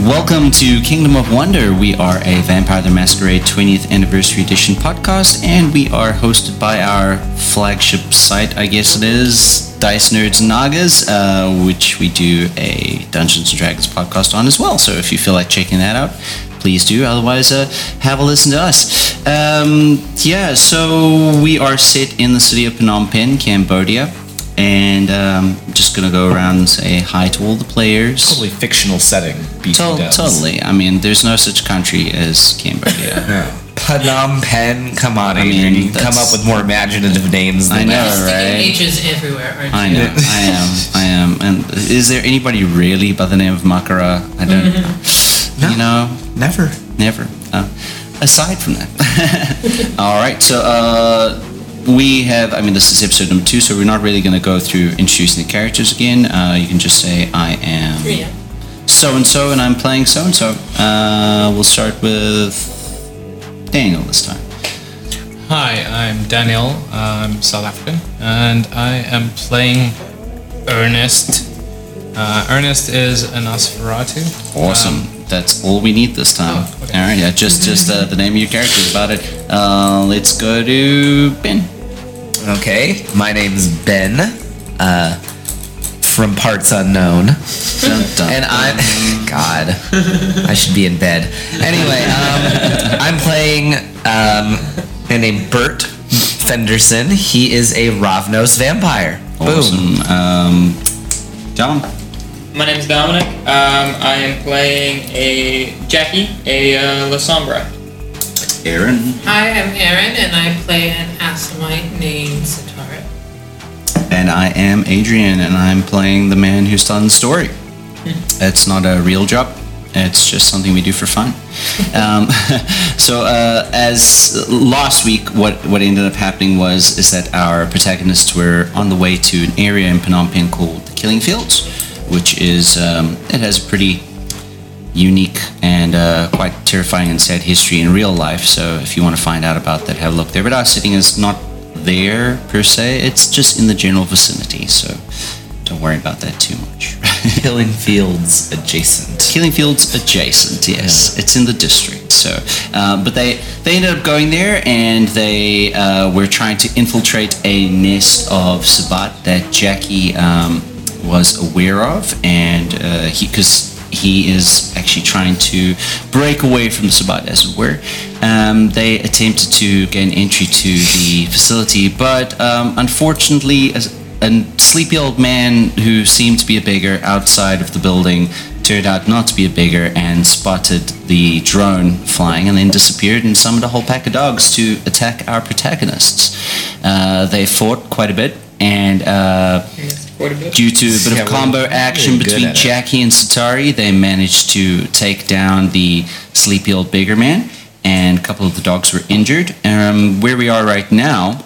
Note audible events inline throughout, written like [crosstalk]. Welcome to Kingdom of Wonder. We are a Vampire the Masquerade 20th Anniversary Edition podcast, and we are hosted by our flagship site, I guess it is, Dice Nerds Nagas, uh, which we do a Dungeons and Dragons podcast on as well. So if you feel like checking that out, please do. Otherwise, uh, have a listen to us. Um, yeah, so we are set in the city of Phnom Penh, Cambodia. And um, just gonna go around and say hi to all the players. Totally fictional setting. BT Tot- devs. totally. I mean, there's no such country as [laughs] Cambodia. Phnom Pen. Come on, mean, Adrian. you can come that's- up with more imaginative names. Than I know, that. Just right? thinking H's everywhere, aren't I you? know. I am. I am. And is there anybody really by the name of Makara? I don't. know. You know, Never. never. Uh, aside from that. [laughs] All right. So uh, we have. I mean, this is episode number two, so we're not really going to go through introducing the characters again. Uh, you can just say I am. Yeah. so and so, and I'm playing so and so. We'll start with Daniel this time. Hi, I'm Daniel. I'm South African, and I am playing Ernest. Uh, Ernest is an Um, Osferatu. Awesome. That's all we need this time. Oh, okay. All right, yeah, just just uh, the name of your character is about it. Uh, let's go to Ben. Okay. My name's Ben. Uh, from parts unknown. Dun, dun. And I'm [laughs] God. I should be in bed. Anyway, um, I'm playing um, a man named Bert Fenderson. He is a Ravnos vampire. Boom. awesome. Um, Dom. My name is Dominic. Um, I am playing a Jackie, a uh, La Sombra. Aaron. Hi, I'm Erin, and I play an Aslamite named Satara. And I am Adrian, and I'm playing the man who's telling the story. It's not a real job. It's just something we do for fun. Um, [laughs] so, uh, as last week, what, what ended up happening was is that our protagonists were on the way to an area in Phnom Penh called the Killing Fields, which is um, it has a pretty unique and uh, quite terrifying and sad history in real life. So if you want to find out about that, have a look there. But our setting is not there per se; it's just in the general vicinity. So don't worry about that too much. [laughs] Killing fields adjacent. Killing Fields adjacent, yes, it's in the district. So, uh, but they they ended up going there, and they uh, were trying to infiltrate a nest of Sabat that Jackie um, was aware of, and uh, he because he is actually trying to break away from the Sabat, as it were. Um, they attempted to gain entry to the facility, but um, unfortunately, as a sleepy old man who seemed to be a beggar outside of the building turned out not to be a beggar and spotted the drone flying and then disappeared and summoned a whole pack of dogs to attack our protagonists. Uh, they fought quite a bit and uh, Quite a bit. due to a bit Yeah, of we're combo action really good between at it. Jackie and Satari, they managed to take down the sleepy old beggar man and a couple of the dogs were injured. Um, where we are right now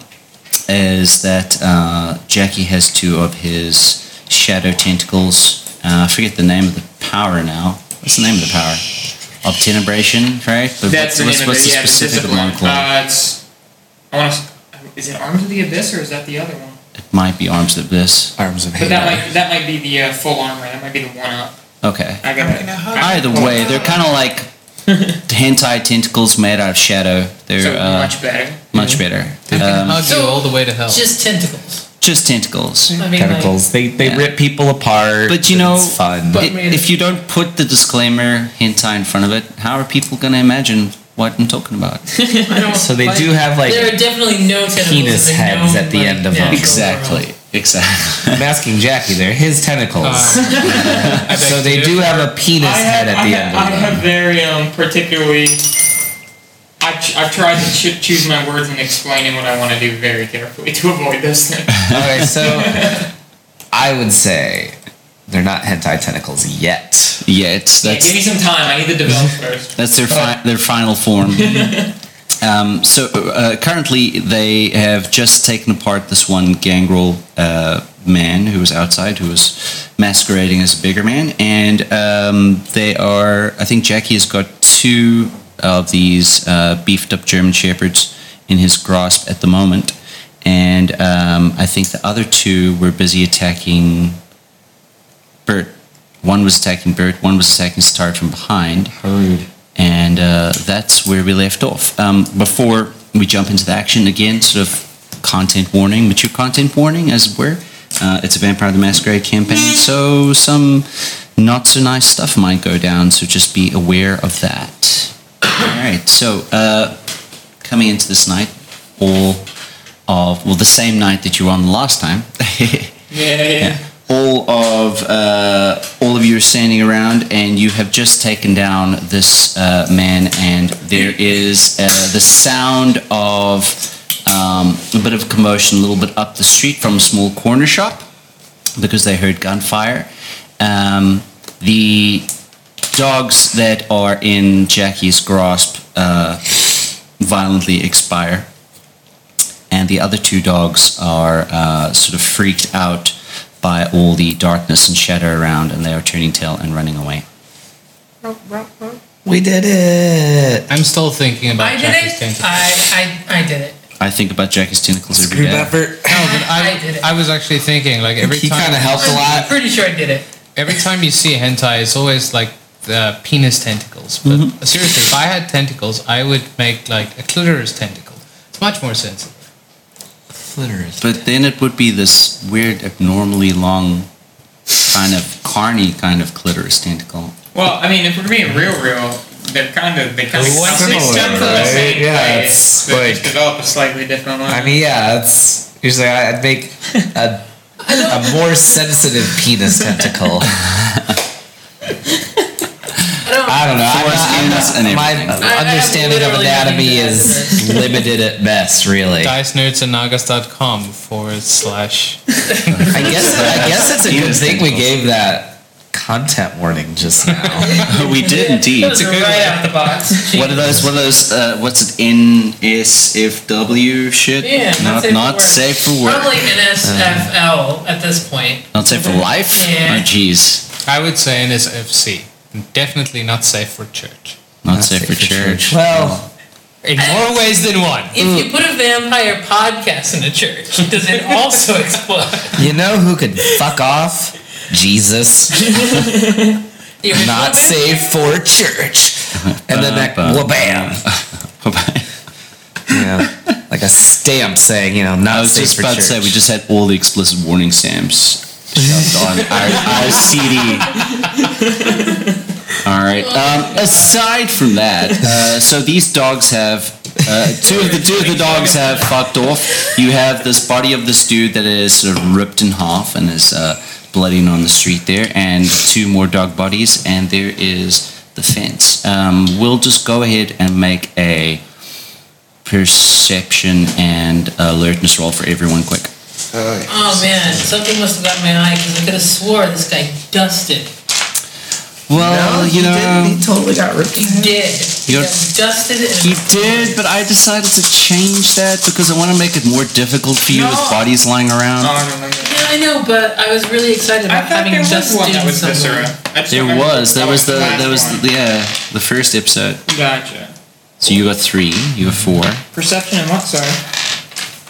is that uh, Jackie has two of his shadow tentacles. Uh, I forget the name of the power now. What's the name of the power? Obtenebration, right? But That's the what's, name what's of it. the Yeah, the specific discipline. one called? Uh, it's. I want to. Is it Arms of the Abyss or is that the other one? It might be Arms of Abyss. Arms of But that Hagar. might that might be the uh, full armor. That might be the one up. Okay. I got it. Oh, Either way, they're kind of like [laughs] hentai tentacles made out of shadow. They're so uh, much, much better. better. They can Um, hug you all the way to hell. Just tentacles. just tentacles. I mean, like, Tentacles. They they Yeah. rip people apart. But you know- it's fun. But- I- man- if you don't put the disclaimer hentai in front of it, how are people going to imagine what I'm talking [laughs] about? I don't, so they do have like. there are definitely no tentacles. and penis they're heads known, at the like, end of them. natural world. exactly. Exactly. [laughs] I'm asking Jackie. They're his tentacles. Uh, I beg so to they do differ. have a penis head at I the have, end I of them. have very um particularly. I've, ch- I've tried to ch- choose my words and explaining what I want to do very carefully to avoid those things. okay, so I would say they're not hentai tentacles yet. yeah, it's Yeah, give that's me some time. I need to develop [laughs] first. That's their fi- their final form. um, so uh, currently, they have just taken apart this one gangrel uh, man who was outside, who was masquerading as a bigger man, and um, they are. I think Jackie has got two of these uh, beefed up German shepherds in his grasp at the moment, and um, I think the other two were busy attacking Bert One was attacking Bert, one was attacking Stark from behind. And uh, that's where we left off. Um, before we jump into the action, again, sort of content warning, mature content warning, as it were. Uh, it's a Vampire the Masquerade campaign, so some not so nice stuff might go down, so just be aware of that. All right, so uh, coming into this night, all of, well, the same night that you were on last time. [laughs] Yeah, yeah. all of uh, all of you are standing around, and you have just taken down this uh, man. And there is uh, the sound of um, a bit of commotion, a little bit up the street from a small corner shop, because they heard gunfire. Um, the dogs that are in Jackie's grasp uh, violently expire and the other two dogs are uh, sort of freaked out by all the darkness and shadow around, and they are turning tail and running away. We did it. I'm still thinking about I did Jackie's it. tentacles. I, I, I did it. I think about Jackie's tentacles every Screw day. effort. No, [laughs] but I did I, it. I was actually thinking like [laughs] every He time kind of helped a I'm lot. pretty sure I did it. every time you see hentai, it's always like the penis tentacles. But Mm-hmm. seriously, if I had tentacles, I would make like a clitoris tentacle. It's much more sensitive. But then it would be this weird, abnormally long, kind of carny kind of clitoris tentacle. [laughs] Well, I mean, if we're being real, real, they're kind of they kind of Well, come, similar, they stem from the same right? Yeah, place. it's They like- just develop a slightly different one. I mean, yeah, it's usually I- I'd make a, a more sensitive penis tentacle. I don't know. I'm not- I'm not- Foreskins and everything. my I- I understanding of literally don't anatomy even is limited at best, really. I DiceNerdsandNagas.com forward slash. guess I guess it's a good Penis thing we tentacles. gave that content warning just now. we did indeed. It's right out the [laughs] [laughs] box. What are those? What are those? Uh, what's it? NSFW shit? Yeah, not not safe for not work. safe for work. Probably NSFL at this point. Not safe for life. Yeah. Oh, jeez. I would say NSFC. Definitely not safe for church. Not, safe, for, church. Well, In more ways than one. Mm. If you put a vampire podcast in a church, does it also [laughs] explode? you know who could fuck off? Jesus. The original [laughs] Not vampire? safe for church. And then that wabam. [laughs] Yeah. Like a stamp saying, you know, I not was safe just for about church. to say we just had all the explicit warning stamps [laughs] shoved on our, our CD. All right. Um, aside from that, uh, so these dogs have uh, two of the two of the dogs have fucked off. You have this body of this dude that is sort of ripped in half and is uh, blooding on the street there, and two more dog bodies, and there is the fence. Um, we'll just go ahead and make a perception and alertness roll for everyone quick. Oh man, something must have got my eye because I could have swore this guy dusted. Well, you know, He totally got ripped. He did. He Mm-hmm. You're- got dusted and he did, but I decided to change that because I want to make it more difficult for you with No. bodies lying around. I don't remember. Yeah, I know, but I was really excited I about thought having there was dusted one that was someone. viscera. I just there remember was, there that was the, last there was one. the, yeah, the first episode. Gotcha. So you got three, you got four. Perception and what? Sorry.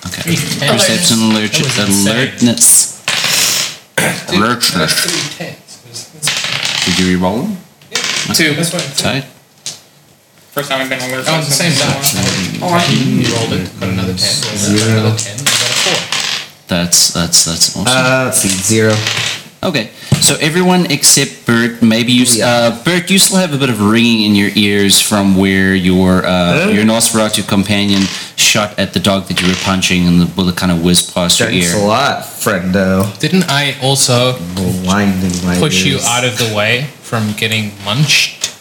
Okay. Perception, alert, That was insane. alertness. Alertness. Three tens. Did you re-roll them? Two. That's what Tight. First time I've been alert. Oh, it's the same something. Oh, I- You rolled it, got another 10, another 10, got a 4. That's, that's, that's awesome. Uh, let's see, zero. Okay, so everyone except Bert, maybe you, s Yeah. uh, Bert, you still have a bit of ringing in your ears from where your uh, your Nosferatu companion shot at the dog that you were punching, and the bullet kind of whizzed past your Thanks a ear. lot, friendo. Didn't I also Blinding my push you out of the way from getting munched?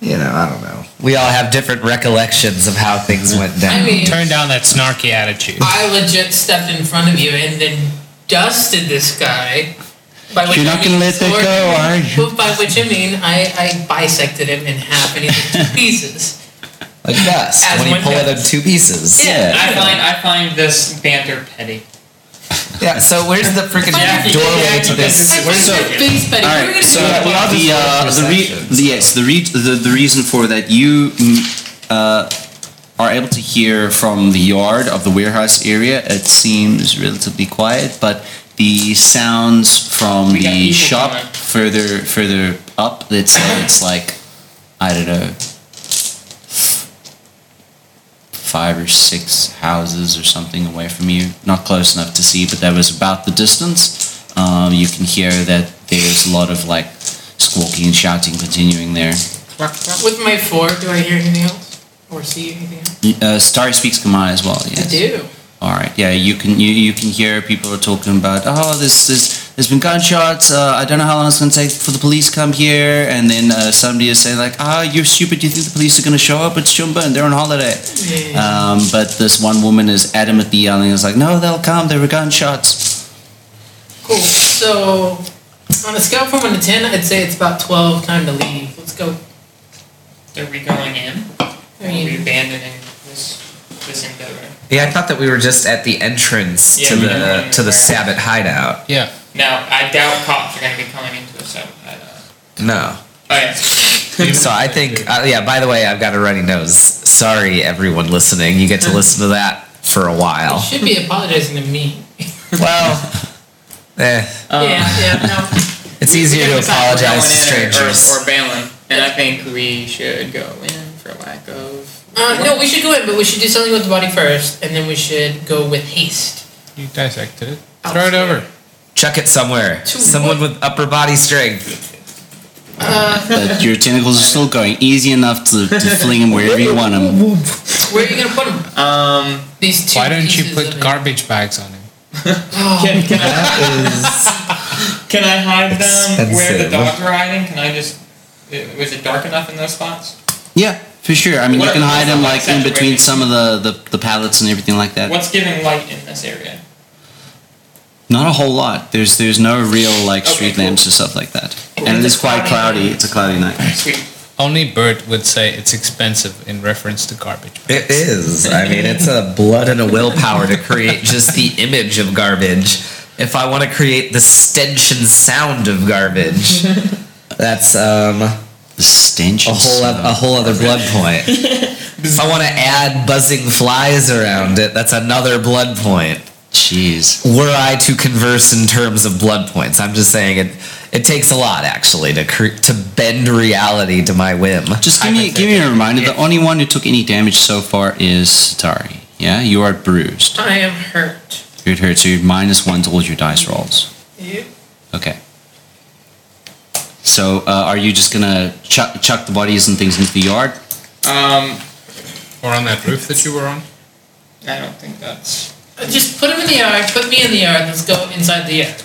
You know, I don't know. We all have different recollections of how things went down. I mean, Turn down that snarky attitude. I legit stepped in front of you and then dusted this guy. By which You're not I gonna mean let that sword- go, are you? But by which I mean, I, I bisected him in half and he's in two pieces. like dust As when you one pull it in does. two pieces. Yeah. I find I find this banter petty. Yeah, so where's the freaking Yeah. doorway Yeah, to okay, this? this I What put is your it? face better. All right, We're gonna so do we it. all the uh, the, re- perceptions. the yes the, re- the the reason for that you mm, uh, are able to hear from the yard of the warehouse area. It seems relatively quiet, but the sounds from We got the evil shop going. further further up, let's say it's like I don't know five or six houses or something away from you. Not close enough to see, but that was about the distance. Um, you can hear that there's a lot of like squawking and shouting continuing there. With my four, do I hear anything else? Or see anything else? Uh, Star speaks Kamai as well. Yes. I do. All right. Yeah, you can you, you can hear people are talking about oh this this there's been gunshots. Uh, I don't know how long it's gonna take for the police to come here. And then uh, somebody is saying like ah you're stupid. Do you think the police are gonna show up? It's Chumba and they're on holiday. Yeah. Um, but this one woman is adamantly yelling. It's like no they'll come. There were gunshots. Cool. So, on a scale from 1 to 10, I'd say it's about 12 time to leave. Let's go. Are we going in? I Are we mean, abandoning this this endeavor? Yeah, I thought that we were just at the entrance Yeah, to we the didn't- to the Sabbath hideout. Yeah. Now, I doubt cops are going to be coming into us. So, uh, No. oh [laughs] yeah. So I think, uh, yeah. By the way, I've got a runny nose. Sorry, everyone listening. You get to listen to that for a you while. should be apologizing to me. Well, eh, [laughs] yeah, yeah, no. it's easier to apologize to strangers. Or, or bailing. And I think we should go in for lack of. Uh, no, we should go in, but we should do something with the body first, and then we should go with haste. You dissected it. Throw Outside. it over. Chuck it somewhere. To Someone with upper body strength. But your tentacles are still going easy enough to, to fling them wherever you want them. Where are you gonna put them? Um, These two. Why don't you pieces of put it. garbage bags on him? Oh, can, can, I, That can I hide them where the Expensive. dogs are hiding? Can I just. i- Was it dark enough in those spots? Yeah, for sure. I mean you What- can hide them like what's in that between rating? some of the, the the pallets and everything like that. What's giving light in this area? Not a whole lot. There's there's no real like Okay, street cool. lamps or stuff like that. Cool. And it It's is a quite cloudy cloudy. night. It's a cloudy night. Sweet. Only Bert would say it's expensive in reference to garbage. is. It is. I mean, it's a blood and a willpower to create just the image of garbage. If I want to create the stench and sound of garbage, that's um, a The stench. is whole oth- so- a whole other blood point. If I want to add buzzing flies around it, that's another blood point. Jeez. were I to converse in terms of blood points. I'm just saying it. It takes a lot actually to cre- to bend reality to my whim. Just give me give me a reminder. The only one who took any damage so far is Satari. Yeah, you are bruised. I am hurt. You're hurt, so you're minus one to all your dice rolls. You? Okay. So uh, are you just gonna chuck chuck the bodies and things into the yard? Um, Or on that roof that you were on? I don't think that's. Just put him in the yard. Put me in the yard. Let's go inside the yard.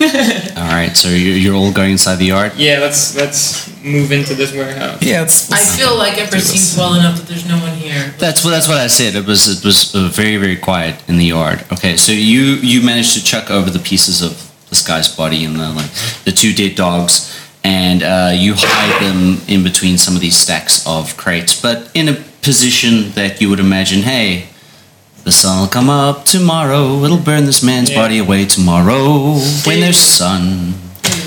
All right. So you're, you're all going inside the yard. Yeah, let's let's move into this warehouse. Yeah, it's, I feel like I perceived well enough that there's no one here. That's what that's what I said. It was it was uh, very very quiet in the yard. Okay, so you you managed to chuck over the pieces of this guy's body and the like the two dead dogs, and uh, you hide them in between some of these stacks of crates, but in a position that you would imagine, hey. The sun will come up tomorrow. It'll burn this man's Yeah. body away tomorrow when there's sun.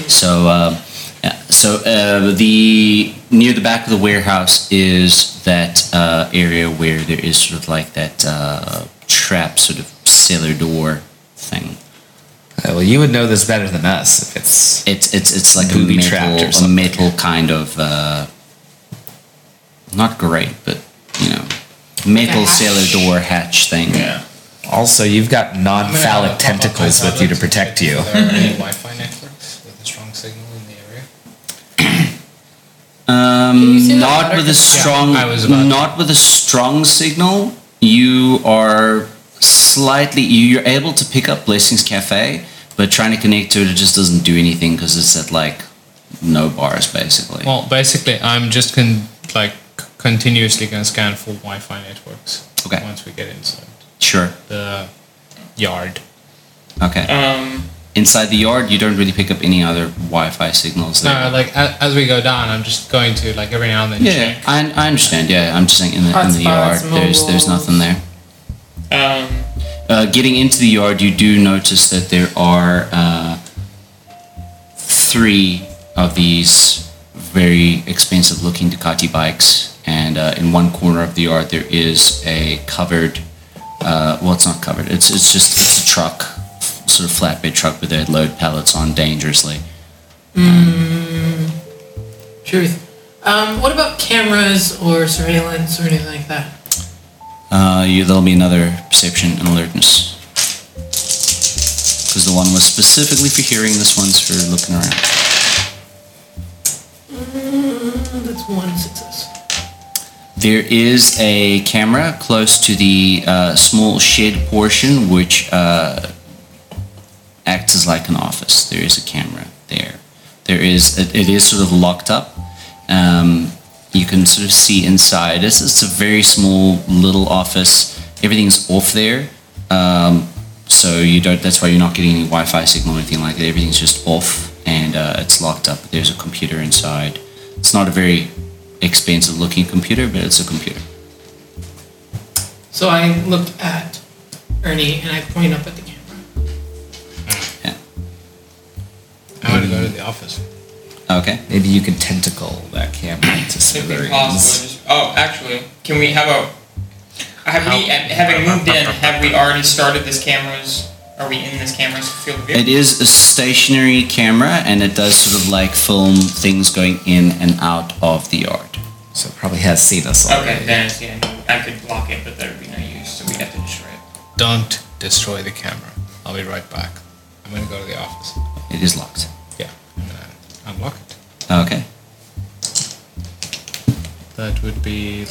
So, uh, yeah, so uh, the near the back of the warehouse is that uh, area where there is sort of like that uh, trap, sort of cellar door thing. well, you would know this better than us. If it's It's it's it's like Booby a trapped or metal, a something. metal kind of uh, not great, but you know, metal Like a hatch. cellar door hatch thing. Yeah. also you've got I'm gonna have a non-phallic pop-up tentacles my with you to tablet protect see if you. There are any Wi-Fi networks with a strong signal in the area? Can you say Um, that not louder? with a strong, I was about to. not with a strong signal. You are slightly, you- you're able to pick up Blessings Cafe, but trying to connect to it, it just doesn't do anything because it's at like no bars basically. Well, basically, I'm just con- like c- continuously gonna scan for Wi-Fi networks. Okay. Once we get inside sure. the yard. Okay. Um, Inside the yard, you don't really pick up any other Wi-Fi signals. There. No, like as, as we go down, I'm just going to like every now and then. yeah, check. I, I understand. Yeah, I'm just saying in the in the yard, Hotspots, there's there's mobiles. nothing there. um, Uh, getting into the yard, you do notice that there are uh, three of these very expensive looking Ducati bikes. And uh, in one corner of the yard, there is a covered, uh, well, it's not covered, it's, it's just it's a truck, sort of flatbed truck with a load pallets on dangerously. Truth. Um, what about cameras or surveillance or anything like that? Uh, you, there'll be another perception and alertness. Because the one was specifically for hearing, this one's for looking around. Mm, That's one success. There is a camera close to the uh, small shed portion, which uh, acts as like an office. There is a camera there. There is it, it is sort of locked up. Um, you can sort of see inside. It's, it's a very small little office. Everything's off there, um, so you don't. That's why you're not getting any Wi-Fi signal or anything like that. Everything's just off and uh, it's locked up. There's a computer inside. It's not a very expensive looking computer, but it's a computer. So I look at Ernie and I point up at the camera. Yeah. I want to Mm. go to the office. Okay. Maybe you could tentacle that camera to It'd be civilians. possible. Just, oh, actually, can we have a? Have we, having moved in, have we already started this cameras? Are we in this cameras field of view? It is a stationary camera and it does sort of like film things going in and out of the yard. So it probably has seen us already. Okay, then it's, yeah, I could block it, but that would be no use, so we'd have to destroy it. Don't destroy the camera. I'll be right back. I'm gonna go to the office. It is locked. Yeah. And then unlock it. Okay. That would be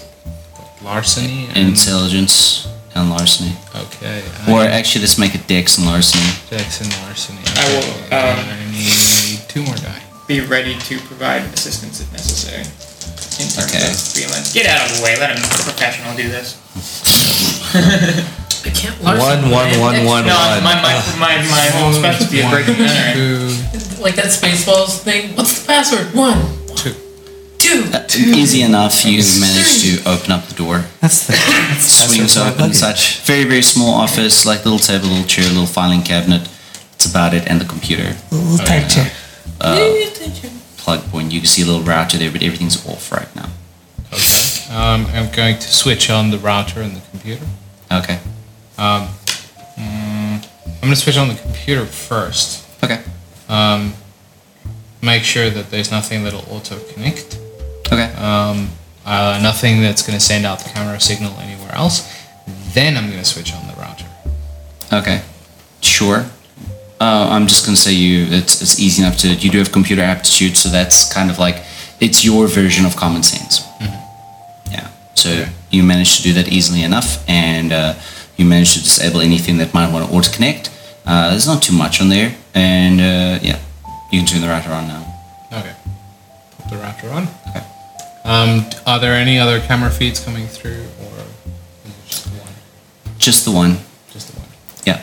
larceny Mm-hmm. and Intelligence and larceny. okay. Oh, Or I- actually let's make it dex and larceny. Dex and larceny. I will, Okay, um, I need two more die. Be ready to provide assistance if necessary. In terms Okay. of freelance. Get out of the way. Let a professional do this. I can't larceny. One, but I one, have one, extra- one. No, my my my, my whole specialty is breaking in. Alright. Two, Like that Spaceballs thing. What's the password? One, two. two. Uh, easy enough, you manage to open up the door. That's the swings where my open and buddy- such. Very, very small office, like little table, little chair, little filing cabinet. That's about it. And the computer little picture. Uh, plug point. You can see a little router there, but everything's off right now. Okay. Um, I'm going to switch on the router and the computer. Okay. Um, mm, I'm gonna switch on the computer first. Okay. Um, make sure that there's nothing that'll auto connect. Okay. Um, uh, nothing that's gonna send out the camera signal anywhere else. Then I'm gonna switch on the router. Okay. Sure. Uh, I'm just gonna say you. It's it's easy enough to. You do have computer aptitude, so that's kind of like it's your version of common sense. Yeah. So you managed to do that easily enough, and uh, you managed to disable anything that might want to auto connect. Uh, there's not too much on there, and uh, yeah, you can turn the router on now. Okay. Put the router on. Okay. Um, d- are there any other camera feeds coming through, or is it just the one? Just the one. Just the one. Yeah.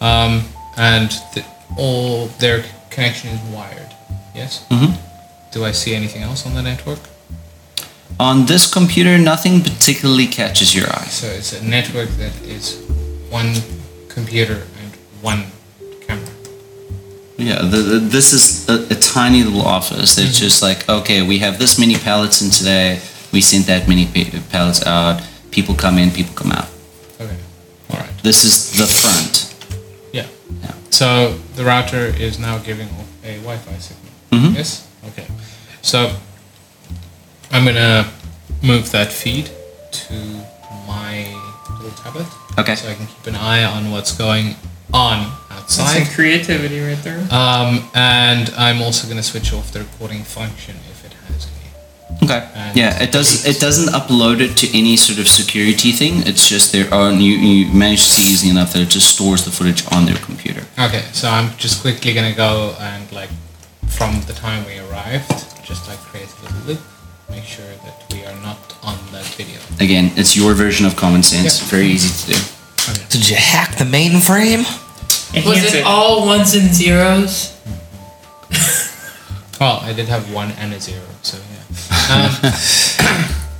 Um, and the, all their c- connection is wired. Yes. Mhm. Do I see anything else on the network? On this computer, nothing particularly catches your eye. So it's a network that is one computer and one camera. Yeah, the, the, this is a, a tiny little office. It's Mm-hmm. just like, okay, we have this many pallets in today. We sent that many pa- pallets out. People come in, people come out. Okay. All right. This is the front. Yeah. Yeah. So the router is now giving off a Wi-Fi signal. Mhm. Yes. Okay. So I'm gonna move that feed to my little tablet. Okay. So I can keep an eye on what's going on That's outside. some creativity right there. Um, and I'm also gonna switch off the recording function if it has any. Okay. And- Yeah, it does. It doesn't upload it to any sort of security thing. It's just their own. You, you manage to see easily enough that it just stores the footage on their computer. Okay, so I'm just quickly gonna go and like from the time we arrived, just like create a little loop, make sure that we are not on that video. Again, it's your version of common sense. Yeah. Very easy to do. Did you hack the mainframe? Enhance Was it all ones and zeros? Well, Oh, I did have one and a zero, so yeah. Um,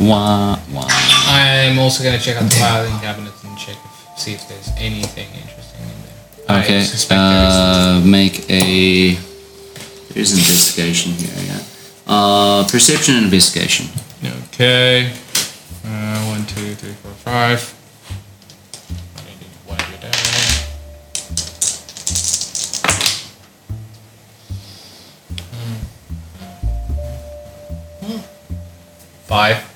Wah wah. I'm also gonna check out the filing cabinet and check if, see if there's anything interesting in there. I Okay. suspect there isn't. Uh, make a. There's investigation here. Yeah. Uh, perception and investigation. Okay. Uh, one, two, three, four, five. I need one of your die. Five.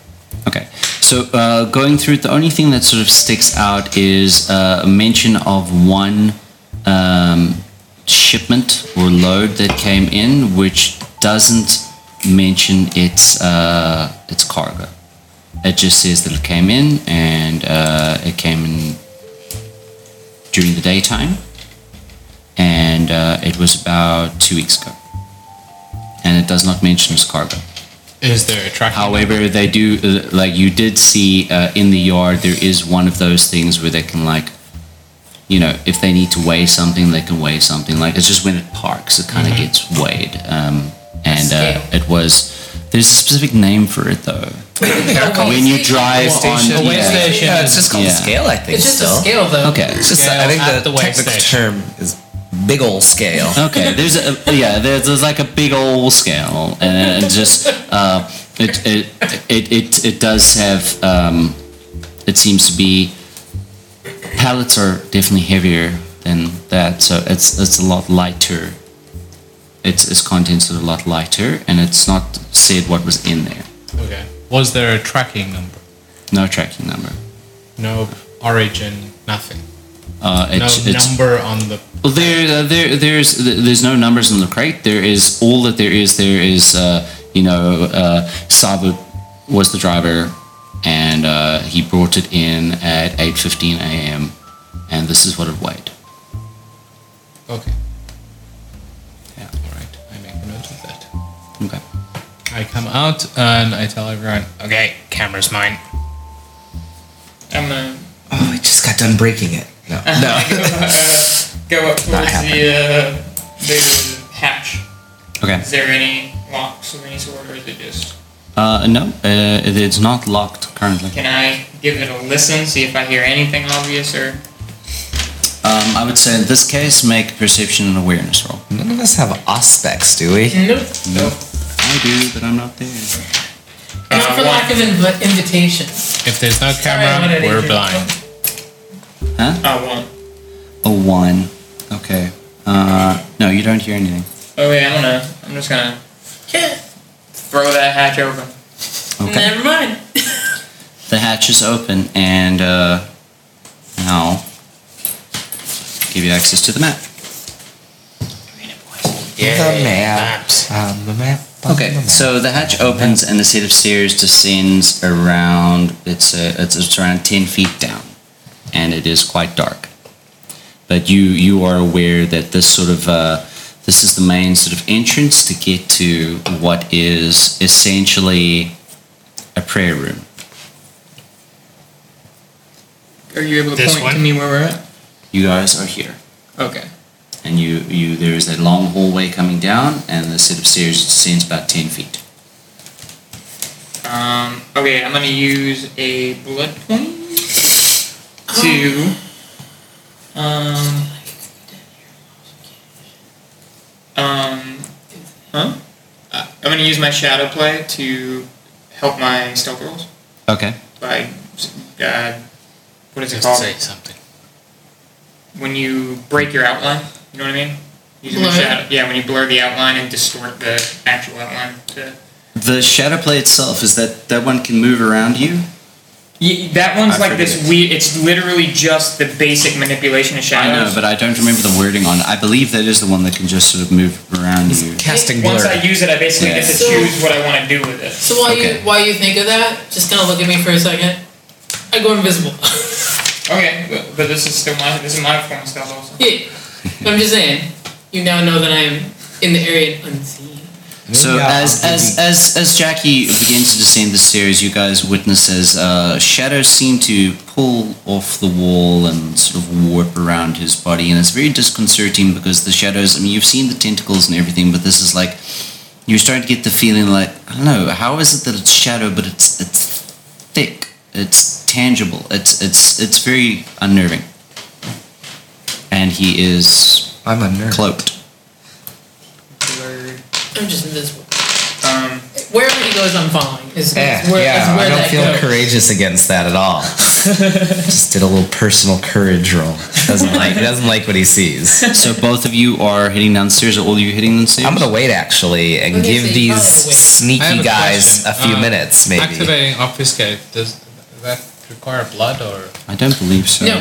Okay. So uh, going through it, the only thing that sort of sticks out is uh, a mention of one um, shipment or load that came in, which doesn't mention its uh, its cargo. It just says that it came in and uh, it came in during the daytime, and uh, it was about two weeks ago. And it does not mention its cargo. Is there a tracking? However, they do uh, like you did see uh, in the yard. There is one of those things where they can like, you know, if they need to weigh something, they can weigh something. Like it's just when it parks, it kind of gets weighed. Um, and uh, Scale. it was there's a specific name for it though. Oh, When you see, drive on, station. Weigh yeah. station. Yeah, it's just called Yeah. scale, I think. It's just still. a scale though. okay. It's just Scale I think at the, the weigh technical station. term is big ol' scale. Okay, there's a yeah, there's, there's like a big old scale, and it just uh, it, it it it it does have um, it seems to be pallets are definitely heavier than that, so it's it's a lot lighter. Its its contents are a lot lighter, and it's not said what was in there. Okay. Was there a tracking number? No tracking number. No origin. Nothing. Uh, it, No it's number on the. Well, there, uh, there, there's, there's no numbers in the crate. There is all that there is. There is, uh, you know, uh, Sabu was the driver, and uh, he brought it in at eight fifteen a.m. And this is what it weighed. Okay. Yeah. All right. I make a note of that. Okay. I come out and I tell everyone, okay, camera's mine. I'm gonna [laughs] Oh, we just got done breaking it. No. [laughs] No. go up towards the, uh, the hatch. Okay. Is there any locks of any sort, or is it just? Uh, no, uh, it- it's not locked currently. Can I give it a listen, see if I hear anything obvious, or Um, I would say in this case, make a perception and awareness roll. None of us have aspects, do we? Nope. No, I do, but I'm not there. Uh, Not for lack of inv- invitation. If there's no Sorry, I camera, wanted we're Adrian. blind. I want? A one. Okay. Uh, no, you don't hear anything. Oh yeah, I'm gonna. I'm just gonna Yeah. throw that hatch open. Okay. Never mind. The hatch is open, and uh, now give you access to the map. the map. Um, the map. on Okay, the map. so the hatch opens, and a set of stairs descends around. It's uh it's, it's around ten feet down, and it is quite dark. But you you are aware that this sort of uh, this is the main sort of entrance to get to what is essentially a prayer room. Are you able to This point to one? me where we're at? You guys are here. Okay. and you, you there is a long hallway coming down, and the set of stairs descends about ten feet. Um. Okay, I'm gonna use a blood point to. Um. Um. Huh? Uh, I'm gonna use my shadow play to help my stealth rolls Okay. by. Uh, what is it Just called? say something. when you break your outline. You know what I mean? Using the Blur. shadow. Yeah, when you blur the outline and distort the actual outline. To, The shadow play itself is that that one can move around you. Ye- that one's I like this forget. weird. It's literally just the basic manipulation of I shadows. know, but I don't remember the wording on it. I believe that is the one that can just sort of move around you. casting once blur. I use it, I basically Yeah. get to So- choose what I want to do with it. So while Okay. you while you think of that, just kind of look at me for a second. I go invisible. [laughs] Okay, but, but this is still my this is my form of stealth also. yeah. But I'm just saying. You now know that I'm in the area unseen. So Yeah, as I'll as, as as Jackie begins to descend the stairs, you guys witness as uh, shadows seem to pull off the wall and sort of warp around his body, and it's very disconcerting because the shadows. I mean, you've seen the tentacles and everything, but this is like you're starting to get the feeling like I don't know how is it that it's shadow, but it's it's thick, it's tangible, it's it's it's very unnerving, and he is I'm a nerd. [laughs] cloaked. Blurred. I'm just invisible. Um, Wherever he goes, I'm following. Is, is Yeah, where, Eh, yeah, is where I don't that feel goes. courageous against that at [laughs] all. Just did a little personal courage roll. Doesn't like he doesn't like what he sees. So both of you are heading downstairs, or all of you hitting downstairs? I'm gonna wait actually and Okay, give so you these probably wait. I have sneaky a guys question. a few Uh, minutes maybe. Activating obfuscate does that require blood or I don't believe so. No,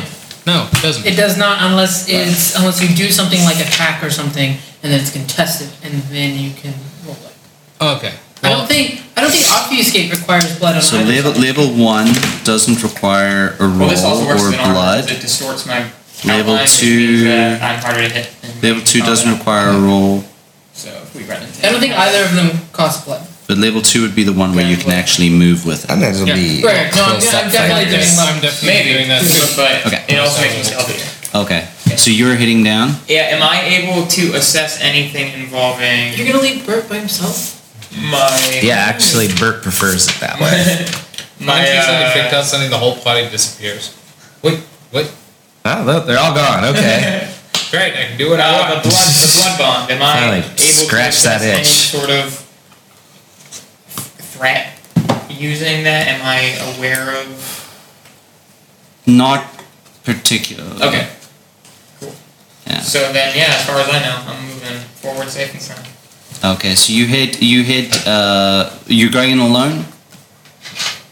no? It doesn't. it does not unless it's unless you do something like attack or something, and then it's contested, and then you can roll it. Oh, Okay. I Well, don't think I don't think obfuscate requires blood on So either level side. level one doesn't require a roll Well, this also works or in armor, 'cause blood. It distorts my Level outline, which two- means that I'm harder to hit. and Level two combat. doesn't require a roll, So if we run into I don't think either of them cost blood. but level two would be the one where you can actually move with it. I'm gonna Yeah. be Right, no, I'm- close I'm up definitely fighters. doing I'm definitely Maybe, doing that. [laughs] [laughs] but Okay. it also makes me stealthier. Okay, so you're hitting down. Yeah, am I able to assess anything involving You're gonna leave Bert by himself? my Yeah, actually Bert prefers it that way. [laughs] my Mind you, suddenly picked uh, out something, the whole party disappears. Wait, wait. oh, look, they're all gone. [laughs] Okay. Great, I can do what I uh, want. the blood the blood bond? Am I Finally, able to scratch that assess any itch. sort of threat using that? Am I aware of? Not particularly. Okay, Yeah. so then yeah, as far as I know, I'm moving forward, safe and sound. Okay. So you hit. You hit. Uh, you're going in alone.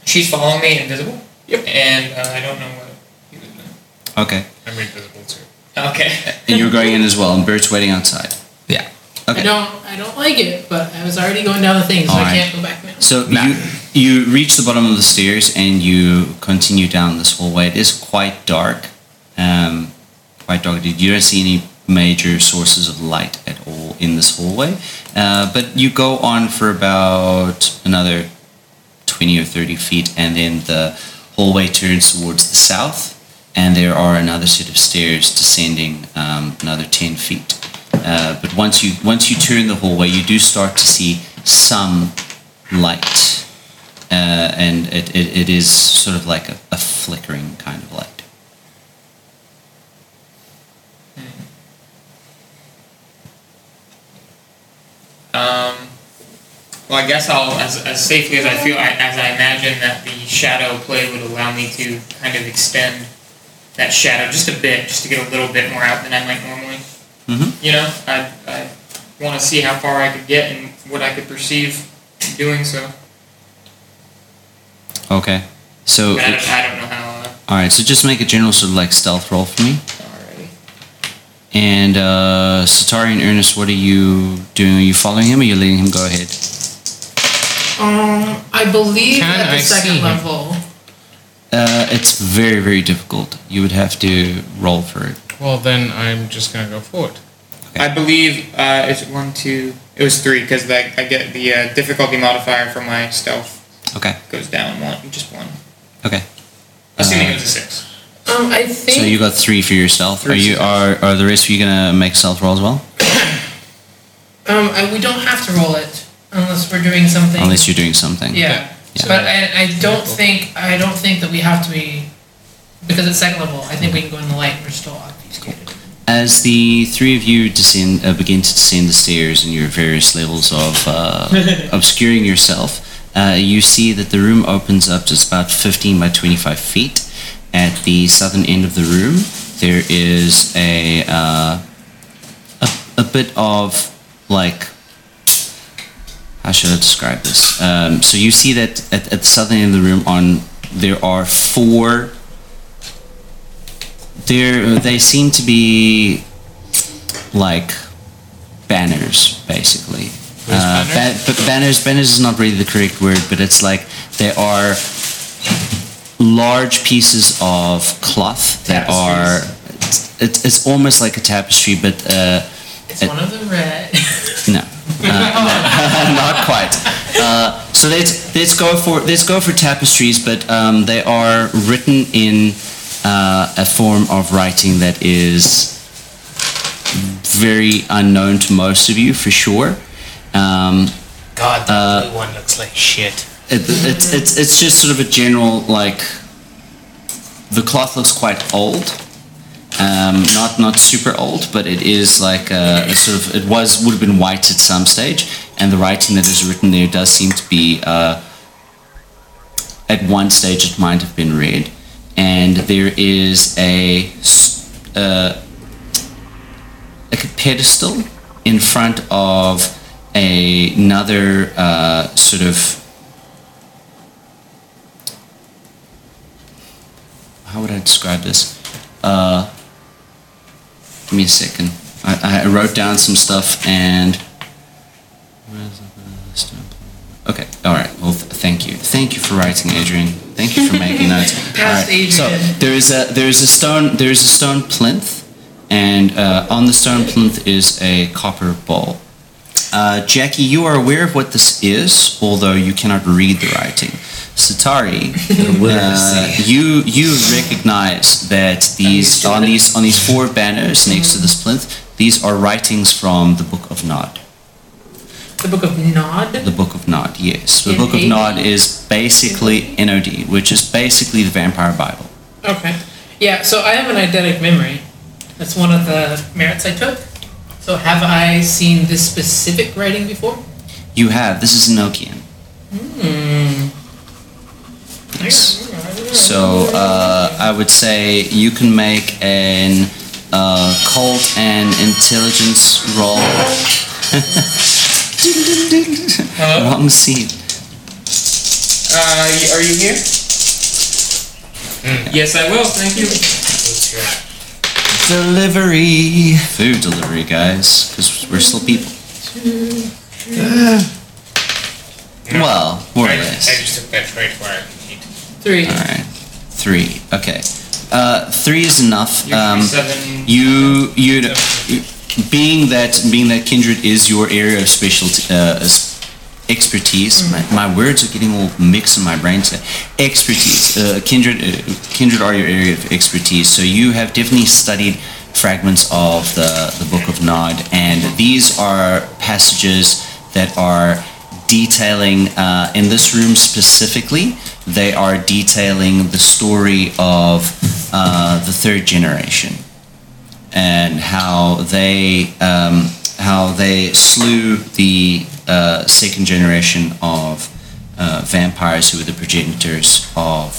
She's following me, invisible. Yep. And uh, I don't know what he was doing. Okay. I'm invisible too. Okay. And you're going in as well. And Bert's waiting outside. yeah. Okay. I don't I don't like it, but I was already going down the thing, so I Alright. can't go back now. So you you reach the bottom of the stairs and you continue down this hallway. It is quite dark, um, quite dark. You don't see any major sources of light at all in this hallway, uh, but you go on for about another twenty or thirty feet, and then the hallway turns towards the south, and there are another set of stairs descending um, another ten feet. Uh, but once you once you turn the hallway, you do start to see some light, uh, and it, it, it is sort of like a, a flickering kind of light. Um, well, I guess I'll, as, as safely as I feel, I, as I imagine that the shadow play would allow me to kind of extend that shadow just a bit, just to get a little bit more out than I might normally. Mhm. You know, I, I want to see how far I could get and what I could perceive doing so. Okay. So, But I don't, I don't know how. Uh, all right. So just make a general sort of like stealth roll for me. already. And uh, Satari and Ernest, what are you doing? Are you following him, or are you letting him go ahead? Um I believe Can at the I see second him? level. Uh, it's very, very difficult. You would have to roll for it. Well, then I'm just gonna go Uh, forward. I believe uh, it's one, two. It was three because I, I get the uh, difficulty modifier for my stealth Okay. goes down one, just one. Okay. Assuming it was a six. Um I So you think got three for yourself. Three are you are are the rest of you gonna make stealth roll as well? um I, we don't have to roll it unless we're doing something. Unless you're doing something. yeah. Yeah. But I, I don't think I don't think that we have to be because it's second level, I think we can go in the light and we're still obfuscated. As the three of you descend, uh, begin to descend the stairs in your various levels of uh, obscuring yourself, uh, you see that the room opens up to it's about 15 by 25 feet. At the southern end of the room, there is a, uh, a, a bit of like how should I describe this? Um, so you see that at, at the southern end of the room, on there are four. There, they seem to be like banners, basically. Where's Uh, banners? ba- but banners, banners is not really the correct word, but it's like they are large pieces of cloth that are. It's, it's, it's almost like a tapestry, but uh, It's It- one of the red [laughs] no, Uh, no. [laughs] not quite. Uh, so let's let's go for let's go for tapestries, but um, they are written in uh, a form of writing that is very unknown to most of you, for sure. Um, uh, God, that blue one looks like shit. it, it's it's it's just sort of a general like the cloth looks quite old um, not not super old but it is like a, a sort of it was would have been white at some stage and the writing that is written there does seem to be uh, at one stage it might have been read, and there is a s- uh, like a pedestal in front of a- another uh, sort of how would I describe this? Uh, give me a second. I, I wrote down some stuff and. Okay, all right. Well, th- thank you. Thank you for writing, Adrian. Thank you for making notes. All Yes, right. So Adrian. there is a there is a stone there is a stone plinth, and uh, on the stone plinth is a copper bowl. Uh, Jackie, you are aware of what this is, although you cannot read the writing. Satari, uh, you you recognize that these on these on these four banners next to this plinth, these are writings from the Book of Nod. The Book of Nod. The Book of Nod, yes. The In Book of Nod? Nod is basically NOD, which is basically the Vampire Bible. Okay. Yeah, so I have an eidetic memory. That's one of the merits I took. So have I seen this specific writing before? You have this is Enochian. Yes. So uh, I would say you can make an uh, cult and intelligence roll. Wrong seed. Uh, y- are you here? Yes, I will. Thank you. Delivery. Food delivery, guys, because we're still people. Well, more or I, less. I just took that trait where I can eat. Three. All right, three. Okay, uh, three is enough. You're Um, seven. you you being that being that kindred is your area of specialty uh, s- expertise. My, my words are getting all mixed in my brain today. Expertise, uh, kindred, uh, kindred are your area of expertise. So you have definitely studied fragments of the the Book of Nod, and these are passages that are detailing uh, in this room specifically. They are detailing the story of uh, the third generation and how they um, how they slew the uh, second generation of uh, vampires who were the progenitors of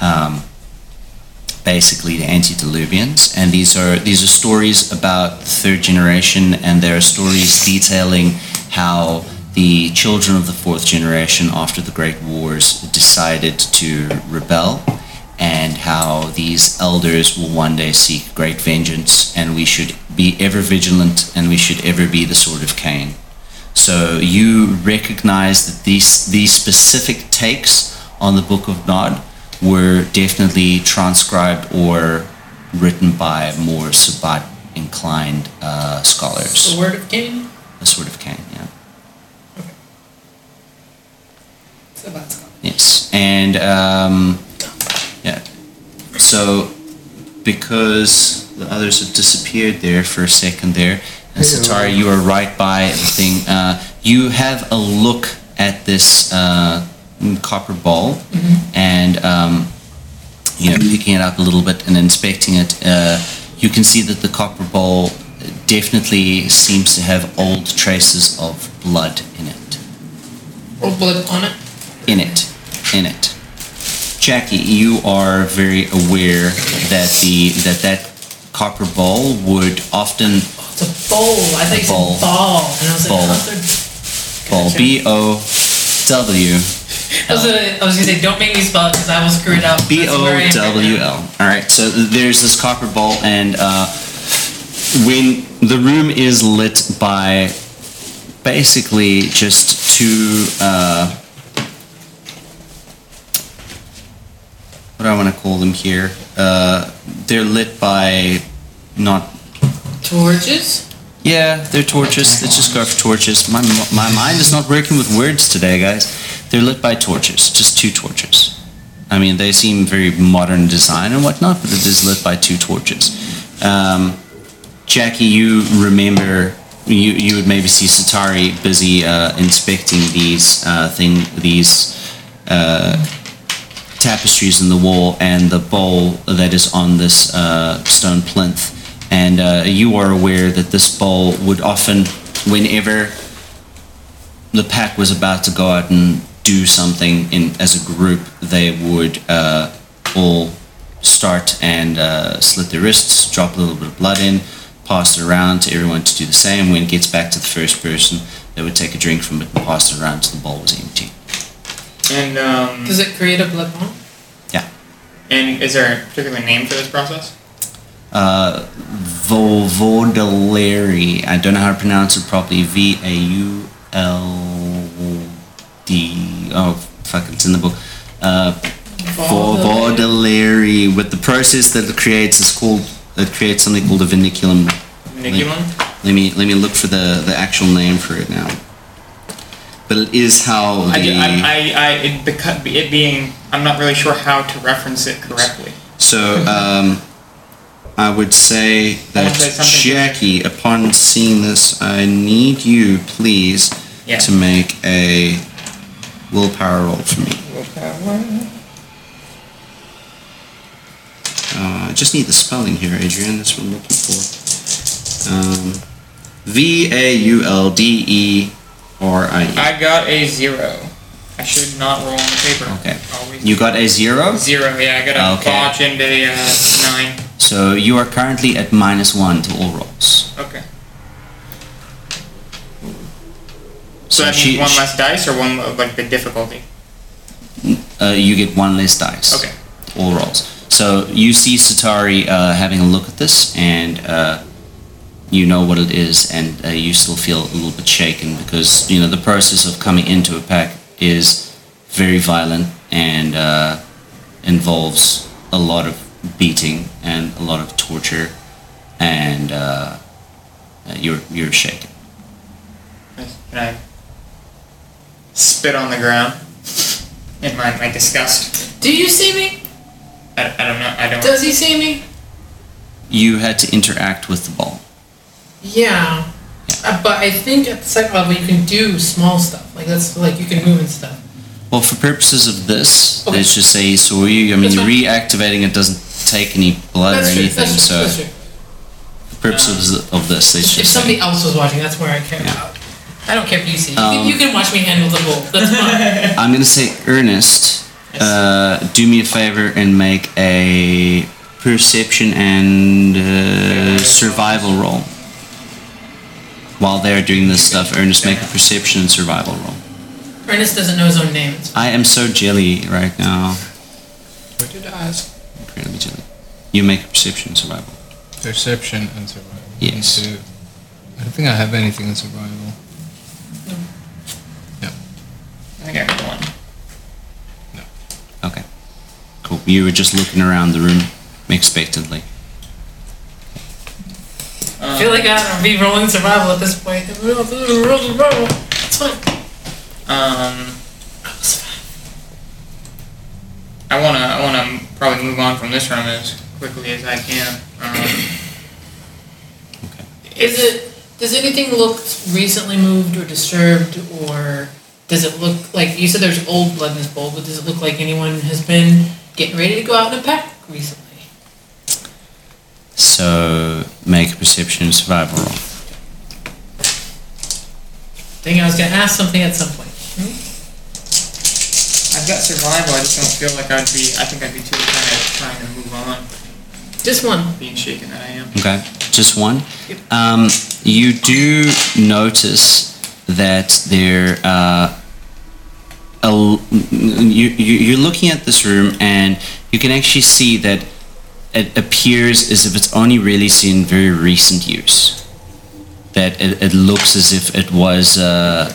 um, basically the antediluvians and these are these are stories about the third generation and there are stories detailing how the children of the fourth generation after the great wars decided to rebel and how these elders will one day seek great vengeance and we should be ever vigilant and we should ever be the sword of cain so you recognize that these these specific takes on the Book of Nod were definitely transcribed or written by more Sabbat inclined uh, The scholars. Word of Cain. A sort of can, yeah. It's about Scott. Yes, and um, yeah. So because the others have disappeared there for a second there, and Satari, you are right by the thing. Uh, you have a look at this uh, mm, copper ball, and um, you know, picking it up a little bit and inspecting it, uh, you can see that the copper bowl definitely seems to have old traces of blood in it Or blood on it. in it, in it. Jackie, you are very aware that the that that copper bowl would often It's a bowl. I thought you said Bowl. ball. And I was like, Bowl. how's there- bowl B O W I was, gonna- I was gonna say, don't make me spell it because I will screw it up. B That's where I O am right W now. L. All right, so there's this copper bowl, and uh, when the room is lit by basically just two. Uh, what do I want to call them here? Uh, they're lit by not Torches? yeah, they're torches. Let's just go for torches. My, my mind is not working with words today, guys. They're lit by torches, just two torches. I mean, they seem very modern design and whatnot, but it is lit by two torches. Um, Jackie, you remember you, you would maybe see Satari busy uh, inspecting these uh, thing these tapestries in the wall and the bowl that is on this uh, stone plinth. And uh, you are aware that this bowl would often, whenever the pack was about to go out and do something in as a group, they would uh, all start and uh, slit their wrists, drop a little bit of blood in, pass it around to everyone to do the same. When it gets back to the first person, they would take a drink from it and pass it around till the bowl was empty. And um, Does it create a blood bond? and is there a particular name for this process? Uh, Vovodelary. I don't know how to pronounce it properly. V A U L D. Oh, fuck, it's in the book. Uh, Vovodelary. With the process that it creates, it's called. It creates something called a vindiculum. Niculum? Let me let me look for the, the actual name for it now. But it is how the I, ju- I, I, I it, because, it being, I'm not really sure how to reference it correctly. So um, I would say that Someone say something. Jackie, upon seeing this, I need you please Yeah. to make a willpower roll for me. Uh, I just need the spelling here, Adrian. That's what I'm looking for. Um, v A U L D E R I E. I got a zero. I should not roll on the paper. Okay. Always E. You got a zero, zero. Yeah, I got a Okay. botch and a uh, nine. so you are currently at minus one to all rolls. Okay. So So, that she- means one she- less dice or one of, like the difficulty. Uh, you get one less dice. Okay. all rolls. So you see Satari uh, having a look at this, and uh, you know what it is, and uh, you still feel a little bit shaken because you know the process of coming into a pack is very violent and uh, involves a lot of beating and a lot of torture, and uh, uh, you're you're shaken. And I spit on the ground in my, my disgust. Do you see me? I, I don't know. I don't. Does he see me? You had to interact with the ball. Yeah. Uh, but I think at the second level you can do small stuff. Like that's like you can move and stuff. Well, for purposes of this, Okay. let's just say he saw you. I mean, That's fine. reactivating it doesn't take any blood that's or true. anything. That's true. so, that's true. for purposes of this, let's If just say. somebody else was watching, that's where I care Yeah. about. I don't care if you see. You, Um, can, you can watch me handle the bowl. That's [laughs] fine. I'm going to say Ernest. Uh, do me a favor and make a perception and uh, survival roll. While they're doing this stuff, Ernest make a perception and survival roll. Ernest doesn't know his own name. It's- I am so jelly right now. What did I ask? Incredibly jelly. You make a perception and survival. Perception and survival. Yes. Into- I don't think I have anything in survival. I think I got one. Okay. Cool. You were just looking around the room expectantly. Um, I feel like I'm be rolling survival at this point. Roll survival. It's fine. Um, I wanna, I wanna probably move on from this room as quickly as I can. Um, Is it? Does anything look recently moved or disturbed, or does it look like you said there's old blood in this bowl? But does it look like anyone has been getting ready to go out in a pack recently? So make a perception and survival roll. Dang, I was gonna ask something at some point. I've got survival. I just don't feel like I'd be. I think I'd be too kind of trying to move on, Just one. being shaken that I am. Okay, just one. Um, you do notice that there. Uh, a l- you, you, you're looking at this room, and you can actually see that it appears as if it's only really seen very recent use. That it, it looks as if it was uh,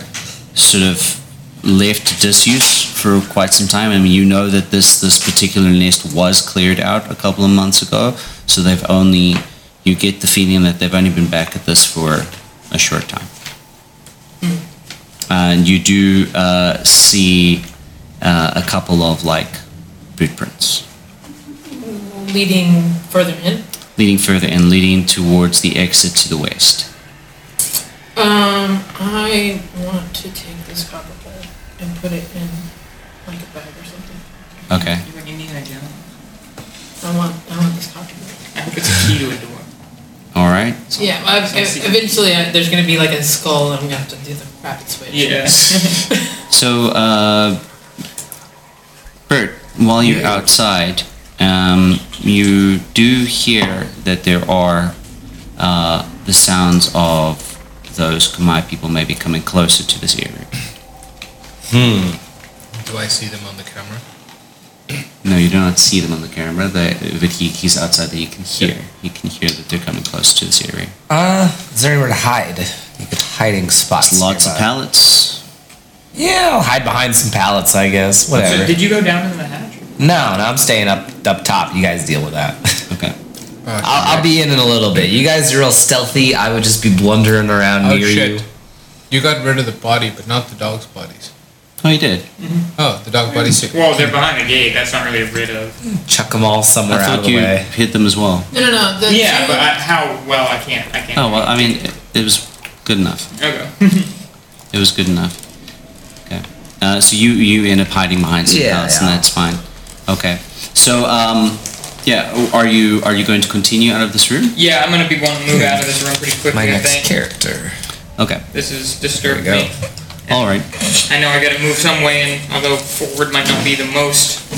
sort of left to disuse for quite some time. I mean, you know that this this particular nest was cleared out a couple of months ago, so they've only you get the feeling that they've only been back at this for a short time. And you do uh, see uh, a couple of like boot prints Leading further in. leading further and leading towards the exit to the west. Um, I want to take this copper bowl and put it in like a bag or something. Okay. You think you need a gun? I want, I want this copper bowl. [laughs] I hope it's a key to a door. All right. Yeah, well, I've- I've- eventually uh, there's going to be like a skull and I'm going to have to do the rapid switch. Yeah. So, uh, Bert, while you're outside, um, you do hear that there are uh, the sounds of those Khmer people maybe coming closer to this area. Do I see them on the camera? No, you do not see them on the camera, they, but he, he's outside that you can hear. You can hear that they're coming close to this area. Uh, is there anywhere to hide? You could hiding spots. Lots of nearby. pallets. Yeah, I'll hide behind some pallets, I guess. So [laughs] Whatever. did you go down in the hatch? No, no, I'm staying up up top. You guys deal with that. [laughs] Okay. Uh, Oh, I'll, I'll be in in a little bit. You guys are real stealthy. I would just be blundering around Oh near shit! you. You got rid of the body, but not the dog's bodies. Oh, you did. Oh, the dog bodies. too. Well, they're behind the gate. That's not really rid of. Chuck them all somewhere I out of thought the you way. hit them as well. [laughs] No, no, no. The Yeah, two- but I, how well I can't. I can't. Oh, well, I mean, it, it was good enough. Okay. It was good enough. Okay. Uh, so you you end up hiding behind some Yeah, pallets, yeah. and that's fine. Okay. So um, yeah, o- are you are you going to continue out of this room? Yeah, I'm gonna be wanting to move out of this room pretty quickly. My I next think character. Okay. this is disturbing There we me. All right. I know I gotta move some way, and although forward might not be the most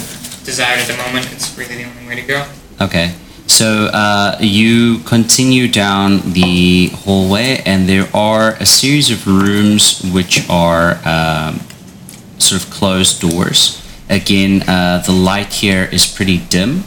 desired at the moment, it's really the only way to go. Okay. So uh, you continue down the hallway, and there are a series of rooms which are um, sort of closed doors. Again, uh, the light here is pretty dim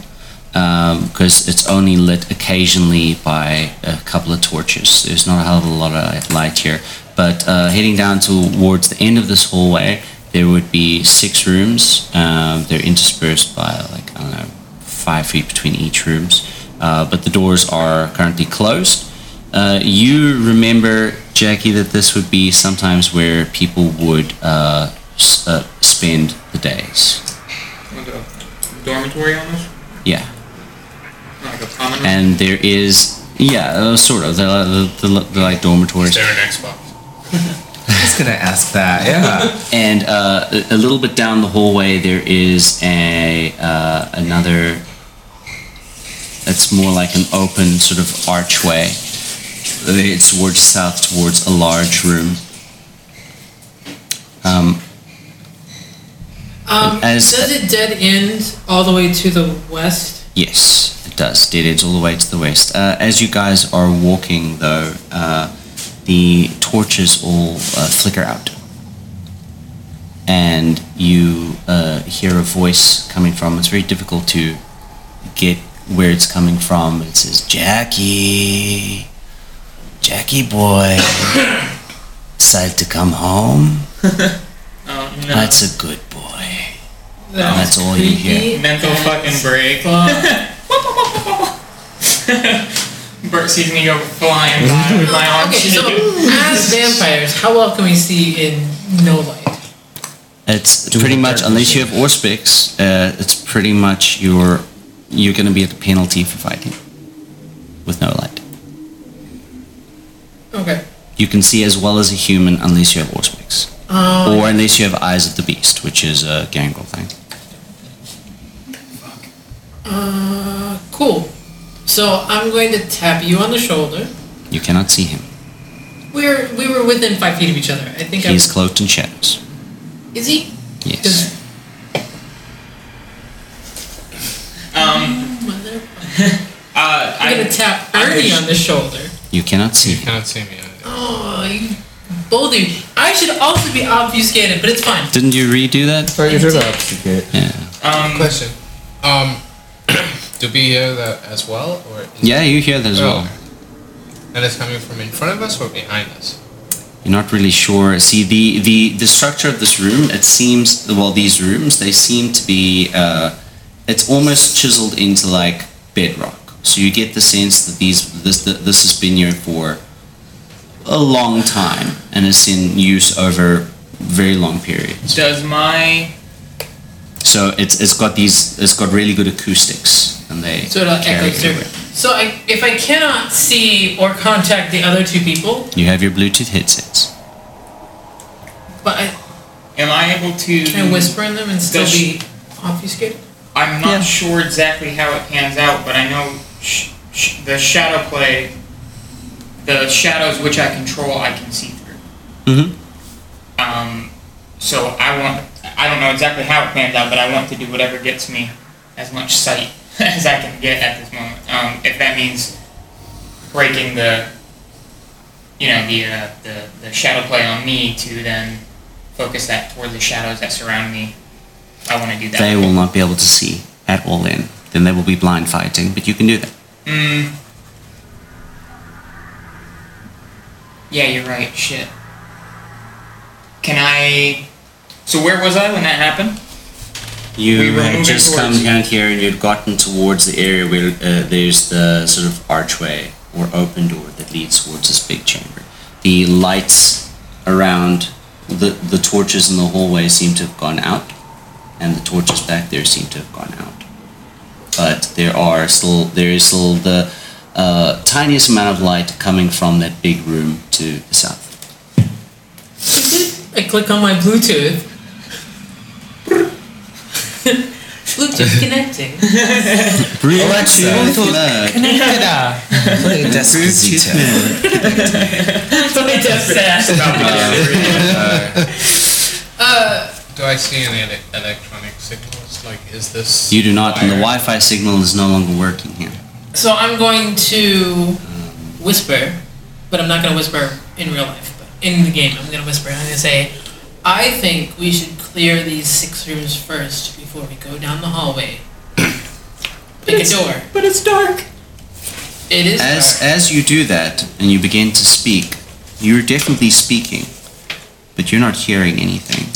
because Um, it's only lit occasionally by a couple of torches. There's not a hell of a lot of light here. But uh, heading down towards the end of this hallway, there would be six rooms. Um, they're interspersed by like I don't know, five feet between each rooms. Uh, but the doors are currently closed. Uh, you remember, Jackie, that this would be sometimes where people would uh, s- uh, spend the days. Like a dormitory almost? Yeah. Like a common room? And there is, yeah, uh, sort of. They're, like- they're, like- they're like Is dormitories. there an Xbox? I was gonna ask [laughs] that. Yeah. And uh, a a little bit down the hallway, there is a uh, another. It's more like an open sort of archway. It's towards south, towards a large room. um, as- does it dead end all the way to the west? Yes, it does. Dead ends all the way to the west. Uh, as you guys are walking, though, uh, the torches all uh, flicker out. And you uh, hear a voice coming from. It's very difficult to get where it's coming from. It says, Jackie, Jackie boy, [coughs] decided to come home? Oh, no. That's a good boy. That's That's, all you hear. creepy Mental as [laughs] fucking break. [laughs] fuck. Bert sees me go [laughs] flying by with my arms. okay, so as [laughs] vampires, how well can we see in no light? It's pretty the much dark unless you have Orspix, uh, it's pretty much your you're going to be at the penalty for fighting with no light. Okay. You can see as well as a human unless you have Orspix, Um, or unless you have Eyes of the Beast, which is a gangrel thing. uh, cool. So I'm going to tap you on the shoulder. You cannot see him. We're we were within five feet of each other. I think He's cloaked in shadows. I'm. Is he? Yes. Does- Um, Mother- uh, I'm gonna I, tap I- Ernie on the shoulder. You cannot see him. Cannot see me. either. Oh, you bold dude. I should also be obfuscated, but it's fine. Didn't you redo that? Sorry, you're the obfuscate. Yeah. um, Question. Um, [clears throat] do we hear that as well, or is Yeah, you hear that Oh. as well. And it's coming from in front of us or behind us? You're not really sure. See the the the structure of this room. It seems well these rooms they seem to be. Uh, it's almost chiseled into like bedrock. So you get the sense that these this that this has been here for a long time and is in use over very long periods. does my So it's it's got these it's got really good acoustics and they So it'll carry echo through. everywhere. So I, if I cannot see or contact the other two people, You have your Bluetooth headsets. but I am I able to? can I whisper in them and still Does she- be obfuscated. I'm not Yeah. sure exactly how it pans out, but I know sh- sh- the shadow play the shadows which I control, I can see through. Mhm. Um, so I want. I don't know exactly how it pans out, but I want to do whatever gets me as much sight [laughs] as I can get at this moment. Um, if that means breaking the, you know, the, uh, the the shadow play on me to then focus that toward the shadows that surround me, I want to do that. They will not be able to see at all then. Then they will be blind fighting, but you can do that. Mm. Yeah, you're right. Shit. Can I? So where was I when that happened? You We were had moving just come towards- down here and you'd gotten towards the area where uh, there's the sort of archway or open door that leads towards this big chamber. The lights around the, the torches in the hallway seem to have gone out, and the torches back there seem to have gone out. But there are still there is still the uh, tiniest amount of light coming from that big room to the south. I click on my Bluetooth. Bluetooth connecting. Alexa, Play Despacito. [laughs] That's what I just said. Do I see any ele- electronic signals? Like, is this? you do not, and the wired? Wi-Fi signal is no longer working here. So I'm going to whisper, but I'm not going to whisper in real life. But in the game, I'm going to whisper. I'm going to say, I think we should clear these six rooms first before we go down the hallway. Pick a door. But it's dark. It is As dark. as you do that and you begin to speak, you're definitely speaking, but you're not hearing anything.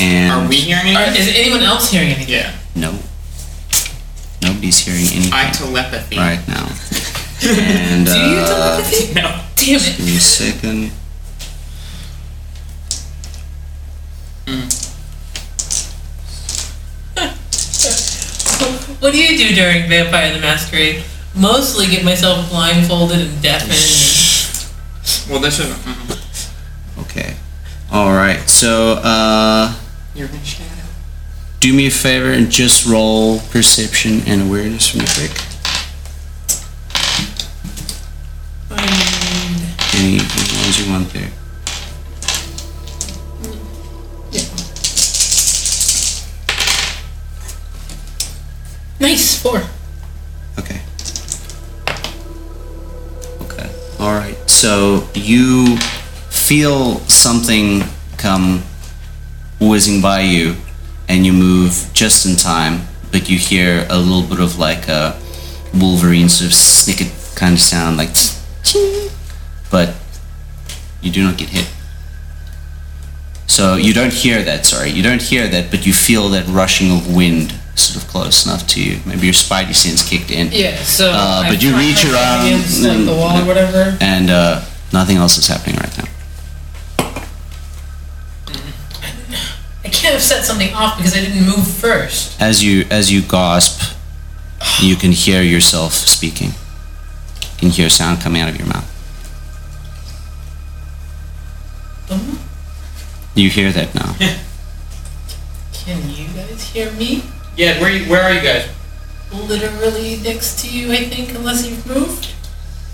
And Are we hearing Are- anything? is anyone else hearing anything? Yeah. no, nobody's hearing anything I telepathy. right now. And Do you uh, telepathy? [laughs] No. Damn it. give me a second. [laughs] What do you do during Vampire the Masquerade? Mostly get myself blindfolded and deafened. Well, this is. mm Okay. All right. So uh, You're in shadow. do me a favor and just roll perception and awareness from the quick. I mean, Any any ones you want there. nice, four. Okay. Okay. All right. So you feel something come whizzing by you, and you move just in time, but you hear a little bit of like a Wolverine sort of snicket kind of sound, like, "Ching," but you do not get hit. So you don't hear that, sorry. You don't hear that, but you feel that rushing of wind sort of close enough to you. Maybe your spidey sense kicked in Yeah, so. Uh, I but you prop reach myself around Against, like, and- the wall or whatever. and uh, nothing else is happening right now. I can't have set something off because I didn't move first. As you as you gasp, you can hear yourself speaking. You can hear sound coming out of your mouth. Um, You hear that now. Can you guys hear me? Yeah. Where you, Where are you guys? Literally next to you, I think, unless you've moved.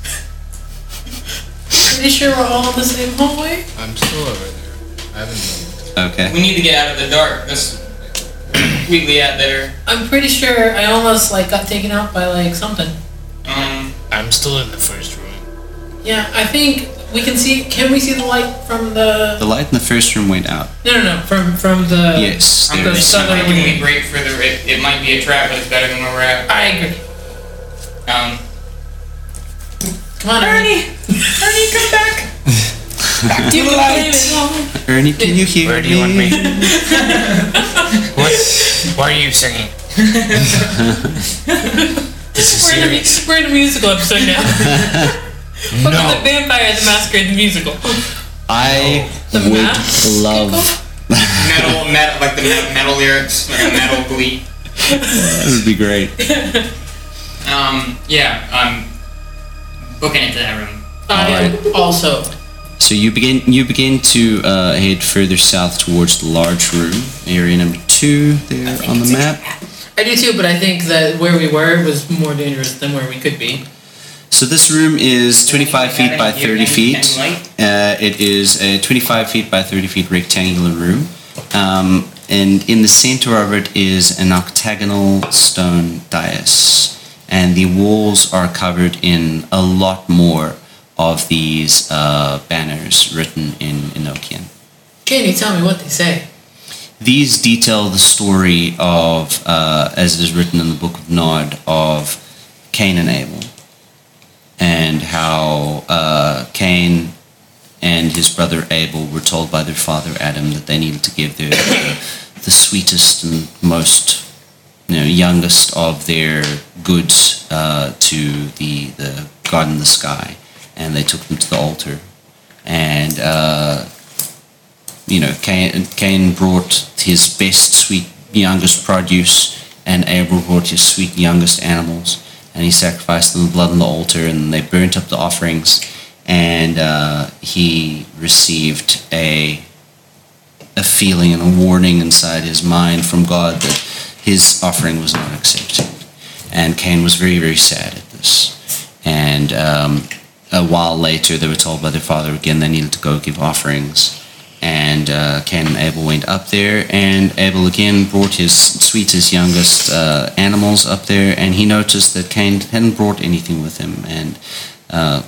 [laughs] Pretty sure we're all in the same hallway. I'm still over there. I haven't. moved. Okay. We need to get out of the dark. This completely out there. I'm pretty sure I almost like got taken out by like something. Um. I'm still in the first room. Yeah, I think we can see. Can we see the light from the? The light in the first room went out. No, no, no. From from the. Yes. I'm there gonna is. southern like, when wing. we break further, it, it might be a trap, but it's better than where we're at. I agree. Um. Come on, Ernie. Ernie, come back. You can play it long. Ernie, can you hear Where do you want me? me? what? Why are you [laughs] singing? this is We're in, a, serious. mu- we're in a musical episode now. What about the Vampire the Masquerade the musical? I The would mask love Metal, metal, like the me- metal lyrics, like a metal glee. that would be great. Um, yeah, I'm booking into that room. I also. So you begin you begin to uh, head further south towards the large room, area number two there on the map. I do too, but I think that where we were was more dangerous than where we could be. So this room is 25 feet by Have it 30 and- feet. and light? Uh, it is a 25 feet by 30 feet rectangular room. Um, and in the center of it is an octagonal stone dais. And the walls are covered in a lot more of these uh, banners written in Enochian. Can you tell me what they say? These detail the story of, uh, as it is written in the Book of Nod, of Cain and Abel, and how uh, Cain and his brother Abel were told by their father Adam that they needed to give their the sweetest and most, you know, youngest of their goods uh, to the the God in the sky, and they took them to the altar, and. Uh, you know, Cain, Cain brought his best, sweet, youngest produce, and Abel brought his sweet, youngest animals, and he sacrificed the blood on the altar, and they burnt up the offerings, and uh, he received a a feeling and a warning inside his mind from God that his offering was not accepted, and Cain was very, very sad at this, and. Um, a while later, they were told by their father again they needed to go give offerings, and uh, Cain and Abel went up there, and Abel again brought his sweetest, youngest uh, animals up there, and he noticed that Cain hadn't brought anything with him, and uh,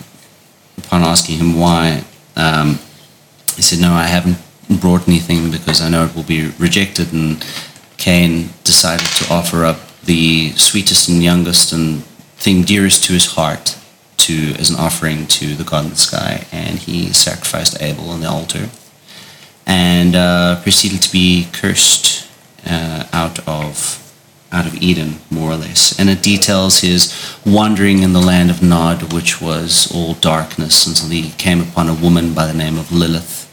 upon asking him why, um, he said, "No, I haven't brought anything because I know it will be rejected." And Cain decided to offer up the sweetest and youngest and thing dearest to his heart to as an offering to the God in the sky, and he sacrificed Abel on the altar and uh, proceeded to be cursed uh, out of out of Eden, more or less. And it details his wandering in the land of Nod, which was all darkness, until he came upon a woman by the name of Lilith,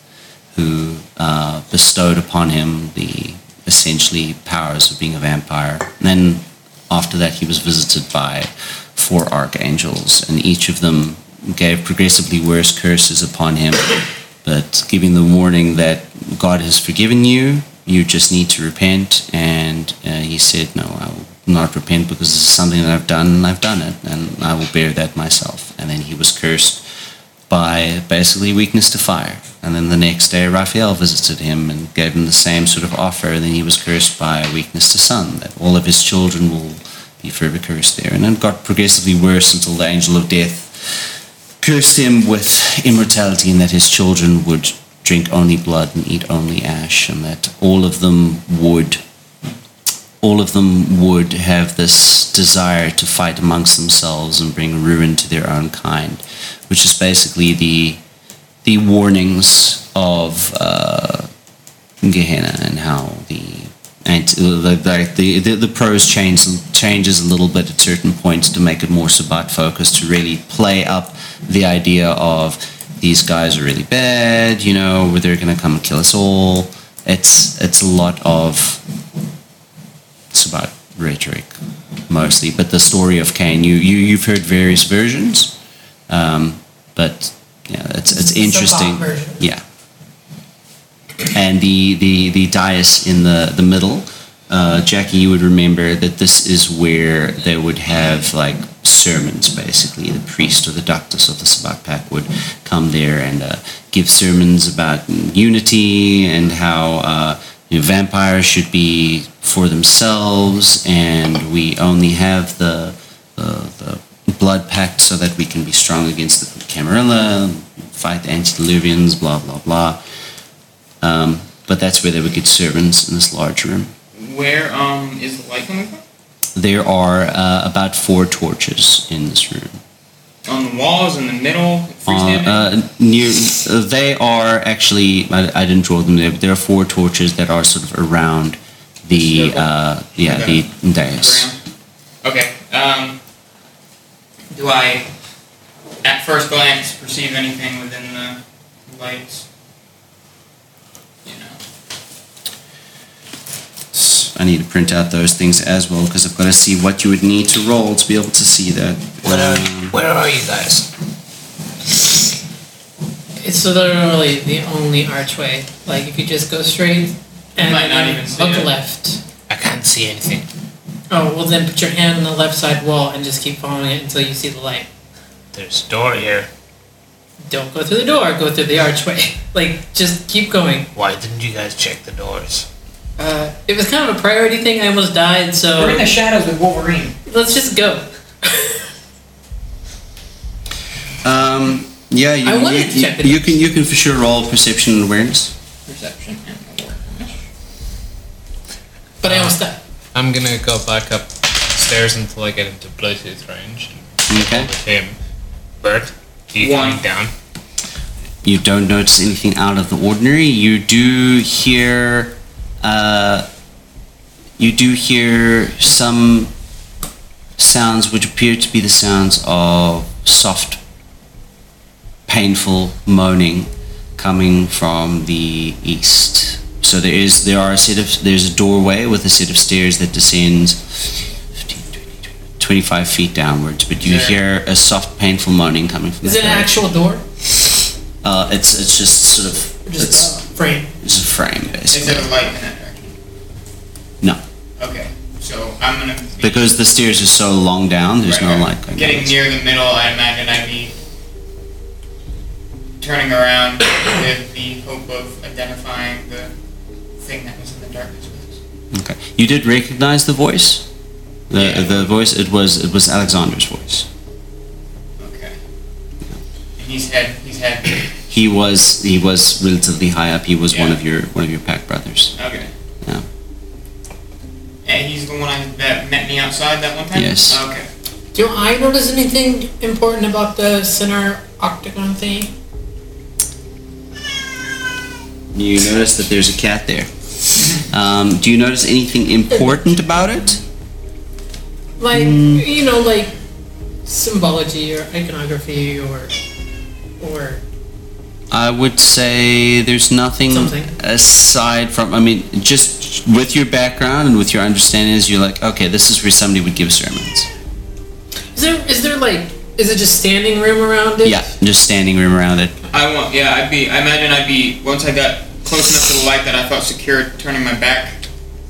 who uh, bestowed upon him the essentially powers of being a vampire. And then after that, he was visited by four archangels, and each of them gave progressively worse curses upon him, but giving the warning that God has forgiven you, you just need to repent. And uh, he said, No, I will not repent because this is something that I've done, and I've done it, and I will bear that myself. And then he was cursed by basically weakness to fire. And then the next day, Raphael visited him and gave him the same sort of offer. And then he was cursed by weakness to sun, that all of his children will be forever cursed there. And it got progressively worse until the angel of death cursed him with immortality and that his children would drink only blood and eat only ash and that all of them would all of them would have this desire to fight amongst themselves and bring ruin to their own kind, which is basically the the warnings of uh, Gehenna and how the and the, the, the, the, the prose changes changes a little bit at certain points to make it more Sabbat focused to really play up the idea of these guys are really bad, you know, where they're going to come and kill us all. It's it's a lot of it's about rhetoric mostly, but the story of Cain, you, you you've heard various versions, um, but yeah, it's it's Sabbat interesting. version. Yeah, and the the the dais in the the middle, uh, Jackie, you would remember that this is where they would have like sermons basically the priest or the doctors of the sabbat pack would come there and uh, give sermons about unity and how uh, you know, vampires should be for themselves and we only have the, the, the blood pact so that we can be strong against the camarilla fight the antediluvians blah blah blah um, but that's where they would get sermons in this large room Where um is the light coming from? there are uh, about four torches in this room On the walls, in the middle, Uh, freestanding. uh, near, uh, they are actually. I, I didn't draw them there, but there are four torches that are sort of around the Circle. uh, yeah Okay. the dais. Okay. Um, do I, at first glance, perceive anything within the lights? You know. I need to print out those things as well because I've got to see what you would need to roll to be able to see that. Where are, uh, Um, where are you guys? It's literally the only archway. Like if you just go straight and might not even see look it. left. I can't see anything. Oh well, then put your hand on the left side wall and just keep following it until you see the light. There's a door here. Don't go through the door. Go through the archway. [laughs] Like just keep going. Why didn't you guys check the doors? Uh, it was kind of a priority thing. I almost died, We're in so the shadows with Wolverine. let's just go. [laughs] Um, yeah, you, I you- wanted to you- check the you notes. can you can for sure roll perception and awareness. Perception and awareness. But I almost died. I'm gonna go back upstairs until I get into Bluetooth range. Okay. Him. Bert, do you One. coming down? You don't notice anything out of the ordinary. You do hear, uh, you do hear some sounds which appear to be the sounds of soft, painful moaning coming from the east. So there is there are a set of there's a doorway with a set of stairs that descends 15, 20, 25 feet downwards, but you hear a soft, painful moaning coming from. Is that it an direction. actual door? Uh, it's it's just sort of Or just it's, a frame? it's a frame Is there basically. a light in that direction? No, Okay, so I'm gonna be because the stairs are so long down. There's Right, no right. light going. Getting down. near the middle, I imagine I'd be turning around with the hope of identifying the thing that was in the darkness with us. Okay, you did recognize the voice. The Yeah. the voice it was it was Alexander's voice. Okay. And he's had he's had [coughs] He was he was relatively high up. He was one Yeah. of your one of your pack brothers. okay. Yeah. And he's the one I, that met me outside that one time. Yes. Okay. Do I notice anything important about the center octagon thing? You notice that there's a cat [laughs] there. Um, do you notice anything important about it? Like Mm. you know, like symbology or iconography or or I would say there's nothing Something. aside from. I mean, just with your background and with your understandings, you're like, okay, this is where somebody would give sermons. is there is there like is it just standing room around it? Yeah, just standing room around it. I want yeah. I'd be I imagine I'd be once I got close enough to the light that I felt secure, turning my back,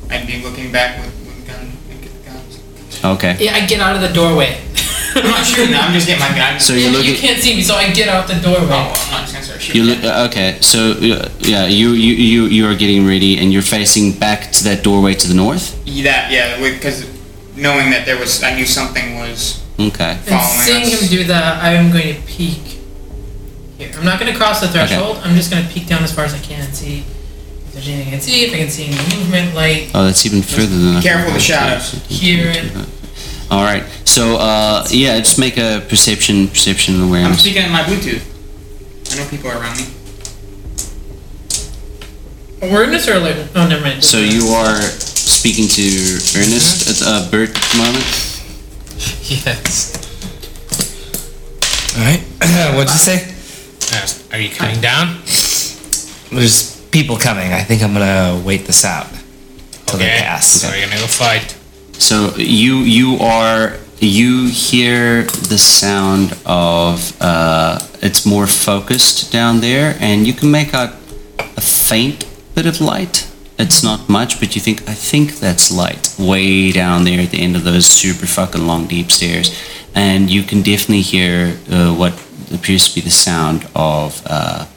I'd be looking back with, with gun with [coughs] guns. Okay. Yeah, I get out of the doorway. I'm not shooting. I'm just getting my gun. So Yeah, you but look [laughs] you at can't see me, so I get out the doorway. Oh, I'm not just gonna start you shooting. look. uh, Okay, so uh, yeah, you you you you are getting ready, and you're facing back to that doorway to the north. Yeah, that yeah, because knowing that there was, I knew something was. Okay. And following seeing us. him do that, I am going to peek. Here, I'm not going to cross the threshold. I'm just going to peek down as far as I can and see if there's anything I can see, if I can see any movement, like Oh, that's even further than. I Careful of the thought. shadows. hear it. All right. So uh, yeah, just make a perception, perception and I'm awareness. speaking in my Bluetooth. I know people are around me. Awareness or alert? Oh, never mind. So you are speaking to Ernest at uh, Bert at the moment. Yes. Alright. [laughs] What'd you say? Asked, Uh, Are you coming down? There's people coming. I think I'm gonna wait this out till they pass. So we're gonna go fight. So you you are you hear the sound of uh, it's more focused down there, and you can make out a faint bit of light. It's not much, but you think I think that's light way down there at the end of those super fucking long deep stairs, and you can definitely hear uh, what appears to be the sound of uh,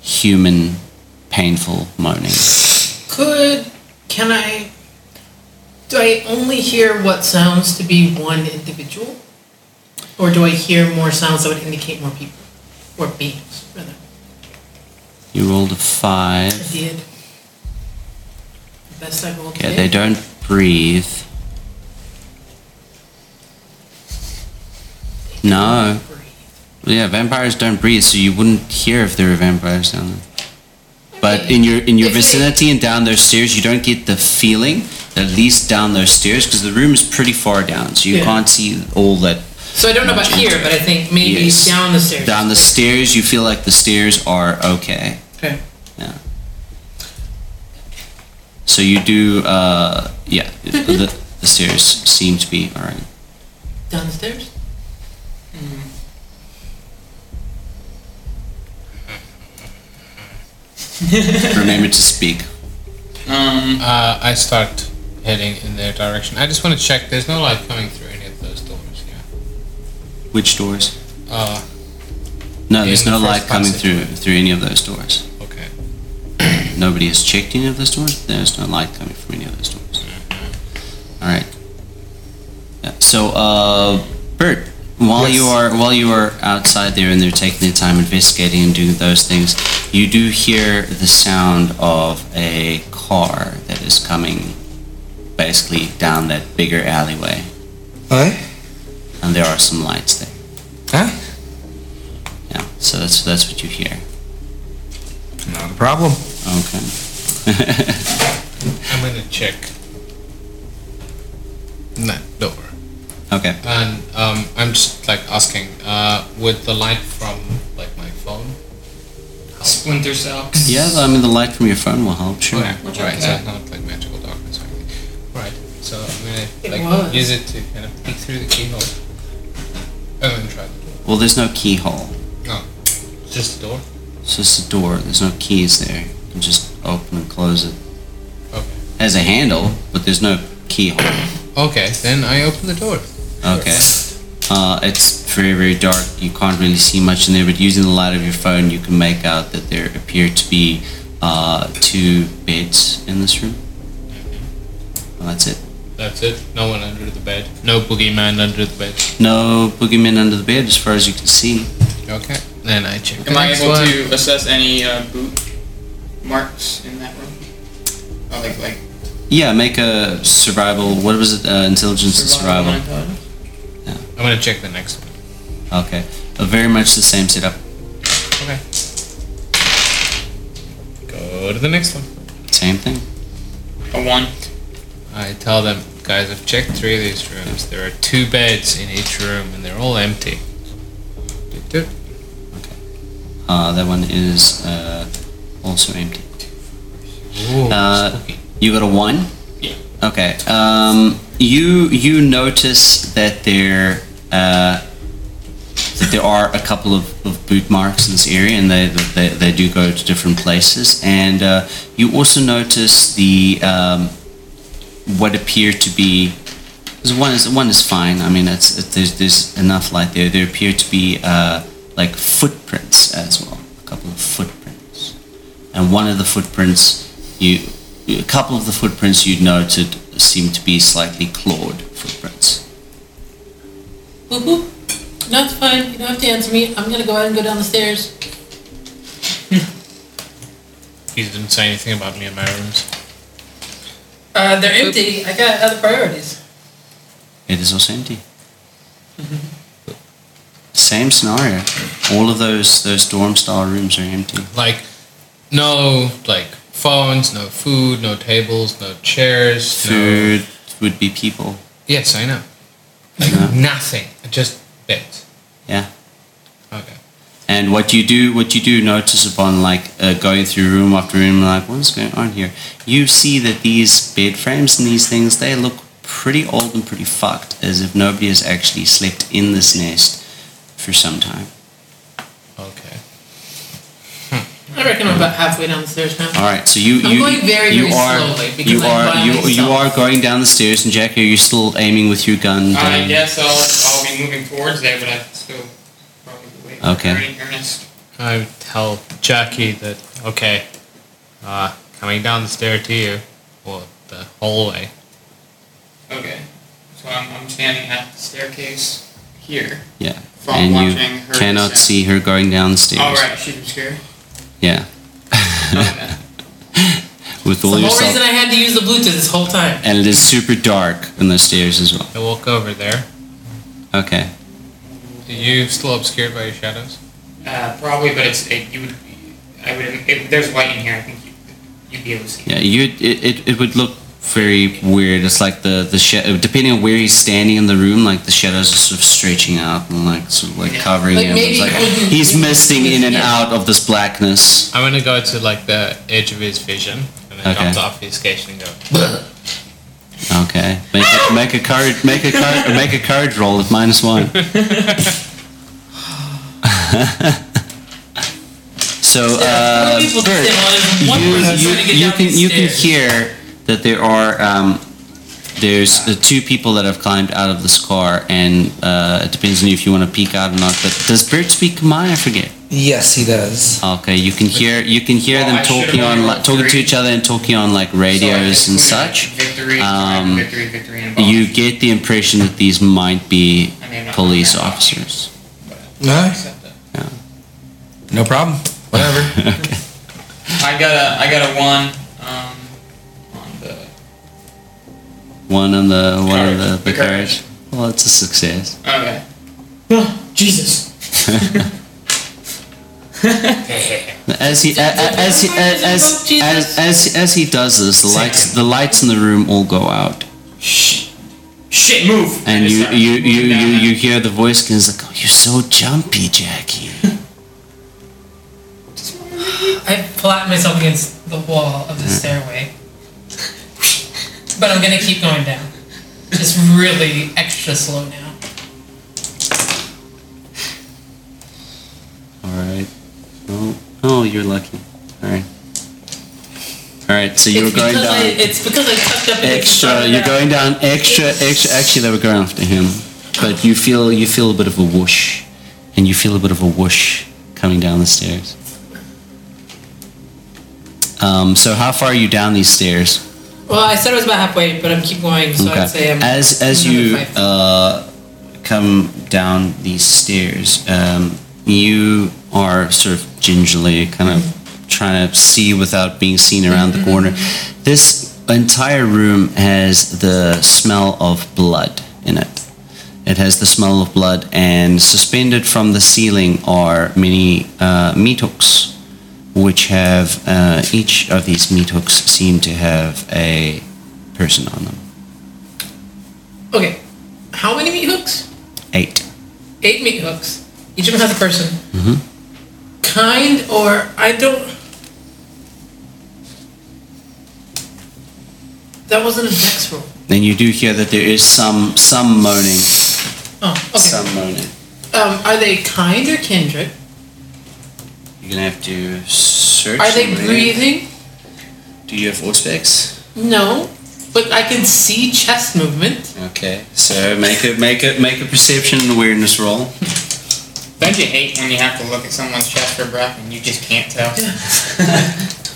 human painful moaning. could can I? Do I only hear what sounds to be one individual, or do I hear more sounds that would indicate more people or beings? Rather, You rolled a five. I did. Best I rolled. Okay, today. they don't breathe. No. Yeah, vampires don't breathe, so you woun't hear if there are vampires down there. But in your in your If they- vicinity and down those stairs, you don't get the feeling. At least down those stairs, because the room is pretty far down, so you Yeah. can't see all that. So I don't know about here, but I think maybe Yes. down the stairs. Down the stairs, you feel like the stairs are okay. Okay. Yeah. So you do, uh, yeah, the, the stairs seem to be alright. Down the stairs. Remember to speak. Um, Uh, I start heading in their direction. I just want to check. There's no light coming through any of those doors. Yeah. Which doors? Uh, No, there's In no the first light coming passage. through through any of those doors. okay. Nobody has checked any of those doors. There's no light coming from any of those doors. All right. Yeah, so, uh, Bert, while you Yes. are while you are outside there and they're taking their time investigating and doing those things, you do hear the sound of a car that is coming, basically down that bigger alleyway, What? and there are some lights there. Huh? Yeah. So that's that's what you hear. Not a problem. Okay. I'm gonna check that door. [laughs] Okay. And um, I'm just like asking, uh, with the light from like my phone. Splinter Cells. Yeah, I mean the light from your phone will help. Sure. Okay, Which I right. So can do. it's not like magical darkness or anything. Right. So I'm It gonna like was. use it to kind of peek through the keyhole. I'm gonna try the door. Well, there's no keyhole. No, it's just the door. It's just a door. There's no keys there. You can just open and close it. Okay. has a handle, but there's no keyhole. Okay. Then I open the door. Okay. Uh, it's very, very dark. You can't really see much in there, but using the light of your phone, you can make out that there appear to be uh, two beds in this room. Well, that's it. That's it. No one under the bed. No boogeyman under the bed. No boogeyman under the bed, as far as you can see. Okay. Then I check. the Am I next able one. to assess any uh, boot marks in that room? Oh, like like Yeah, make a survival. What was it? Uh, intelligence and survival. survival. survival. I'm gonna check the next one. Okay. Uh, very much the same setup. Okay. Go to the next one. Same thing. A one. I tell them, guys, I've checked three of these rooms. There are two beds in each room, and they're all empty. Doot, doot. Uh, that one is uh, also empty. Ooh, Uh, spooky. You got a one. Yeah. Okay. Um, you you notice that there uh, that there are a couple of, of boot marks in this area, and they they, they do go to different places. And uh, you also notice the um, what appear to be. 'cause One is one is fine. I mean, that's it, there's there's enough light there. There appear to be uh, like footprints as well, a couple of footprints and one of the footprints you a couple of the footprints you noted seemed to be slightly clawed footprints Boop boop. No, it's fine. You don't have to answer me. I'm gonna go ahead and go down the stairs. You didn't say anything about me and my rooms. Uh, they're empty. I got other priorities. it is also empty same scenario all of those those dorm style rooms are empty Like, no, like phones, no food, no tables, no chairs, no. food would be people Yes, I know. Like Yeah. nothing. Just beds. yeah Okay. and what you do what you do notice upon like uh, going through room after room like what's going on here you see that these bed frames and these things they look pretty old and pretty fucked as if nobody has actually slept in this nest for some time Okay. I reckon I'm about halfway down the stairs now. all right so you I'm you going very, you very are slowly because you I'm are by you, you myself. are going down the stairs and jackie are you still aiming with your gun I down? guess I'll, I'll be moving towards there, but I still probably wait. Okay. Ernie, Ernest. I would tell Jackie that okay, uh, coming down the stair to you, or the hallway. Okay. So I'm, I'm standing at the staircase here. yeah From and watching you her cannot descend. see her going down the stairs All Oh, right, she was [laughs] scared. yeah Okay. with all The your whole self- reason I had to use the Bluetooth this whole time. and it is super dark on those stairs as well I walk over there. okay Are you still obscured by your shadows? Uh, probably, but it's it, you would. I would. If there's light in here, I think you, you'd be able to see. Yeah, you it, it, it would look very weird. It's like the the sh- depending on where he's standing in the room, like the shadows are sort of stretching out and like sort of like covering Like him. maybe It's like it wouldn't- he's misting in and Yeah. out of this blackness. I'm gonna go to like the edge of his vision and then Okay. jump to obfuscation and go. Okay, make Ah! a, make a courage make a courage, make a courage roll at minus [laughs] one. [laughs] so. How Uh, many people Bert, sit on it? One you, person's you, trying to get you down can these you can stairs. hear that there are um, There's the two people that have climbed out of this car, and uh, it depends on you if you want to peek out or not. But does Bert speak Maya? I forget. Yes, he does. Okay, you can hear you can hear Well, them I should've talking on only li- rolled talking to three. each other and talking on like So, like, radios and including, such. like, Victory, Um, victory, victory, and bomb. You get the impression that these might be I mean, not- police officers. Accept that. No problem. [laughs] Whatever. I got a I got a one um, on the One on the one on the, Courage. the carriage. Well, it's a success. okay. Jesus. As he a- a- as he a- as as as as he does this, the lights the lights in the room all go out, Shit, move! and It's you not- you moving you you, down. you hear the voice goes like, oh, "You're so jumpy, Jackie." I flatten myself against the wall of the Mm. stairway. But I'm gonna keep going down. Just really extra slow now. All right. Oh, oh, you're lucky. All right. All right. So you were it's going because down I, it's because I tucked up against the front extra. of You're that. going down extra, extra. Actually, they were going after him, but you feel you feel a bit of a whoosh, and you feel a bit of a whoosh coming down the stairs. Um, so how far are you down these stairs? Well, I said it was about halfway, but I'm keep going, so I'd say I'm as as another you five. uh, come down these stairs, um, you are sort of gingerly, kind of Mm-hmm. trying to see without being seen around the corner. This entire room has the smell of blood in it. It has the smell of blood, and suspended from the ceiling are many uh, meat hooks, which have uh, each of these meat hooks seem to have a person on them. Okay. How many meat hooks? Eight. Eight meat hooks. Each of them has a person. Kind or I don't. That wasn't a dex roll. Then you do hear that there is some some moaning, Oh, okay. some moaning. Um, are they kind or kindred? You're gonna have to search. Are they them, really. breathing? Do you have force specs? No. But I can see chest movement. [laughs] Okay, so make a make a make a perception and awareness roll. Don't you hate when you have to look at someone's chest for breath and you just can't tell?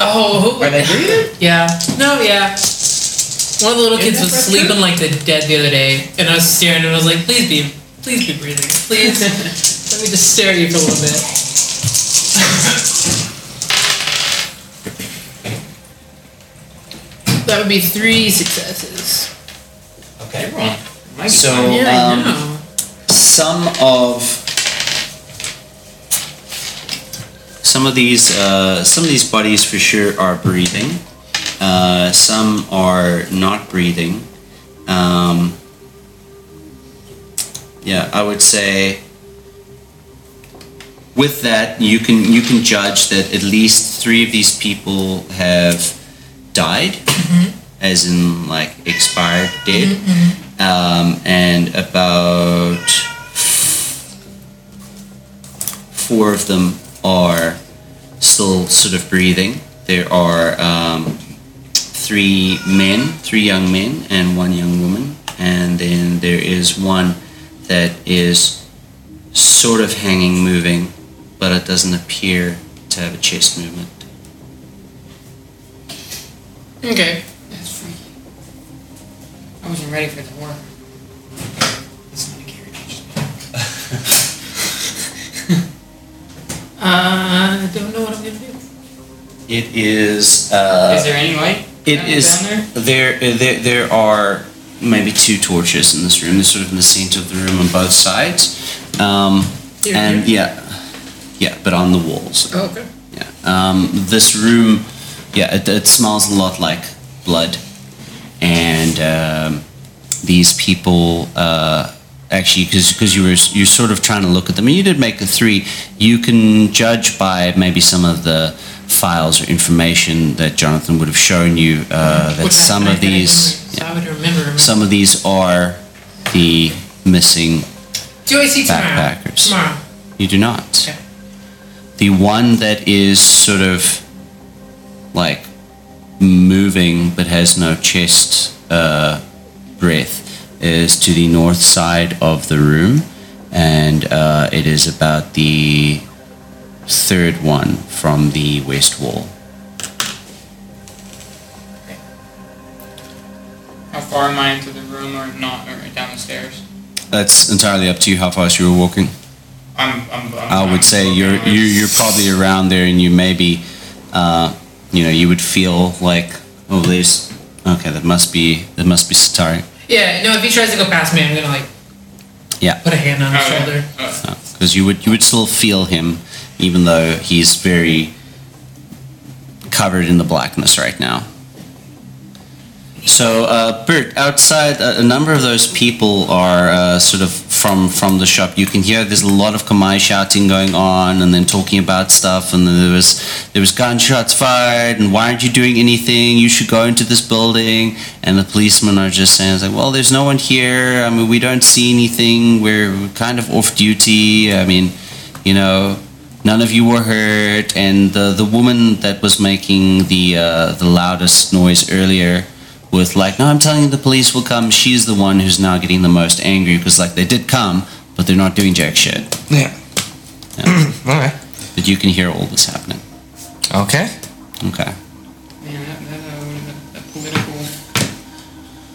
Oh, who- [laughs] Are they breathing? yeah. No, yeah. One of the little Isn't kids was that rough sleeping like the dead the other day, and I was staring, and I was like, "Please be, please be breathing, [laughs] please." Let me just stare at you for a little bit. That would be three successes. Okay, wrong. Might be So fine. Yeah, I um, know. some of some of these uh, some of these bodies for sure are breathing. Uh, some are not breathing. Um, yeah, I would say with that you can you can judge that at least three of these people have died, as in like expired dead um, and about four of them are still sort of breathing. There are um, three men, three young men, and one young woman, and then there is one that is sort of hanging, moving, but it doesn't appear to have a chest movement. Okay. That's freaky. I wasn't ready for the war. It's not a carriage. [laughs] Uh, I don't know what I'm gonna do. It is. Uh, is there any light? It down, is Down there? uh, There, there are maybe two torches in this room. They're sort of in the center of the room on both sides, um, Here, and yeah, yeah, but on the walls. Oh, okay. Yeah. Um, this room, yeah, it, it smells a lot like blood, and um, these people uh, actually, because you were you are sort of trying to look at them, and you did make a three. You can judge by maybe some of the files or information that Jonathan would have shown you uh, that Would I- some I- I of don't these, remember, so I would remember. remember. some of these are the missing do I see tomorrow? backpackers. Tomorrow. You do not. Okay. The one that is sort of like moving but has no chest uh, breath is to the north side of the room, and uh, it is about the third one from the west wall. How far am I into the room or not, or down the stairs? That's entirely up to you how fast you were walking. I'm, I'm, I'm I would say you're you're, you're probably around there, and you maybe, uh, you know, you would feel like, oh, there's okay, that must be that must be Satari. Yeah, no, if he tries to go past me, I'm gonna like Yeah, put a hand on his Okay. shoulder. Uh, because you would you would still feel him, even though he's very covered in the blackness right now. So, uh, Bert, outside, uh, a, a number of those people are uh, sort of from from the shop. You can hear there's a lot of Kamai shouting going on, and then talking about stuff. And then there was there was gunshots fired, and why aren't you doing anything? You should go into this building. And the policemen are just saying, it's like, well, there's no one here. I mean, we don't see anything. We're kind of off duty. I mean, you know, none of you were hurt. And the the woman that was making the uh, the loudest noise earlier with like, no, I'm telling you, the police will come. She's the one who's now getting the most angry because like they did come, but they're not doing jack shit. Yeah. Yeah. okay. But you can hear all this happening. Okay. Okay. man, that, that, uh, what is it? that political.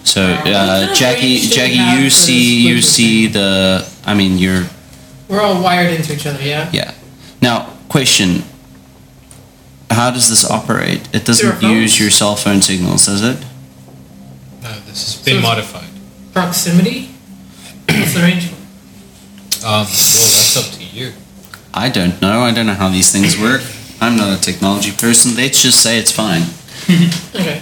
So kind uh, of Jackie, range do you Jackie, have you for see, this you group of see the. I mean, you're We're all wired into each other, yeah? yeah. Now question. How does this operate? It doesn't Through our use phones. your cell phone signals, does it? No, this has been So- modified. [clears throat] Proximity? What's the range for? Um, well, that's up to you. I don't know. I don't know how these things work. I'm not a technology person. Let's just say it's fine. Okay.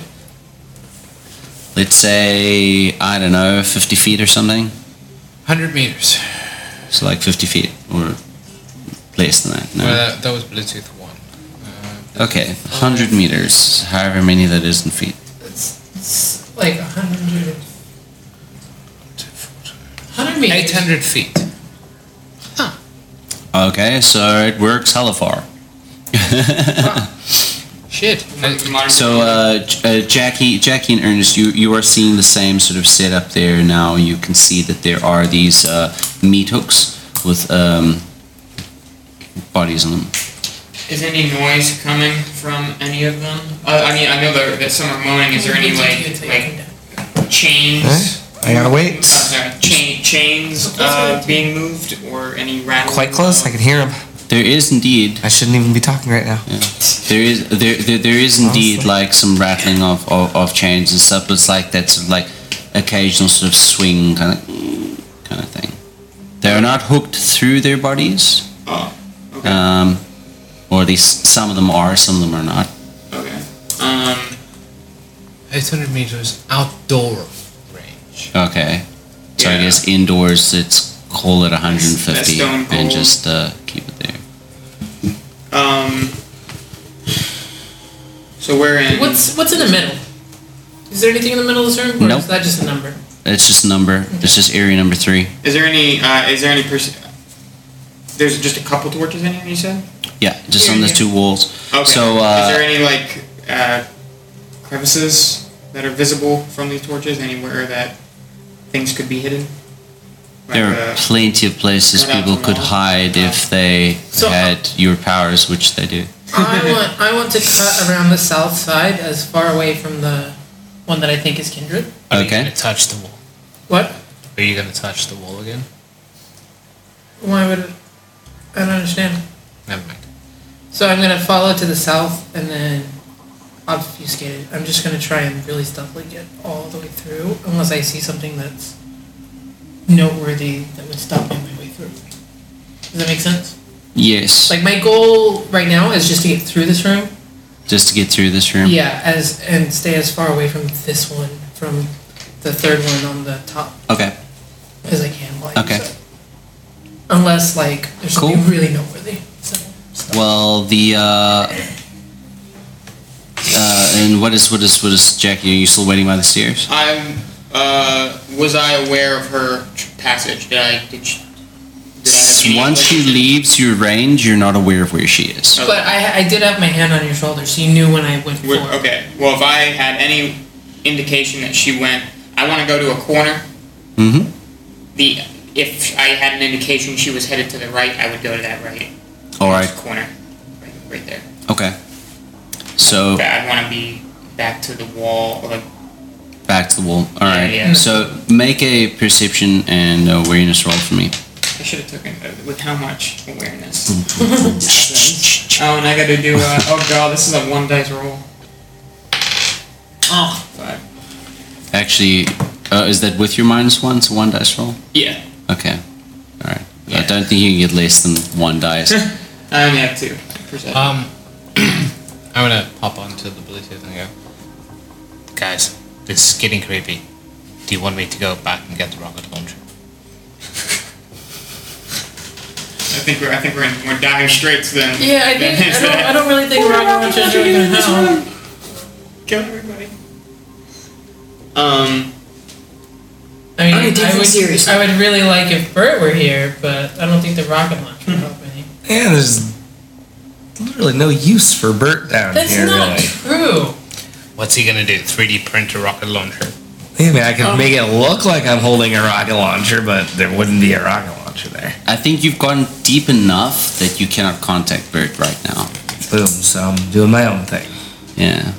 Let's say I don't know, 50 feet or something. 100 meters. So like 50 feet or less than that. No. Well, that, that was Bluetooth 1. Uh, okay, 100 meters, however many that is in feet. It's, it's like 100. and- 100 meters. 800 feet. Okay, so it works hella far. [laughs] Shit. the modern- So uh, J- uh, Jackie, Jackie and Ernest, you you are seeing the same sort of setup there now. You can see that there are these uh, meat hooks with um, bodies on them. Is any noise coming from any of them? Uh, I mean, I know there, that some are moaning. Is there any like like chains? I gotta Uh, wait. sorry, chain, chains uh, being moved or any rattling? Quite close. I can hear him. There is indeed I shouldn't even be talking right now. There is there there, there is indeed Honestly. like some rattling of, of, of chains and stuff, but it's like that sort of like occasional sort of swing kind of kind of thing. They are not hooked through their bodies, Oh, okay. um, or at least some of them are, some of them are not. okay. Um, 800 meters outdoor range. Okay, so I Yeah. guess indoors it's call it 150 That's stone and cold. just uh, keep it there. um. So we're in. What's, what's in the middle? Is there anything in the middle of this room? Or Nope. is that just a number? It's just number. It's just area number three. Is there any? Uh, is there any person? There's just a couple torches in here. You said. Yeah, just Yeah, on those yeah. two walls. Okay. So, uh, is there any like uh, crevices that are visible from these torches? Anywhere that things could be hidden? Like, There are uh, plenty of places Cut out people the could wall. hide if they So- had your powers, which they do. [laughs] I want I want to cut around the south side as far away from the one that I think is kindred. Are you Okay. going to touch the wall? What? Are you going to touch the wall again? Why would I don't understand. Never mind. So I'm gonna follow to the south and then obfuscate it. I'm just gonna try and really stealthily get all the way through unless I see something that's noteworthy that would stop me on my way through. Does that make sense? Yes, Like my goal right now is just to get through this room. just to get through this room. Yeah, as and stay as far away from this one from the third one on the top Okay, as I can. Like, Okay. so- Unless like there's something Cool. really noteworthy. So, stuff. well, the. Uh, uh, and what is what is what is Jackie? Are you still waiting by the stairs? I'm. Uh, was I aware of her tr- passage? Did I? Did she, did I have any Once she relation- leaves your range, you're not aware of where she is. Okay. but I, I did have my hand on your shoulder, so you knew when I went Wait, forward. Okay. Well, if I had any indication that she went, I I want to go to a corner. Mm-hmm. The if I had an indication she was headed to the right, I would go to that right All right. corner, right, right there. Okay. So But I'd want to be back to the wall, like back to the wall. All right. Yeah, yeah. So make a perception and awareness roll for me. I should have taken uh, with how much awareness? Mm, [laughs] oh, and I got to do. Uh, oh god, this is a one dice roll. Oh, Five. Actually, uh, is that with your minus one? So one dice roll. Yeah, Okay. All right. I Yeah. don't think you can get less than one dice. I only have two. percent. Um, [clears throat] I'm gonna pop onto the Bluetooth and go. Guys, this is getting creepy. Do you want me to go back and get the rocket launcher? I think we're I think we're in, we're dire straits then. yeah. I, Then think, I, it's don't, that. I don't really think Rocket Launcher is really gonna help. Kill everybody. Um. I mean, On a different I would, series. I would really like if Bert were here, but I don't think the rocket launcher would help any. Yeah, there's literally no use for Bert down [laughs] That's here. not Really. true. What's he gonna do? 3D print a rocket launcher? I mean, I could Oh. make it look like I'm holding a rocket launcher, but there wouldn't be a rocket launcher there. I think you've gone deep enough that you cannot contact Bert right now. Boom. So I'm doing my own thing, Yeah.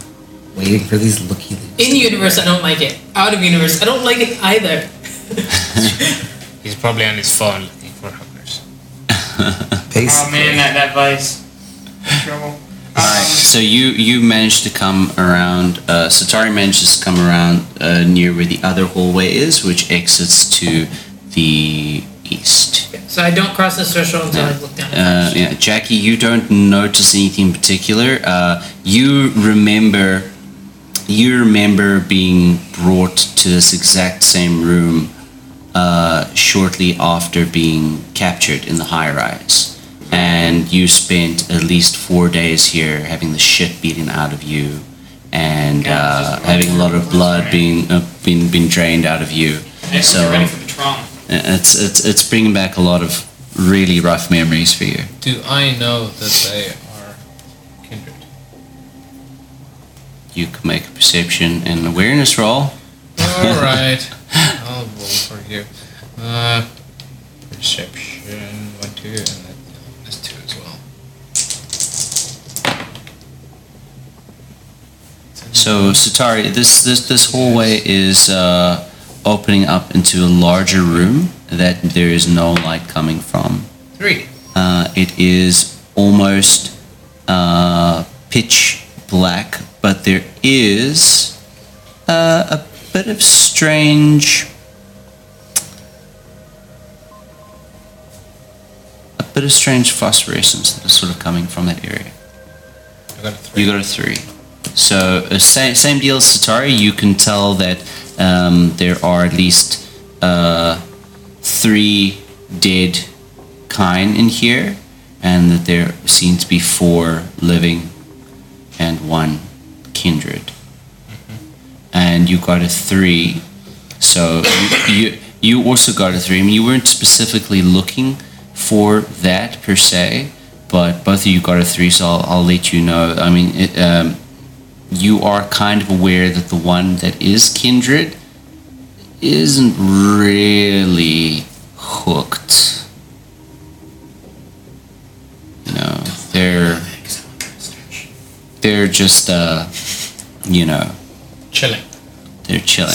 waiting for these looky. In universe, I don't like it. Out of universe, I don't like it either. He's probably on his phone looking for hookers. Oh man, that that vice. [laughs] Trouble. Um, So you you managed to come around. Uh, Satari manages to come around uh, near where the other hallway is, which exits to the east. So I don't cross the threshold until I look down. Uh, yeah, Jackie, you don't notice anything in particular. Uh, you remember, you remember being brought to this exact same room uh, shortly after being captured in the high rise, and you spent at least four days here having the shit beaten out of you, and Yeah, it's uh, just- having a lot of blood being uh, being being drained out of you. I hope So uh, you're ready for the trauma. it's it's it's bringing back a lot of really rough memories for you. Do I know that they are kindred? You can make a perception and an awareness roll. Alright. I'll roll for you. Uh, perception. One, two, and then that's two as well. So Satari, this this this hallway is uh, opening up into a larger room that there is no light coming from. Three. Uh, it is almost uh, pitch black, but there is uh, a bit of strange. A bit of strange phosphorescence that is sort of coming from that area. I got a three. You got a three. So uh, same, same deal as Satari. You can tell that um, there are at least uh, three dead kine in here, and that there seem to be four living and one kindred. And you got a three. So you, you you also got a three. I mean, you weren't specifically looking for that per se, but both of you got a three. So I'll, I'll let you know. I mean, it, um, you are kind of aware that the one that is kindred isn't really hooked. You know, they're they're just uh, you know, Chilling. they're chilling,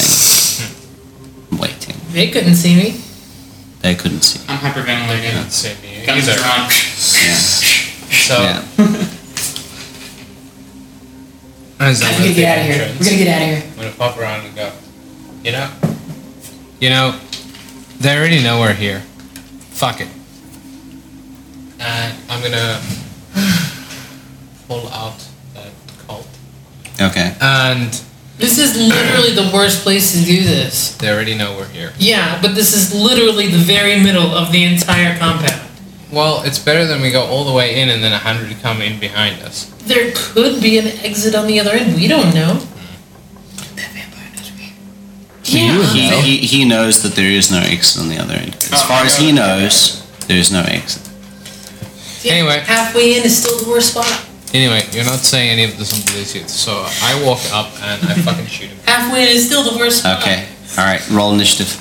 waiting. They couldn't see me. They couldn't see. I'm hyperventilating. Didn't see me Guns either. Uh, drawn. So, Yeah. [laughs] as We're I'm gonna at the get out of here. entrance, We're gonna get out of here. I'm gonna pop around and go, you know, you know, they already know we're here. Fuck it. And I'm gonna [sighs] pull out that cult. Okay. And This is literally the worst place to do this. they already know we're here. Yeah, but this is literally the very middle of the entire compound. Well, it's better than we go all the way in and then a hundred come in behind us. There could be an exit on the other end. We don't know. Yeah. He, he, he knows that there is no exit on the other end. As Oh, far as he yeah. knows, there is no exit. Yeah, Anyway. halfway in is still the worst spot. Anyway, you're not saying any of this on Bluetooth, so I walk up and I fucking shoot him. Halfway in is still the worst spot. Okay. All right, roll initiative.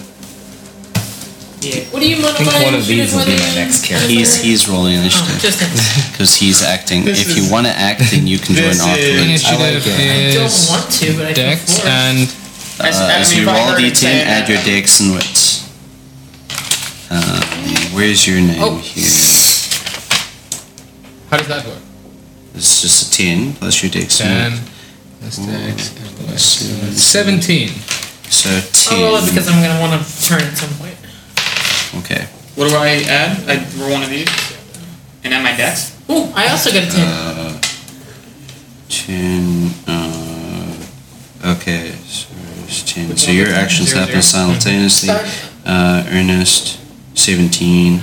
What do you modify? think one of these initiative will with be my in- next character. He's he's rolling initiative Just in- because he's acting. Oh. This if is- you want to act, then you can join this afterwards. is- Initiative it. I don't is want to, but I can Dex afford it. and I s- Uh, I as mean, you if I roll heard him d10, saying add that, your dex and wits. Um, where's your name Oh. here? how does that work? It's just a ten plus your dex. and Ten. That's Dex. and Wits. Seven. Seventeen. wits. So I'll Oh, roll it ten. because I'm gonna want to turn at some point. Okay. What do I add? I roll one of these, and add my dex. Ooh, I also got a ten. Uh, ten. Uh, okay. So it's ten. So your actions Zero, happen simultaneously. Sorry. Uh, Ernest, seventeen.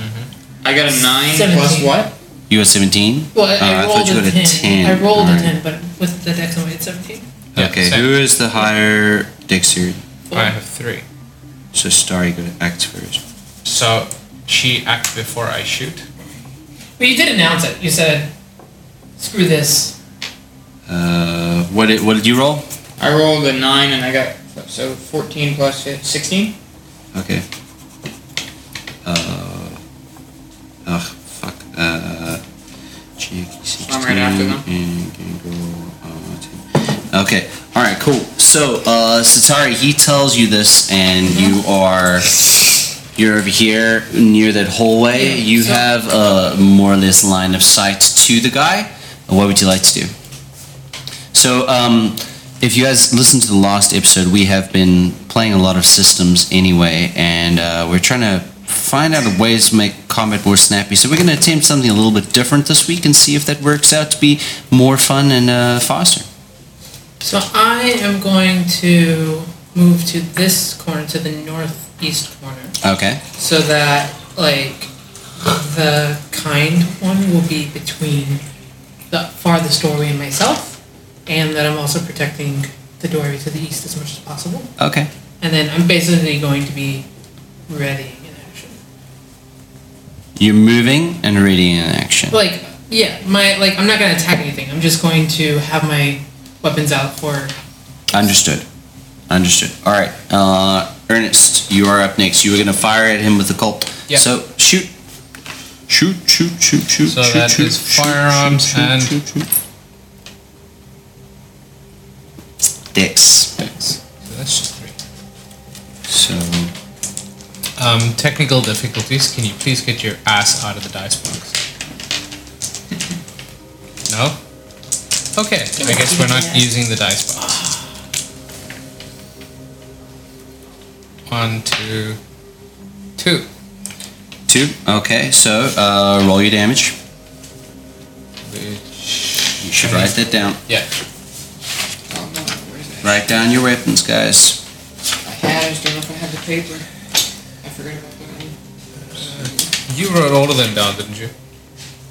I got a nine plus Seventeen. what? You were seventeen. well, I, I Oh, rolled thought you a got ten. a ten. I rolled a Alright. ten, but with the dex and weight, seventeen. Yeah, Okay, same. who is the higher Dixie? I have three. So Starry got to act first. So she acts before I shoot. But you did announce it. You said, "Screw this." Uh, what did, what did you roll? I rolled a nine, and I got so fourteen plus sixteen. Okay. Uh, ugh, fuck. Uh, check 16 I'm right after them. And Gangrel, uh, 10. Okay, alright, cool. So, uh, Satari, he tells you this, and you are. You're over here near that hallway. Yeah, you so- have a more or less line of sight to the guy. What would you like to do? So, um, if you guys listened to the last episode, we have been playing a lot of systems anyway, and uh, we're trying to find out ways to make combat more snappy. So, we're going to attempt something a little bit different this week and see if that works out to be more fun and uh, faster. So I am going to move to this corner, to the northeast corner, Okay. so that like the kind one will be between the farthest doorway and myself, and that I'm also protecting the doorway to the east as much as possible. Okay. And then I'm basically going to be readying in action. You're moving and ready in action. Like, yeah, my like I'm not gonna attack anything. I'm just going to have my weapons out for Understood. Understood. All right. Uh, Ernest, you are up next. You were going to fire at him with the Colt. Yeah. So, shoot. Shoot, shoot, shoot, shoot, So shoot, that shoot, is shoot, firearms shoot, shoot, and- shoot, shoot. Dex. Dex. So that's just three. So Um, technical difficulties. Can you please get your ass out of the dice box? [laughs] No. Okay. I guess we're not using the dice box. One, two, two. two. Okay, so uh, roll your damage. Which You should write that down. yeah. Oh no, where's that? Write down your weapons, guys. I had. I just don't know if I had the paper. I forgot about that. You wrote all of them down, didn't you?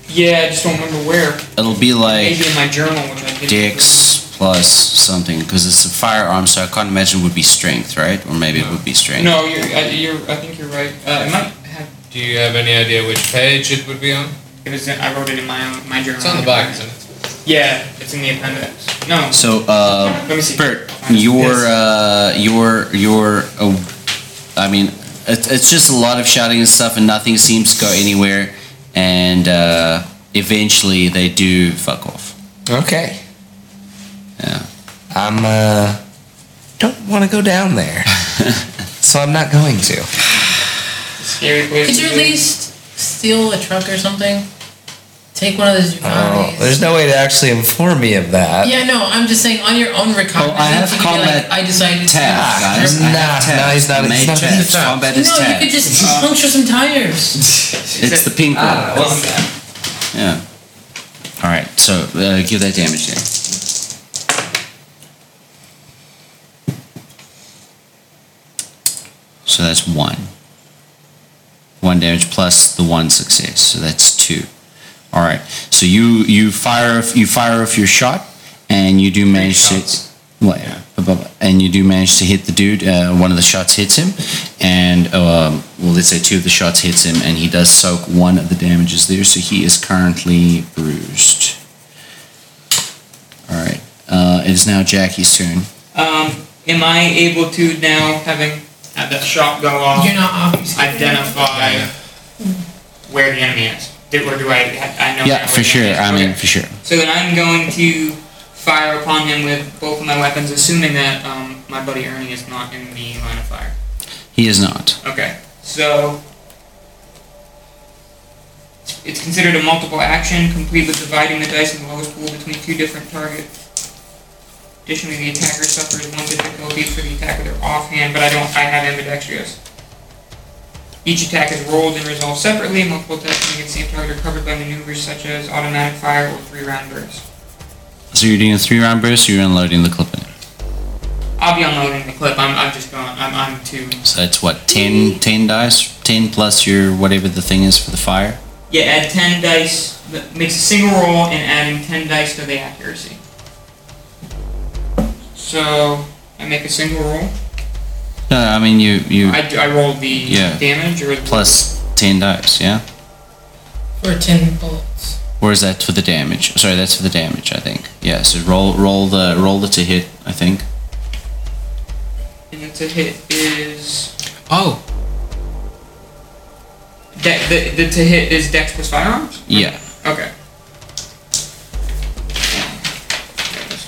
Yeah, I just don't remember where. It'll be like Maybe in my journal, which I didn't. dex plus something because it's a firearm, so I can't imagine it would be strength, right? Or maybe it would be strength. No, you're, I, you're. I think you're right. Uh, it might have. Do you have any idea which page it would be on? It was. in- I wrote it in my own, my journal. It's on the back, isn't it? Yeah, it's in the appendix. No. So, uh, Let me see. Bert, your Yes. uh, your your, uh, I mean, it, it's just a lot of shouting and stuff, and nothing seems to go anywhere. And uh, eventually, they do fuck off. Okay. Yeah. I'm uh don't want to go down there. [laughs] so I'm not going to. Oh, Scary place. Could you to at be. least steal a truck or something? Take one of those Oh, Ducatis. there's no way to actually inform me of that. yeah, no, I'm just saying on your own recovery. Oh, Uh, I have you could be combat Like, I decided to Tab, Ah, guys. I have nah, tab. no, he's not- I he's made not- tab. he's not- Combat No, is tab. you could just puncture some tires. It's the pink one. Ah, Well, I'm- yeah. All right. So uh, give that damage there. So that's one. One damage plus the one success. So that's two. All right. So you you fire off, you fire off your shot, and you do manage shots. to. Well, yeah. blah, blah, blah. And you do manage to hit the dude. Uh, one of the shots hits him, and um, well, let's say two of the shots hits him, and he does soak one of the damages there. So he is currently bruised. All right. Uh, it is now Jackie's turn. Um, Am I able to now, having had that shot go off, You're not obviously. identify where the enemy is? Did, or do I? I know. now Yeah, where for the sure. enemy is. I Okay. mean, for sure. So then I'm going to fire upon him with both of my weapons, assuming that um, my buddy Ernie is not in the line of fire. He is not. Okay, so it's- it's considered a multiple action, complete with dividing the dice in the lowest pool between two different targets. Additionally, the attacker suffers one difficulty for the attack with their offhand, but I don't. I have ambidextrous. Each attack is rolled and resolved separately. Multiple attacks against the same target are covered by maneuvers such as automatic fire or three-round burst. So you're doing a three round burst, you're unloading the clip in. I'll be unloading the clip. I'm, I'm just going. I'm, I'm too. So it's what, 10, 10 dice? 10 plus your whatever the thing is for the fire? Yeah, add 10 dice. That makes a single roll and adding 10 dice to the accuracy. So, I make a single roll. No, I mean, you, you I, do- I roll the Yeah. damage or plus 10 dice, yeah? For 10 bullets. Or is that for the damage? Sorry, that's for the damage, I think. Yeah, so roll roll the roll the to hit, I think. And it's a hit is. Oh, De- the, the to hit is dex plus firearms? Yeah. Okay. There it is.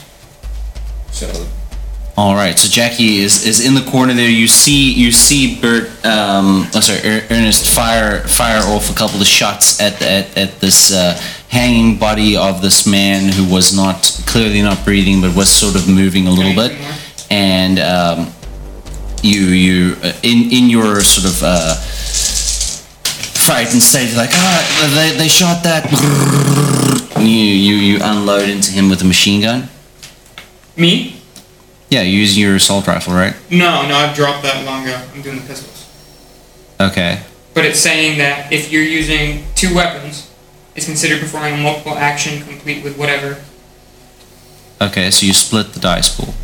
So, All right, so Jackie is, is in the corner there. You see you see Bert. Um, oh, sorry, Er- Ernest fire fire off a couple of shots at at, at this uh, hanging body of this man who was not clearly not breathing, but was sort of moving a little bit. And um, you you uh, in in your sort of uh, frightened state, you're like ah, they, they shot that. And you you you unload into him with a machine gun. me? Yeah, you use your assault rifle, right? No, no, I've dropped that long ago. I'm doing the pistols. Okay. But it's saying that if you're using two weapons, it's considered performing a multiple action complete with whatever. Okay, so you split the dice pool.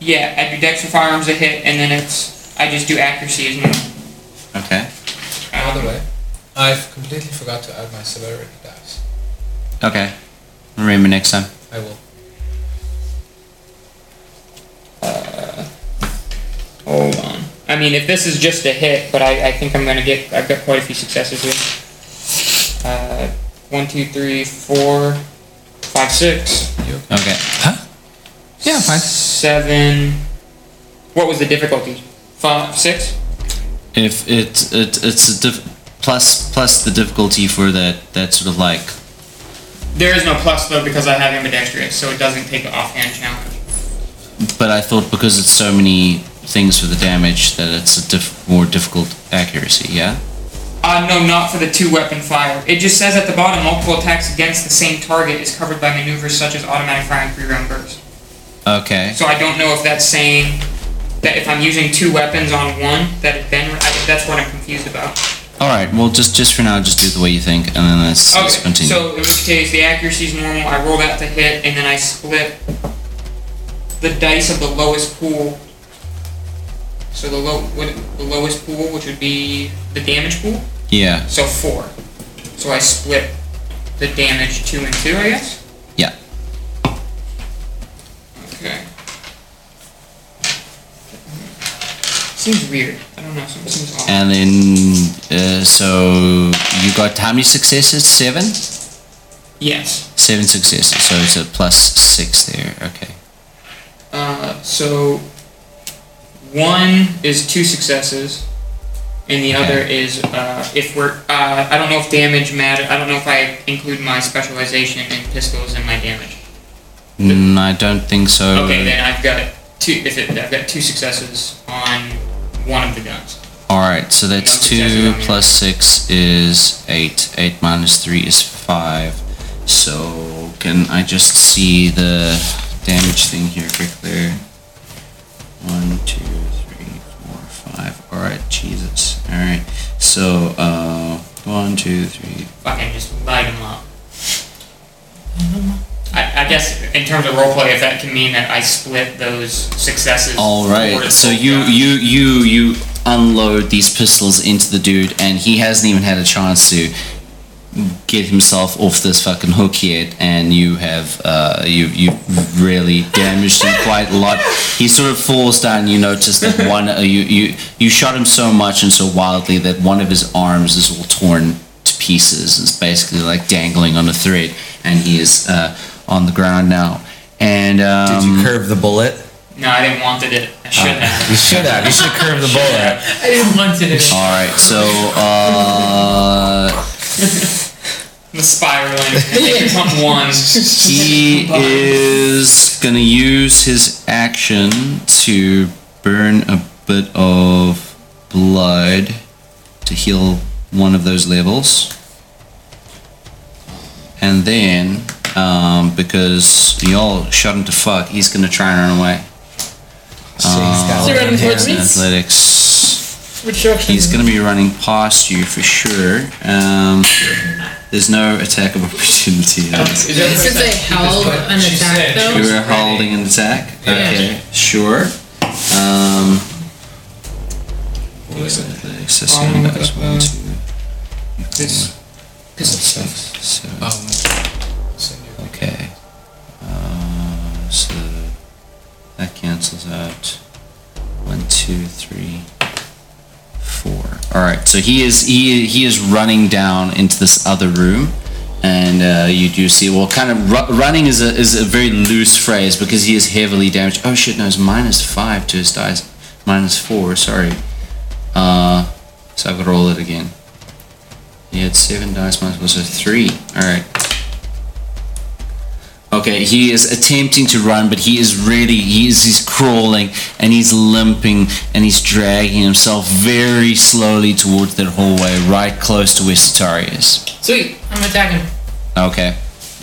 Yeah, I do dex for firearms a hit, and then it's I just do accuracy as normal. Okay. by the way, I've completely forgot to add my celerity dice. Okay. Remember next time. I will. Hold on. I mean, if this is just a hit, but I, I think I'm gonna get I've got quite a few successes here. Uh, one, two, three, four, five, six, Okay. Yeah, fine. seven. What was the difficulty? Five, six. If it, it it's a diff- plus plus the difficulty for that that sort of like There is no plus though because I have ambidextrous, so it doesn't take the offhand challenge. but I thought because it's so many things for the damage that it's a diff- more difficult accuracy, yeah? Uh, no, not for the two weapon fire. It just says at the bottom multiple attacks against the same target is covered by maneuvers such as automatic fire and three round burst. Okay. So I don't know if that's saying that if I'm using two weapons on one, that it then I, that's what I'm confused about. All right. Well, just just for now, just do it the way you think, and then let's, Okay, let's continue. so in which case the accuracy is normal. I roll that to hit, and then I split the dice of the lowest pool. So the low, what, the lowest pool, which would be the damage pool. yeah. So four. So I split the damage two and two, I guess? Yeah. Okay. Seems weird. I don't know. Something seems off. And then uh, so you got how many successes? Seven. yes. Seven successes, so it's a plus six there. Okay. Uh, so one is two successes, and the other is uh, if we're. Uh, I don't know if damage matter. I don't know if I include my specialization in pistols in my damage. Mm, I don't think so. Okay, then I've got two. If it, I've got two successes on one of the guns. All right, so that's No successes two on the plus six is eight. Eight minus three is five. So can I just see the damage thing here quickly? One, two, three, four, five. All right, Jesus. All right. So uh, one, two, three. Fucking just light them up. I, I guess in terms of roleplay, if that can mean that I split those successes. All for the right. So full you gun. you you you unload these pistols into the dude, and he hasn't even had a chance to get himself off this fucking hook yet, and you have uh, you you've really damaged him quite a lot. He sort of falls down. You notice that one uh, you you you shot him so much and so wildly that one of his arms is all torn to pieces. It's basically like dangling on a thread, and he is uh, on the ground now. And um, Did you curve the bullet? No, I didn't want it. I should Ah. have. You should have. You [laughs] should have curved the bullet. I [laughs] didn't want it. anymore. all right, so uh, I'm spiraling. I pump one. he is gonna use his action to burn a bit of blood to heal one of those levels, and then um, because y'all shot him to fuck, he's gonna try and run away. Um, So he's got Is there one any hand. towards me? Athletics. Which direction? He's going to be running past you for sure. Um, there's no attack of opportunity. Is there a Since I percent- held an she attack said. You though, were holding an attack? Okay, sure. Um, athletics, that's Um, gonna be plus one, uh, two, This. six, seven. Oh, Um, Okay. Uh, so that cancels out. One, two, three, four. All right. So he is he he is running down into this other room, and uh, you do see well, kind of ru- running is a is a very loose phrase because he is heavily damaged. Oh shit! No, it's minus five to his dice, minus four. Sorry. Uh, so I've got to roll it again. He had seven dice minus four, so three. All right. Okay, he is attempting to run, but he is really he is he's crawling and he's limping and he's dragging himself very slowly towards that hallway, right close to where Sitari is. sweet, I'm attacking. Okay.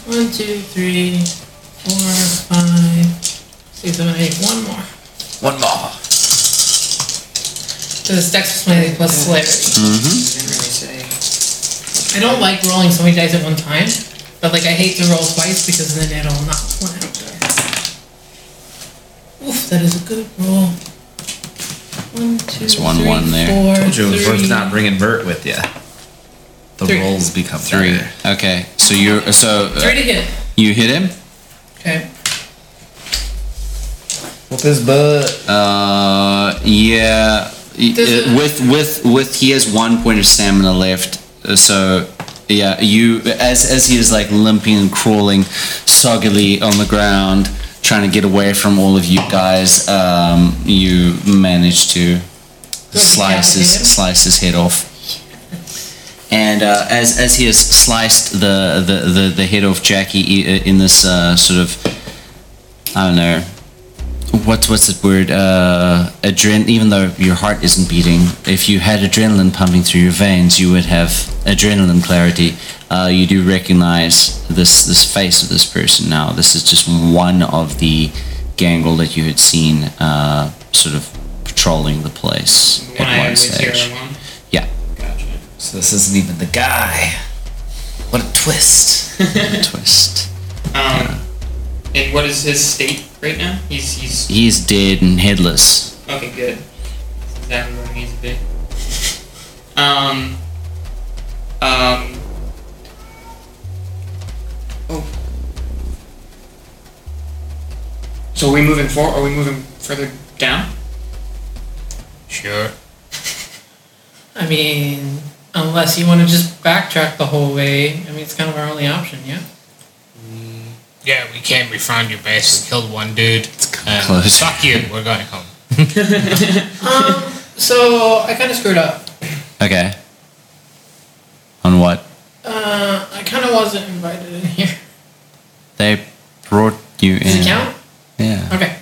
One, two, three, four, five, six, seven, eight. One more. One more. So this dex plus my plus celerity. Didn't really say. I don't like rolling so many dice at one time, but like I hate to roll twice because then it'll not plan. Oof, that is a good roll. One, two, There's one three, one there. four, Told you it was worth three. not bringing Bert with you. The Three. rolls become Three. better. Okay. So you're so Three uh, to hit. you hit him. Okay. Whoop his butt. Uh, yeah. y- Does uh, it- with with with he has one point of stamina left, uh, so yeah. You as as he is like limping and crawling, soggily on the ground, trying to get away from all of you guys. Um, you manage to slice his decapitate him? slice his head off. And uh, as as he has sliced the the, the, the head off Jackie i- in this uh, sort of I don't know what's what's the word uh adren even though your heart isn't beating if you had adrenaline pumping through your veins you would have adrenaline clarity uh, you do recognize this this face of this person now this is just one of the gangrel that you had seen uh sort of patrolling the place When at I one was here stage alone. yeah Gotcha. [laughs] So this isn't even the guy. What a twist. twist Um, and what is his state right now? He's he's he's dead and headless okay. Good. That's exactly where he needs to be. Um. Um. Oh. So are we moving forward? Are we moving further down? Sure. I mean, unless you want to just backtrack the whole way. I mean, it's kind of our only option, yeah? Yeah, we came. We found your base. We killed one dude. It's close. Fuck you. We're going home. Um, so I kind of screwed up. okay on what Uh, I kind of wasn't invited in here. [laughs] they brought you in Does it count? yeah Okay.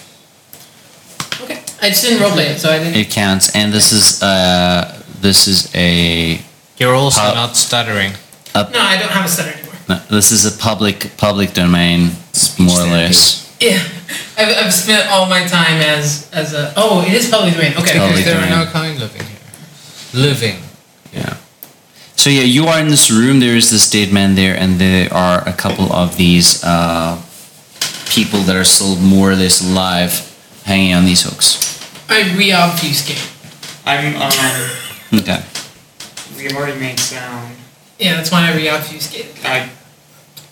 Okay. I just didn't roleplay it, so I didn't. It counts, and this is uh, this is a You're also Uh, not stuttering. No, I don't have a stutter anymore. no, this is a public public domain, more or less. Yeah. I've, I've spent all my time as as a. Oh, it is public domain. Okay. Because Public there domain. are no kind living here. Living. Yeah. So yeah, you are in this room. There is this dead man there, and there are a couple of these uh, people that are still more or less alive, hanging on these hooks. I reobfuscate. I'm um. Okay. We have already made sound. Yeah, that's why I reobfuscated. I,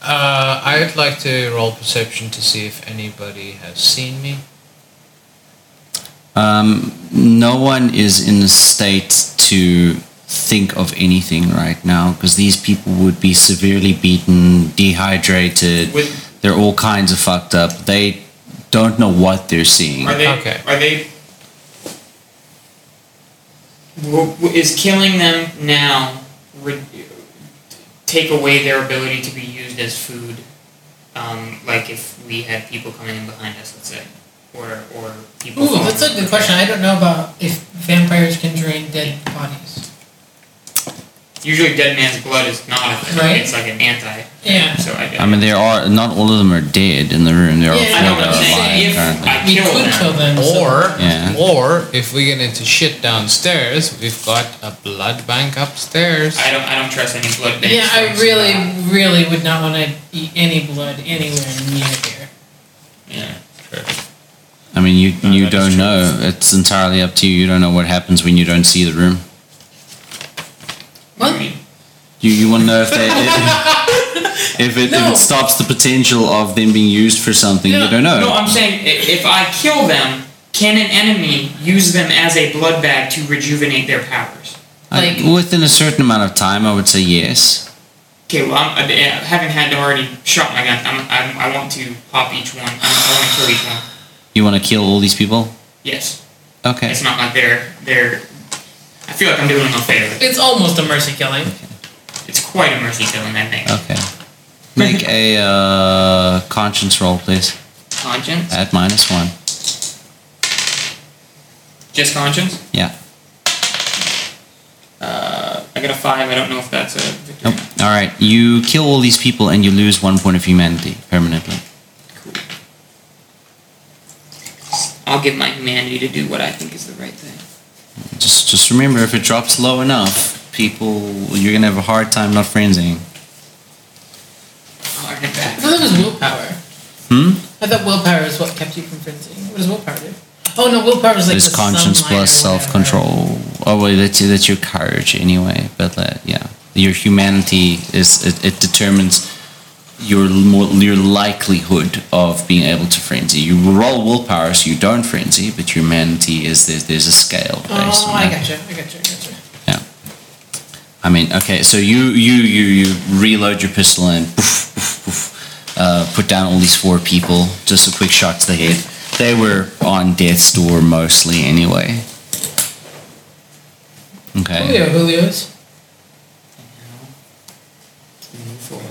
Uh, I would like to roll perception to see if anybody has seen me. Um, no one is in a state to think of anything right now because these people would be severely beaten, dehydrated. With- they're all kinds of fucked up. They don't know what they're seeing. are they? Okay. Are they? W- w- Is killing them now re- take away their ability to be used as food? Um, like if we had people coming in behind us, let's say, or or people. Ooh, falling. that's a good question. I don't know about if vampires can drain dead bodies. Usually, dead man's blood is not. a thing. Right. It's like an anti. Yeah. So I. I mean, there are not all of them are dead in the room. There are Yeah, I I four know don't what that I'm are alive saying. If currently. I We kill could them, kill them. so- Or, Yeah. or if we get into shit downstairs, we've got a blood bank upstairs. I don't. I don't trust any blood banks. yeah, I so- really, really would not want to eat any blood anywhere near here. Yeah. I mean, you No, you that is don't true. know. It's entirely up to you. You don't know what happens when you don't see the room. What? You you want to know if they if, if it if No. it stops the potential of them being used for something. No, you don't know. No, I'm saying i- if I kill them, can an enemy use them as a blood bag to rejuvenate their powers? I- Like- within a certain amount of time, I would say yes. Okay, well, I'm, I, I haven't had already shot my gun. I'm, I'm, I want to pop each one. I'm, I want to kill each one. You want to kill all these people? Yes, Okay. it's not like they're they're. I feel like I'm doing them a favor. It's almost a mercy killing. It's quite a mercy killing, I think. Okay. Make a uh, conscience roll, please. Conscience, At minus one. just conscience. Yeah. Uh, I got a five. I don't know if that's a victory. Nope. All right. You kill all these people and you lose one point of humanity permanently. I'll give my humanity to do what I think is the right thing. Just just remember, if it drops low enough, people you're gonna have a hard time not frenzying. I'll earn it I back. thought that was willpower. Hmm. I thought willpower is what kept you from frenzy. What does willpower do? Oh no, willpower is like There's the conscience sunlight or plus self control. Oh wait, that's that's your courage anyway. But uh, yeah, your humanity is it, it determines your more, your likelihood of being able to frenzy. You roll willpower, so you don't frenzy, but your humanity is there's there's a scale based whatever. Oh, on I that. gotcha. I gotcha. I gotcha. Yeah. I mean, okay, so you you you you reload your pistol and poof, poof, poof, uh, put down all these four people. Just a quick shot to the head. They were on death's door mostly, anyway. Okay. Julio, Julio's. Move forward.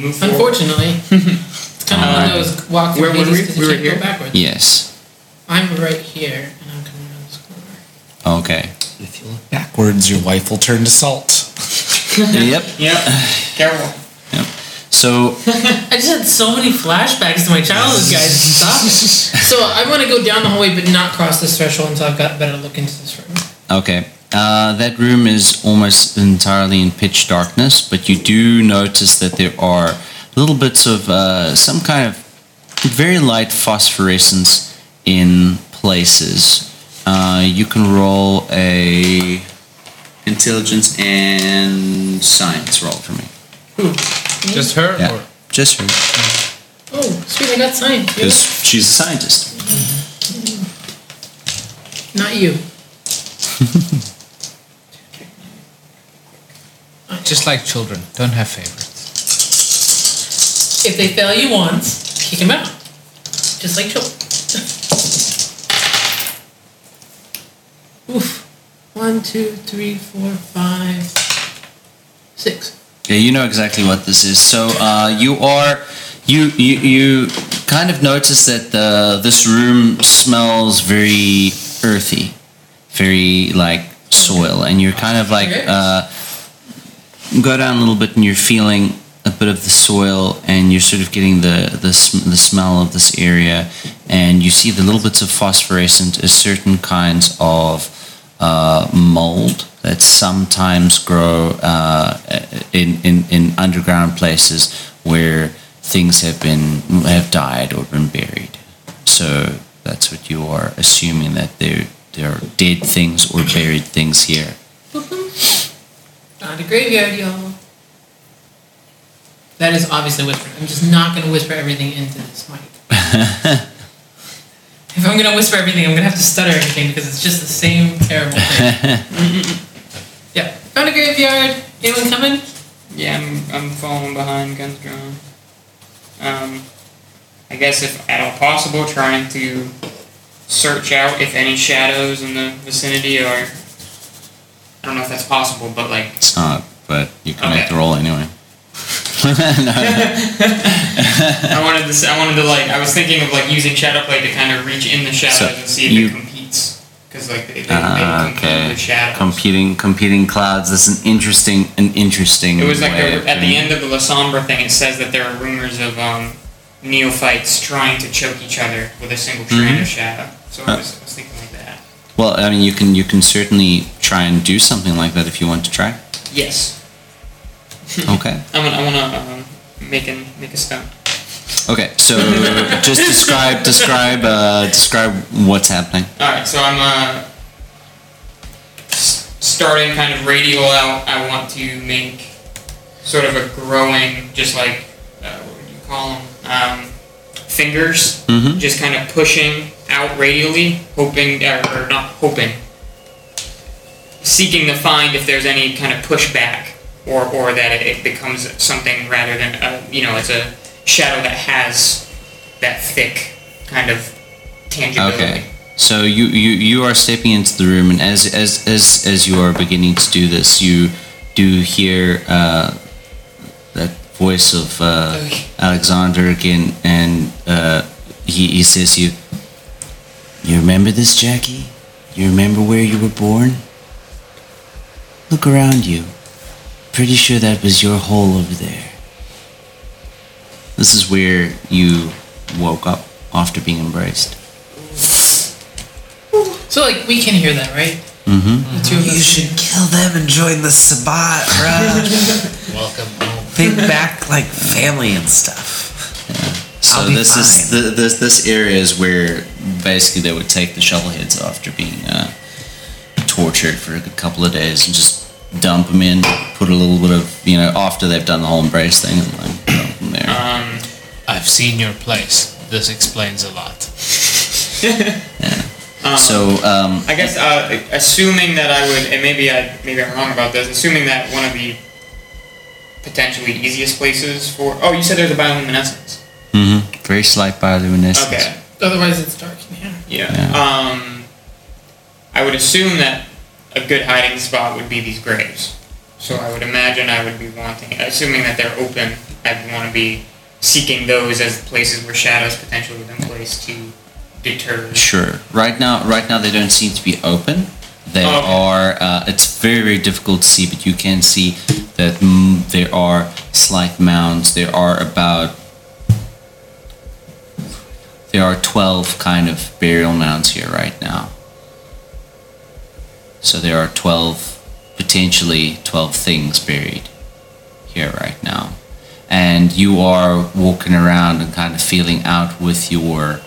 Move forward. Unfortunately, [laughs] it's kind of one of those walk Uh, Where through were we? because We you were can't here? go backwards. Yes. I'm right here, and I'm coming around this corner. Okay. If you look backwards, your wife will turn to salt. yep. Yep. [sighs] Careful. So I just had so many flashbacks to my childhood, guys. Stop it. [laughs] So I want to go down the hallway, but not cross this threshold until I've got a better look into this room. Okay. Uh, that room is almost entirely in pitch darkness, but you do notice that there are little bits of uh, some kind of very light phosphorescence in places. Uh, you can roll a intelligence and science roll for me. Just her? Yeah, Or just her, Oh, sweet! I got science. You because she's a scientist. got- Not you. just like children, don't have favorites. If they fail you once, kick them out. Just like children. Oof. One, two, three, four, five, six. Yeah, you know exactly what this is. So uh, you are you, you you kind of notice that the this room smells very earthy, very like soil, and you're kind of like Okay. uh, go down a little bit, and you're feeling a bit of the soil, and you're sort of getting the the, sm- the smell of this area, and you see the little bits of phosphorescent is certain kinds of uh, mold that sometimes grow uh, in, in, in underground places where things have been have died or been buried. So that's what you are assuming that there there are dead things or buried things here. Not a graveyard, y'all. That is obviously whispering. I'm just not going to whisper everything into this [laughs] mic. if I'm going to whisper everything, I'm going to have to stutter everything because it's just the same terrible thing. [laughs] yeah. Found a graveyard. Anyone coming? Yeah, I'm, I'm falling behind, guns drawn. Um, I guess if at all possible, trying to search out if any shadows in the vicinity are. I don't know if that's possible, but like [laughs] It's not, but you can make Okay. the roll anyway. [laughs] No. [laughs] I wanted to, s- I wanted to like, I was thinking of like using shadow play to kind of reach in the shadows So and see if you- it competes, because like they, they, Ah, they compete okay. with shadows. competing, competing clouds. That's an interesting, an interesting. It was like way a, of at the doing end of the La Sombra thing. It says that there are rumors of um, neophytes trying to choke each other with a single strand of shadow. So I was, I was thinking like that. Well, I mean, you can you can certainly try and do something like that if you want to try. Yes, Okay. I want I want to um, make an make a stone. Okay. So just describe describe uh, describe what's happening. All right, so I'm uh, s- starting kind of radial out. I want to make sort of a growing, just like uh, what would you call them? Um, fingers, Mhm. just kind of pushing out radially, hoping or, or not hoping, seeking to find if there's any kind of pushback or or that it, it becomes something rather than a, you know it's a shadow that has that thick kind of tangibility. Okay. So you, you you are stepping into the room, and as as as as you are beginning to do this, you do hear uh, that voice of uh, Alexander again, and uh, he he says to you, "You remember this, Jackie? You remember where you were born? Look around you. Pretty sure that was your hole over there. This is where you woke up after being embraced." So, like, we can hear that, right? Mm-hmm. The two of us. You should kill them and join the Sabbat, bruh. Welcome home. Think back like family and stuff. So I'll be this is fine. th- this this area is where basically they would take the shovel heads after being uh, tortured for a good couple of days and just dump them in, put a little bit of you know after they've done the whole embrace thing and like dump them there. [laughs] Um, I've seen your place. This explains a lot. Uh, So um, I guess uh, assuming that I would, and maybe I maybe I'm wrong about this. Assuming that one of the potentially easiest places for oh, you said there's a bioluminescence. mhm, very slight bioluminescence. Okay, Otherwise, it's dark in here. yeah. Yeah. Um, I would assume that a good hiding spot would be these graves. So I would imagine I would be wanting, assuming that they're open, I'd want to be seeking those as places where shadows potentially would been placed to deter. Sure. Right now, right now they don't seem to be open. They Oh, okay. are. Uh, it's very very difficult to see, but you can see that mm, there are slight mounds. There are about there are twelve kind of burial mounds here right now. So there are twelve potentially twelve things buried here right now, and you are walking around and kind of feeling out with your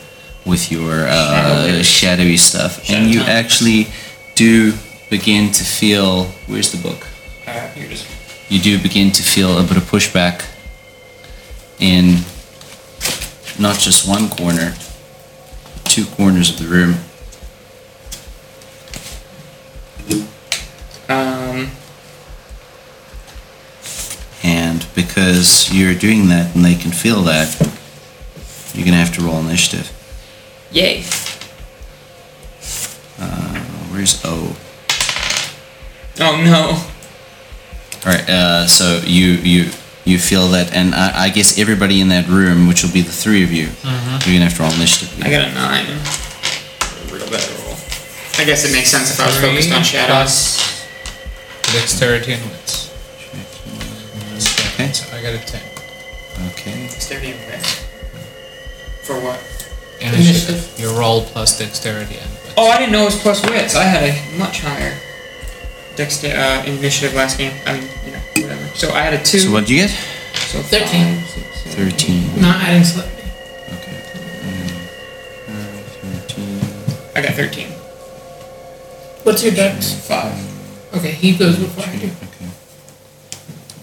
with your uh, Shadowy. shadowy stuff, Shadow and you time. actually do begin to feel. Where's the book? Uh, you're just You do begin to feel a bit of pushback in not just one corner, two corners of the room. um. And because you're doing that and they can feel that, you're going to have to roll initiative. Yay. Uh, Where's O? Oh no. All right. Uh, so you you you feel that, and I, I guess everybody in that room, which will be the three of you, you're gonna have to roll initiative. I got a nine. Real bad roll. I guess it makes sense if I was focused on shadows. Plus dexterity and wits. Okay. So I got a 10. Okay. Dexterity and wits. For what? Initiative. Your roll plus dexterity and wits. Oh, I didn't know it was plus wits. I had a much higher dexter uh, initiative last game. I mean, you know, whatever. So I had a two. So what do you get? So five, Thirteen. six, seven, Thirteen. Not adding celebrity. Okay. Mm, Thirteen. eight. I got thirteen. What's your dex? Five. Okay, he goes before I do. Okay.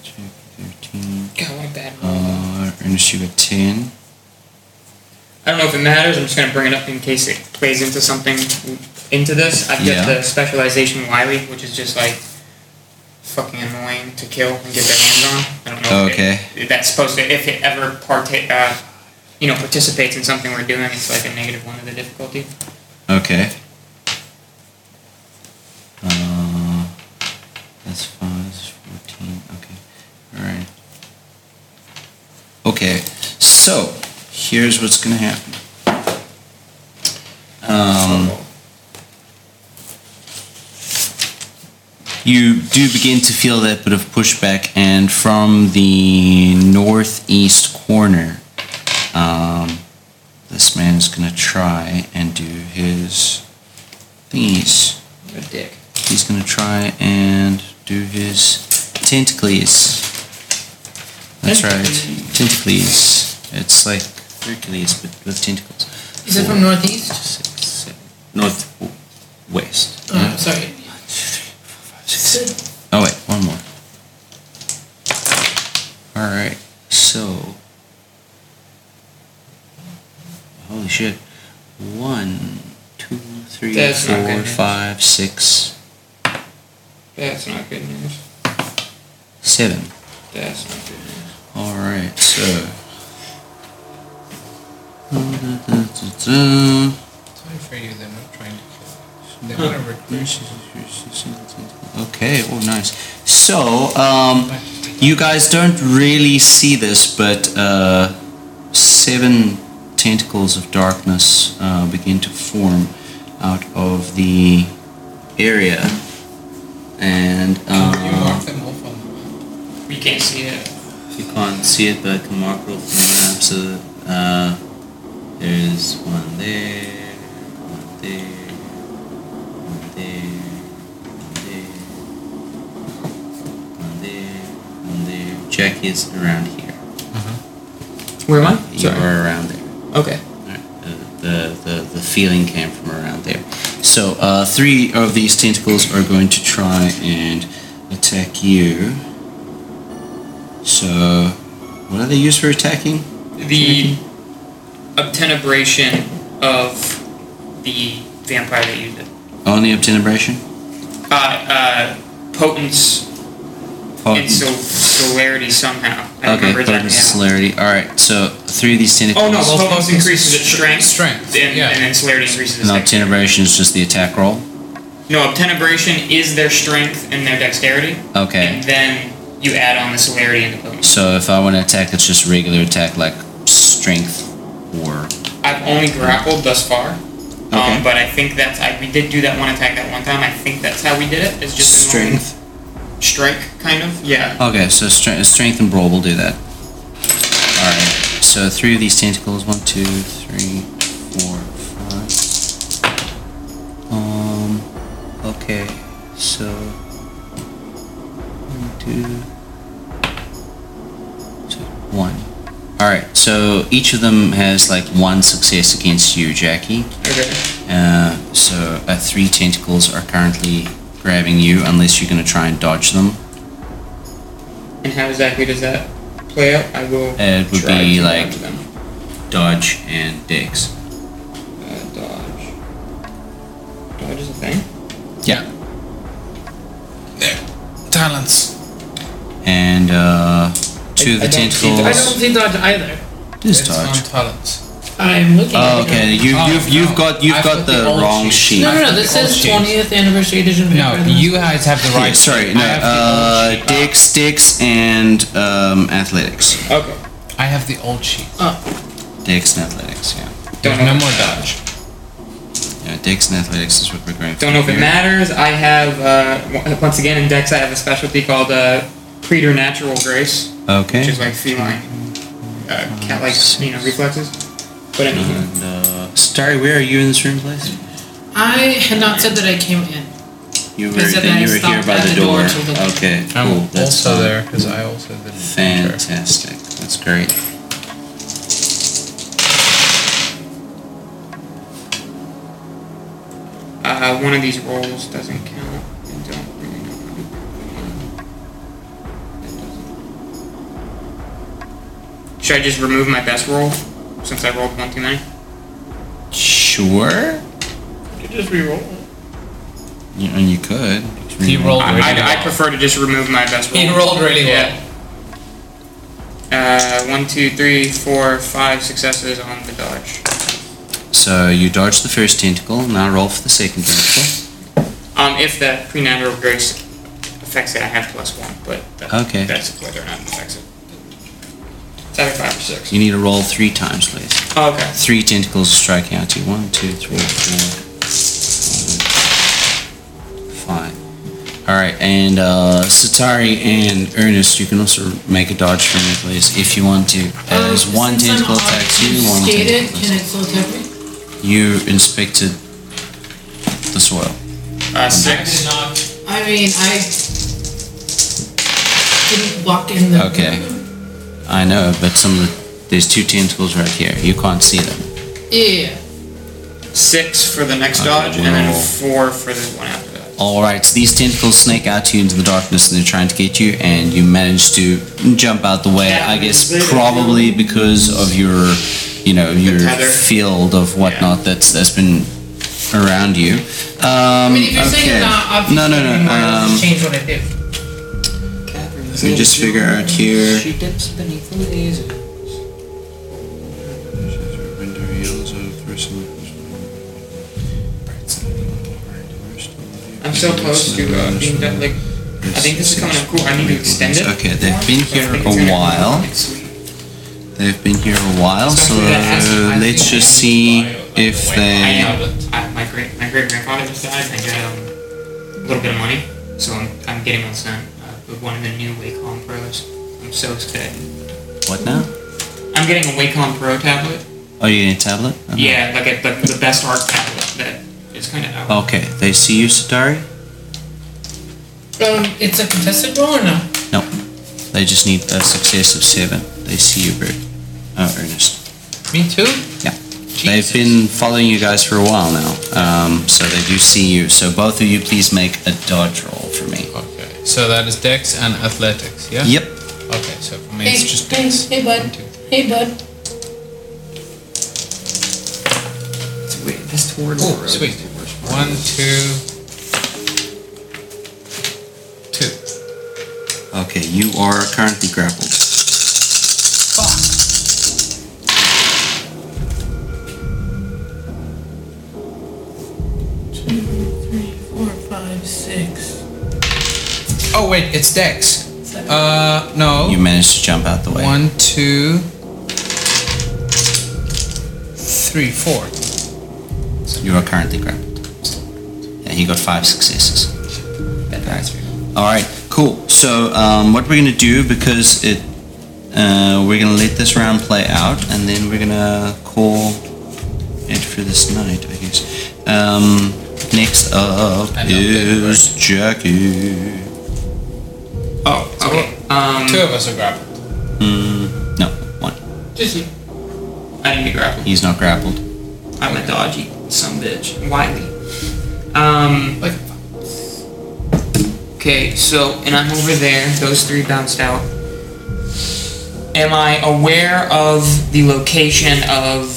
Check thirteen. God, why like that. Uh, Ernest, you at 10. I don't know if it matters. I'm just going to bring it up in case it plays into something into this. I've got Yeah. the specialization Wily, which is just like fucking annoying to kill and get their hands on. I don't know. if it- Okay. if that's supposed to, if it ever parta- uh, you know, participates in something we're doing, it's like a negative one of the difficulty. Okay. Uh, that's 5, that's 14. Okay. Alright. Okay, so here's what's going to happen. Um, you do begin to feel that bit of pushback, and from the northeast corner, um, this man is going to try and do his thingies. What a dick. He's going to try and do his tentacles. That's right, tentacles. It's like Hercules, but with tentacles. Is it from Northeast? Six, seven, north, west. Uh-huh. Oh, sorry. Oh wait, one more. All right, so holy shit, one, two, three, That's not good four, news. five, six, That's not good news. seven. That's not good news. All right, so. Da-da-da-da-da. Sorry for you. They're not trying to kill. you. They want to recruit you. Okay, oh, nice. So, um, you guys don't really see this, but uh, seven tentacles of darkness uh, begin to form out of the area. And You mark uh, them off on You can't see it. you can't see it, but I can mark it off on the map. So, uh, there's one there, one there, one there, one there, one there, one there. Jack is around here. Where am You are around there. Okay. Alright, uh, The, the, the feeling came from around there. So uh, three of these tentacles are going to try and attack you. So what are they used for attacking? The obtenebration of the vampire that used it. Only obtenebration? uh, uh, potence and sol- celerity somehow. I Okay, remember but that it's now. celerity. All right, so three of these tentacles. Oh no, Well, potence potence increases its strength. strength, And, yeah. and then celerity increases its No, strength. obtenebration is just the attack roll. No, obtenebration is their strength and their dexterity. Okay, And then you add on the celerity and the potence. so if I want to attack, it's just regular attack, like strength or. I've only grappled thus far. Okay. Um, but I think that's I, we did do that one attack that one time. I think that's how we did it. It's just a normal Strength. strike kind of. Yeah. Okay, so strength, strength and brawl will do that. All right. So three of these tentacles. One, two, three, four, five. Um. Okay. So. One, two. two one. All right. So each of them has like one success against you, Jackie. Okay. Uh, so uh, three tentacles are currently grabbing you, unless you're going to try and dodge them. And how exactly does that play out? I will. It would try be to like- dodge them. dodge and dex. Uh, dodge. Dodge is a thing? Yeah. it. Talents. And uh, two of I the don't see tentacles. dodge. I don't see dodge either. Just It's on dodge. talents. I'm looking Oh, at it. okay. You, Oh, you've you've no. got you've I've got got the, the old wrong sheet. sheet. No, no, no. I've This got says all 20th anniversary edition. No, Vampire you guys have the right. Sorry, sheet. no. I have the Uh, old sheet. dex, dex, and um, athletics. Okay. uh, I have the old sheet. Dex and athletics. Yeah. Don't There's know. no more dodge. Yeah. Dex and athletics is what we're going. for Don't know if it here. matters. I have, uh, w- once again in Dex, I have a specialty called uh, Preternatural Grace, Okay. which is like feline, uh, cat like, you know, reflexes. But anyway. and, uh, Starry, where are you in this room, please? I had not said that I came in. You were, Is it then I you were here stopped by at the the door. door to the- Okay, I'm cool. That's also fine. there because I also did. Fantastic. That's great. Uh, one of these rolls doesn't count. I don't really know. how to do it. That doesn't- Should I just remove my best roll since I rolled one too many? Sure. could just re-roll. You, and you could. He rolled I, really I, I well. prefer to just remove my best roll. He rolled really well. Yeah. Uh, one, two, three, four, five successes on the dodge. So you dodge the first tentacle. Now roll for the second tentacle. Um, if the prenatural grace affects it, I have plus one, but that, Okay. that's whether or not it affects it. It's either five or six. You need to roll three times, please. Oh, okay. Three tentacles are striking at you. One, two, three, four, five. All right, and uh, Satari and Ernest, you can also make a dodge for me, please, if you want to. As Um, one since I'm tentacle attacks you, one obfuscated, tentacle Can I attacks still attack me? you. inspected the soil. Uh, six. I mean, I didn't walk in the. Okay. I know, but some of the, there's two tentacles right here. You can't see them. Yeah. Six for the next dodge, and then four for the one after that. All right, so these tentacles snake out you into the darkness, and they're trying to get you, and you manage to jump out the way. I guess probably because of your, you know, your tether. field of whatnot that's that's been around you. Um, I mean, if you're saying okay. I'm no, not obfuscated no, anymore, no. I'll Um, just change what I do. let me just figure out here. She dips beneath the laser. I'm so close to uh, being done. Like, I think this is coming up cool. I need to extend it. Okay, they've been here I a think it's gonna come up while. next week. They've been here a while, so uh, Especially that acid- I let's think just I see need to buy it, like, if the I they. am. I, my great my great grandfather just died. and I got um, a little bit of money, so I'm, I'm getting one son. Uh, one of the new Wacom Pros. I'm so excited. What now? I'm getting a Wacom Pro tablet. Oh, you need a tablet? Uh-huh. Yeah, like a, like the best art tablet that is kind of out. Okay, they see you, Satari? Um, it's a contested roll or no? No. They just need a success of seven. They see you, Bert. Uh, Ernest. Me too? Yeah. They've been following you guys for a while now, um, so they do see you. So both of you, please make a dodge roll for me. Okay. So that is Dex and Athletics, yeah? Yep. Okay, so for me it's just hey, Dex. hey, bud. Hey, bud. It's weird. That's towards Oh, sweet. One, two, two. Okay, you are currently grappled. Two, three, four, five, six, Oh, wait, it's Dex. seven. Uh, no. You managed to jump out the way. One, two, three, four. You are currently grappled. And he got five successes. All right, cool. So um, what we're gonna do because it, uh, we're gonna let this round play out, and then we're gonna call it for this night, I guess. Um, next up is Jackie. Oh, okay. Um, Two of us are grappled. Mm, no, one. Just you. I didn't get grappled. He's not grappled. I'm a dodgy some bitch. Wiley. Um. Like- Okay, so and I'm over there. Those three bounced out. Am I aware of the location of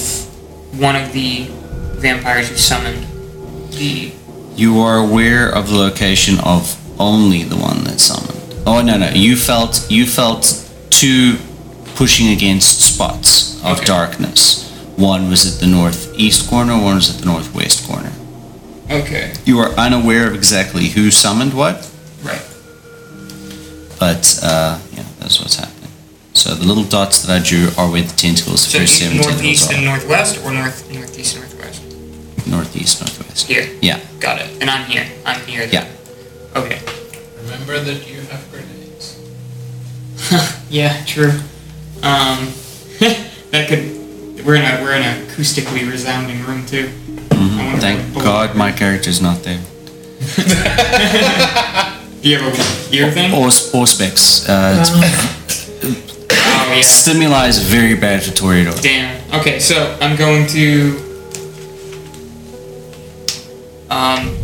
one of the vampires you summoned? The You are aware of the location of only the one that summoned. Oh no no! You felt you felt two pushing against spots of Okay. darkness. One was at the northeast corner. One was at the northwest corner. okay, You are unaware of exactly who summoned what, right? but uh, yeah, that's what's happening. So the little dots that I drew are where the tentacles, the So first east, seven tentacles northeast are. and northwest, or north northeast northwest? northeast, northwest. Here. Yeah, Got it. And I'm here. I'm here. yeah. Okay. Remember that you have grenades. Yeah, true. Um, [laughs] that could. We're in a we're in an acoustically resounding room too. I wonder Mm-hmm. Thank what- God my character's not there. Do you have a ear thing? Or, or specs. Uh, it's- Oh yeah. Stimuli is very bad for Toreador. Damn. Okay, so I'm going to. Um.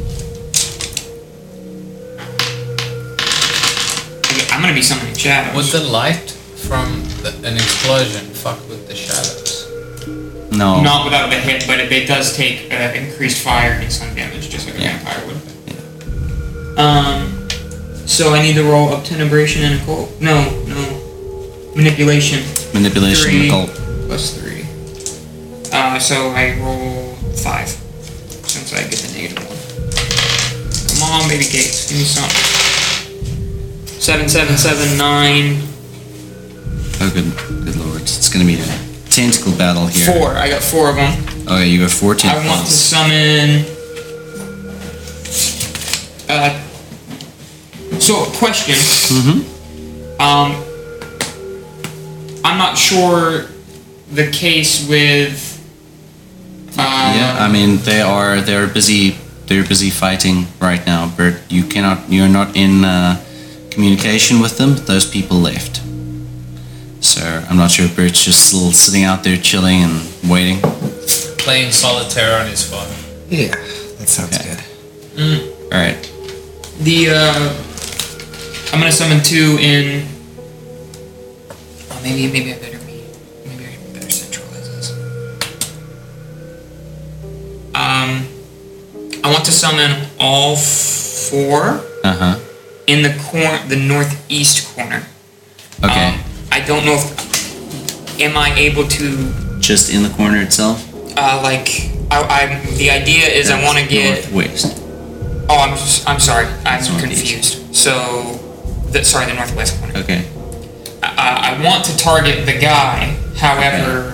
okay, I'm gonna be summoning shadows. Would the light from the the, an explosion fuck with the shadows? No. Not without a hit, but it, it does take uh, increased fire and sun damage, just like a Yeah. vampire would. Um, so I need to roll up ten abrasion and occult. No, no, manipulation Manipulation Three. occult. plus three. Uh, so I roll five since I get the negative one. Come on, baby gates, give me something. Seven, seven, seven, nine, Oh, good, good lord. It's going to be a tentacle battle here. four. I got four of them. Oh, yeah, you have four I want to tentacles. summon. Uh, so, question. Um, I'm not sure the case with. Uh, yeah, I mean, they are, they're busy, they're busy fighting right now, but you cannot, you're not in uh, communication with them. Those people left. So I'm not sure if Bert's just still sitting out there chilling and waiting. Playing solitaire on his phone. Yeah, that sounds Okay. good. All right. The uh, I'm gonna summon two in. Oh, maybe maybe I better be maybe I can better centralize this. Um, I want to summon all four Uh huh. in the corner, the northeast corner. Okay. Um, I don't know if am I able to just in the corner itself. uh, like I, I the idea is I want to get northwest. oh I'm s- I'm sorry I'm Northeast. confused. So the, sorry the northwest corner. Okay. I, I want to target the guy. However,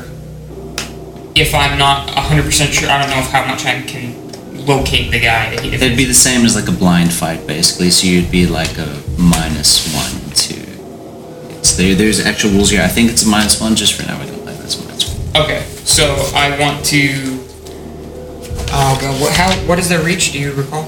if I'm not 100% sure, I don't know if how much I can locate the guy. If It'd be the same as like a blind fight, basically. So you'd be like a minus one to. It's there. There's actual rules here. I think it's a minus one just for now. We're gonna play this minus one. okay, so I want to. Oh god, what, how, what is their reach? Do you recall?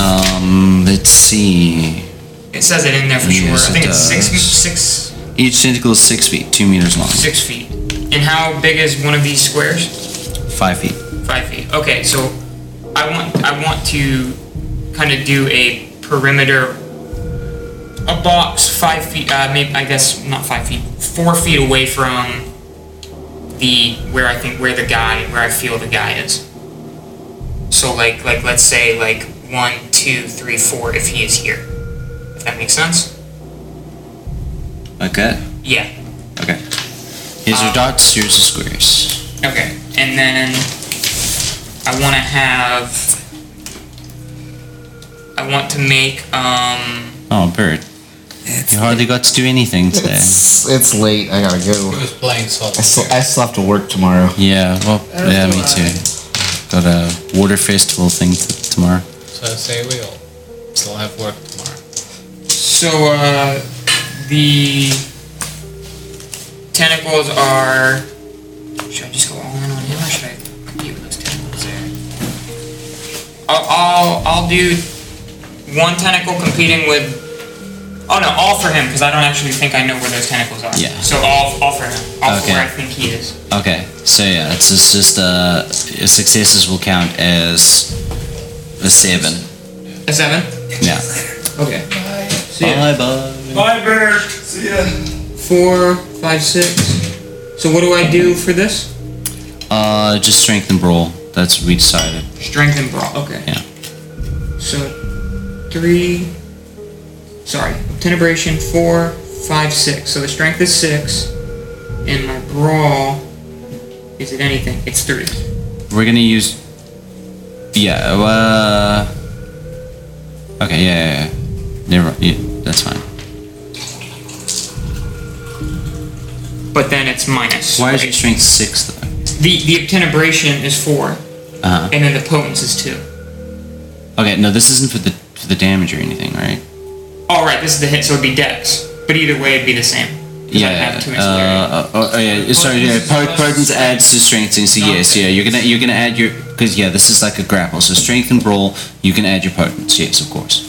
Um, let's see. It says it in there for Yes, sure. I it think it's six, does. six, Each tentacle is six feet, two meters long, six feet. And how big is one of these squares? five feet. Five feet. Okay, so I want I want to kind of do a perimeter, a box five feet. Uh, maybe I guess not five feet, four feet away from the where I think where the guy where I feel the guy is. So like like let's say like one two three four if he is here. If that makes sense. Okay. Yeah. Okay. Here's your dots. Here's the squares. Okay, and then I want to have. I want to make. Um, Oh, bird. You hardly got to do anything today. It's, it's late. I gotta He go. was playing I still, solitaire. I still have to work tomorrow. Yeah. Well. As Yeah. do Me I. too. Got a water festival thing t- tomorrow. So say we all still have work tomorrow. so uh, the tentacles are. Should I just go all in on him, or should I keep those tentacles there? I'll I'll, I'll do one tentacle competing with. Oh no, all for him because I don't actually think I know where those tentacles are. Yeah. So all, all for him. All Okay. for where I think he is. Okay, so yeah, it's just, just uh, successes will count as a seven. A seven. Yeah. Okay. Bye bye. Bye, Bert. See ya. Four, five, six. So what do I do for this? Uh, just strength and brawl. That's what we decided. Strength and brawl. Okay. Yeah. So three. Sorry, tenebration. Four, five, six. So the strength is six, and my brawl. Is it anything? It's three. We're gonna use. Yeah. Uh. Okay. Yeah. yeah, yeah. Never. Yeah, that's fine. But then it's minus. Why is your right? strength six though? The the obtenebration is four, Uh huh. and then the potence is two. Okay. No, this isn't for the for the damage or anything, right? All right, this is the hit, so it'd be dex. But either way, it'd be the same. 'cause I have two uh, uh, oh, oh, yeah. Sorry, yeah. po- Potence adds to strength, and so yes, yeah. You're gonna you're gonna add your because yeah, this is like a grapple. So strength and brawl, you can add your potence. Yes, of course,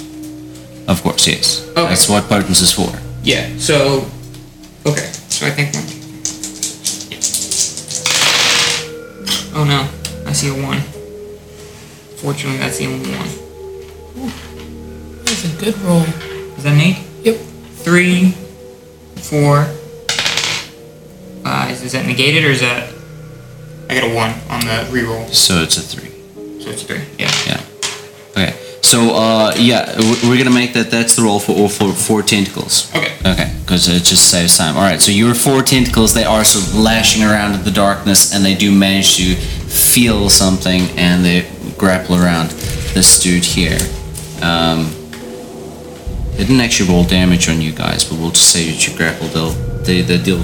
of course, yes. Okay. That's what potence is for. Yeah. So, okay. So I think. Oh no! I see a one. Fortunately, that's the only one. That's a good roll. Is that an eight? Yep. Three, four, guys, is that negated or is that? I got a one on the reroll, So it's a three. so it's three. Yeah. Yeah. Okay. So uh, yeah, w- we're gonna make that. That's the roll for all four, four tentacles. Okay. Okay. Because it just saves time. All right. So your four tentacles, they are sort of lashing around in the darkness, and they do manage to feel something, and they grapple around this dude here. Um, they didn't actually roll damage on you guys, but we'll just say that you grappled. They'll they they deal.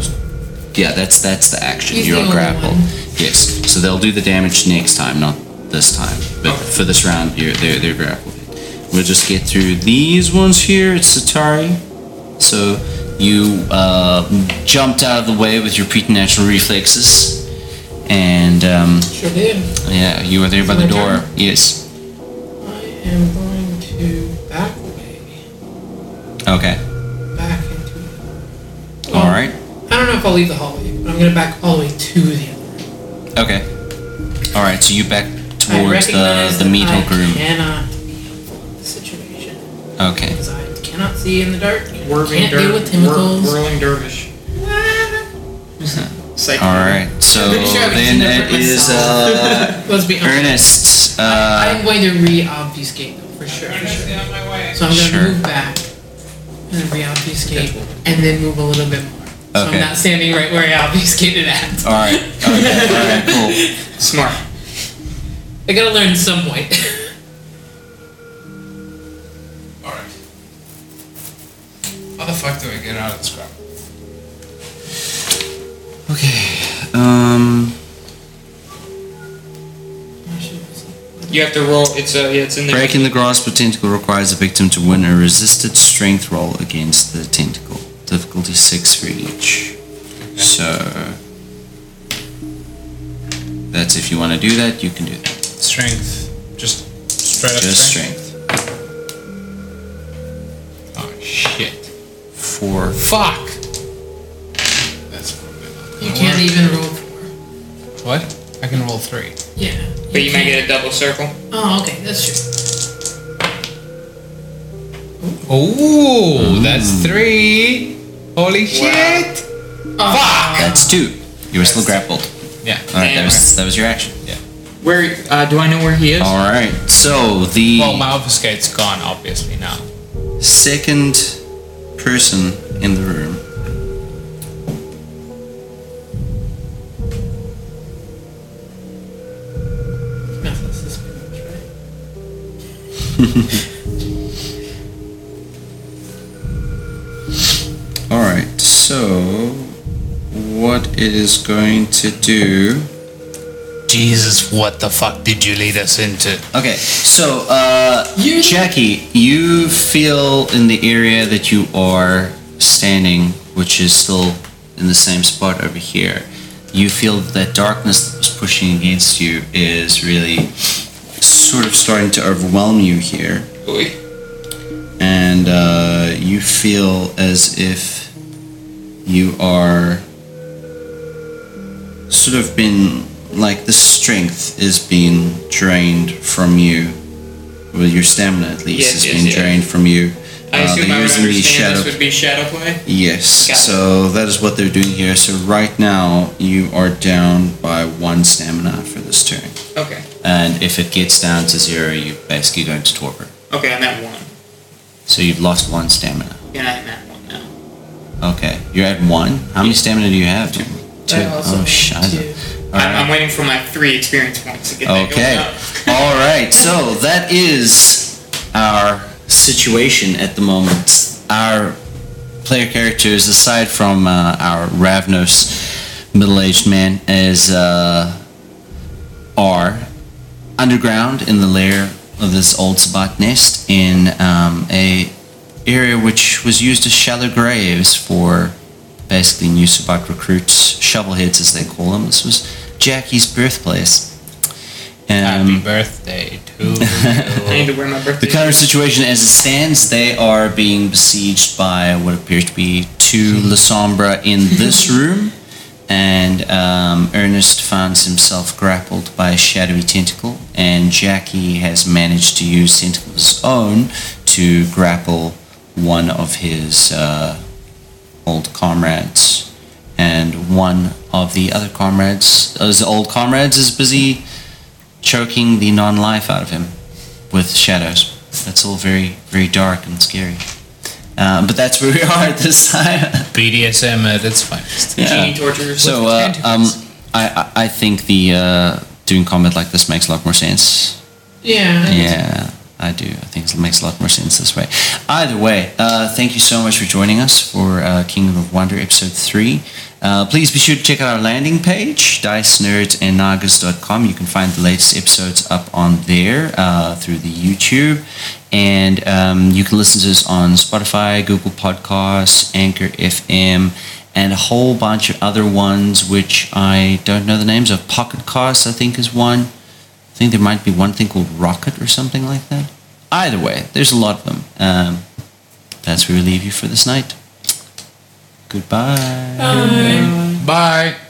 Yeah, that's that's the action. He's You're the on only grapple. one. Yes. So they'll do the damage next time, not this time. But for this round, you're, they're they're grappled. We'll just get through these ones here. It's Satari. So you uh, jumped out of the way with your preternatural reflexes, and um, Sure did. yeah, you were there by the My door. turn? Yes. I am going to back away, Okay. back into. Well, All right. I don't know if I'll leave the hallway, but I'm going to back all the way to the other room. Okay. All right. So you back I towards the recognize the that meat I hook room. cannot be helpful in this situation Okay. because I cannot see in the dark. Whirling can't deal der- with tentacles. whir- whirling dervish. Psych. All right. So pretty sure I would then do that it for is [laughs] uh, Let's be honest. Ernest. Uh, I'm going to re-obfuscate them for sure. For sure. So I'm going to Sure. move back and then re-obfuscate and then move a little bit more. So Okay. I'm not standing right where I obfuscated at. all right. Okay. All right. [laughs] Cool. Smart. I gotta learn some way. [laughs] How the fuck do I get out of this crap? Okay. Um. You have to roll. It's uh, yeah, it's in there. Breaking the grasp of tentacle requires a victim to win a resisted strength roll against the tentacle. Difficulty six for each. So that's if you want to do that, you can do that. Strength. Just straight up Just strength. strength. Oh shit. Four. Fuck. That's probably not. You can't even roll four. What? I can roll three. Yeah. But you can't. might get a double circle. Oh, okay, that's true. Oh, Mm. that's three. Holy shit! Ah. Fuck! That's two. You were still grappled. Yeah. All right. That Yeah. was that was your action. Where uh, do I know where he is? All right. So the Well, my obfuscate's gone, obviously now. second person in the room. Methless is pretty much right. All right. So what it is going to do? Jesus, what the fuck did you lead us into? Okay, so uh, You- Jackie, you feel in the area that you are standing, which is still in the same spot over here. You feel that darkness that was pushing against you is really sort of starting to overwhelm you here, Oy. and uh, you feel as if you are sort of been like the strength is being drained from you. Well, your stamina at least Yes, is yes, being yeah. drained from you. I Uh, assume they're I would using these understand shadow- this would be shadow play. Yes, Got it. so that is what they're doing here. So right now you are down by one stamina for this turn, Okay. and if it gets down to zero, you're basically going to torpor. Okay, I'm at one. So you've lost one stamina. Yeah, I'm at one now. Okay, you're at one. How many stamina do you have? Two. Two. I also Oh, have shiza. two. All I'm, I'm right. waiting for my three experience points to get that Okay. going up. All right. So that is our situation at the moment. Our player characters, aside from uh, our Ravnos middle-aged man, is uh, are underground in the lair of this old Sabbat nest in um, a area which was used as shallow graves for basically new Sabbat recruits, shovelheads as they call them. This was Jackie's birthplace. Happy Um, birthday to I need you. [laughs] to wear my the birthday. current situation as it stands, they are being besieged by what appears to be two Lasombra in this room. And um, Ernest finds himself grappled by a shadowy tentacle, and Jackie has managed to use tentacles of his own to grapple one of his uh, old comrades. and one of the other comrades, his old comrades, is busy choking the non-life out of him with shadows. That's all very, very dark and scary. Um, but that's where we [laughs] are at this time. BDSM at its finest. Yeah. Genie torture. So uh, um, I, I I think the uh, doing combat like this makes a lot more sense. Yeah. Yeah, I do. I think it makes a lot more sense this way. Either way, uh, thank you so much for joining us for uh, Kingdom of Wonder Episode 3. Uh, please be sure to check out our landing page, dicenerdsandnagas.com. You can find the latest episodes up on there uh, through the YouTube. And um, you can listen to us on Spotify, Google Podcasts, Anchor FM, and a whole bunch of other ones which I don't know the names of. Pocket Casts, I think, is one. I think there might be one thing called Rocket or something like that. Either way, there's a lot of them. Um, that's where we leave you for this night. Goodbye. Bye.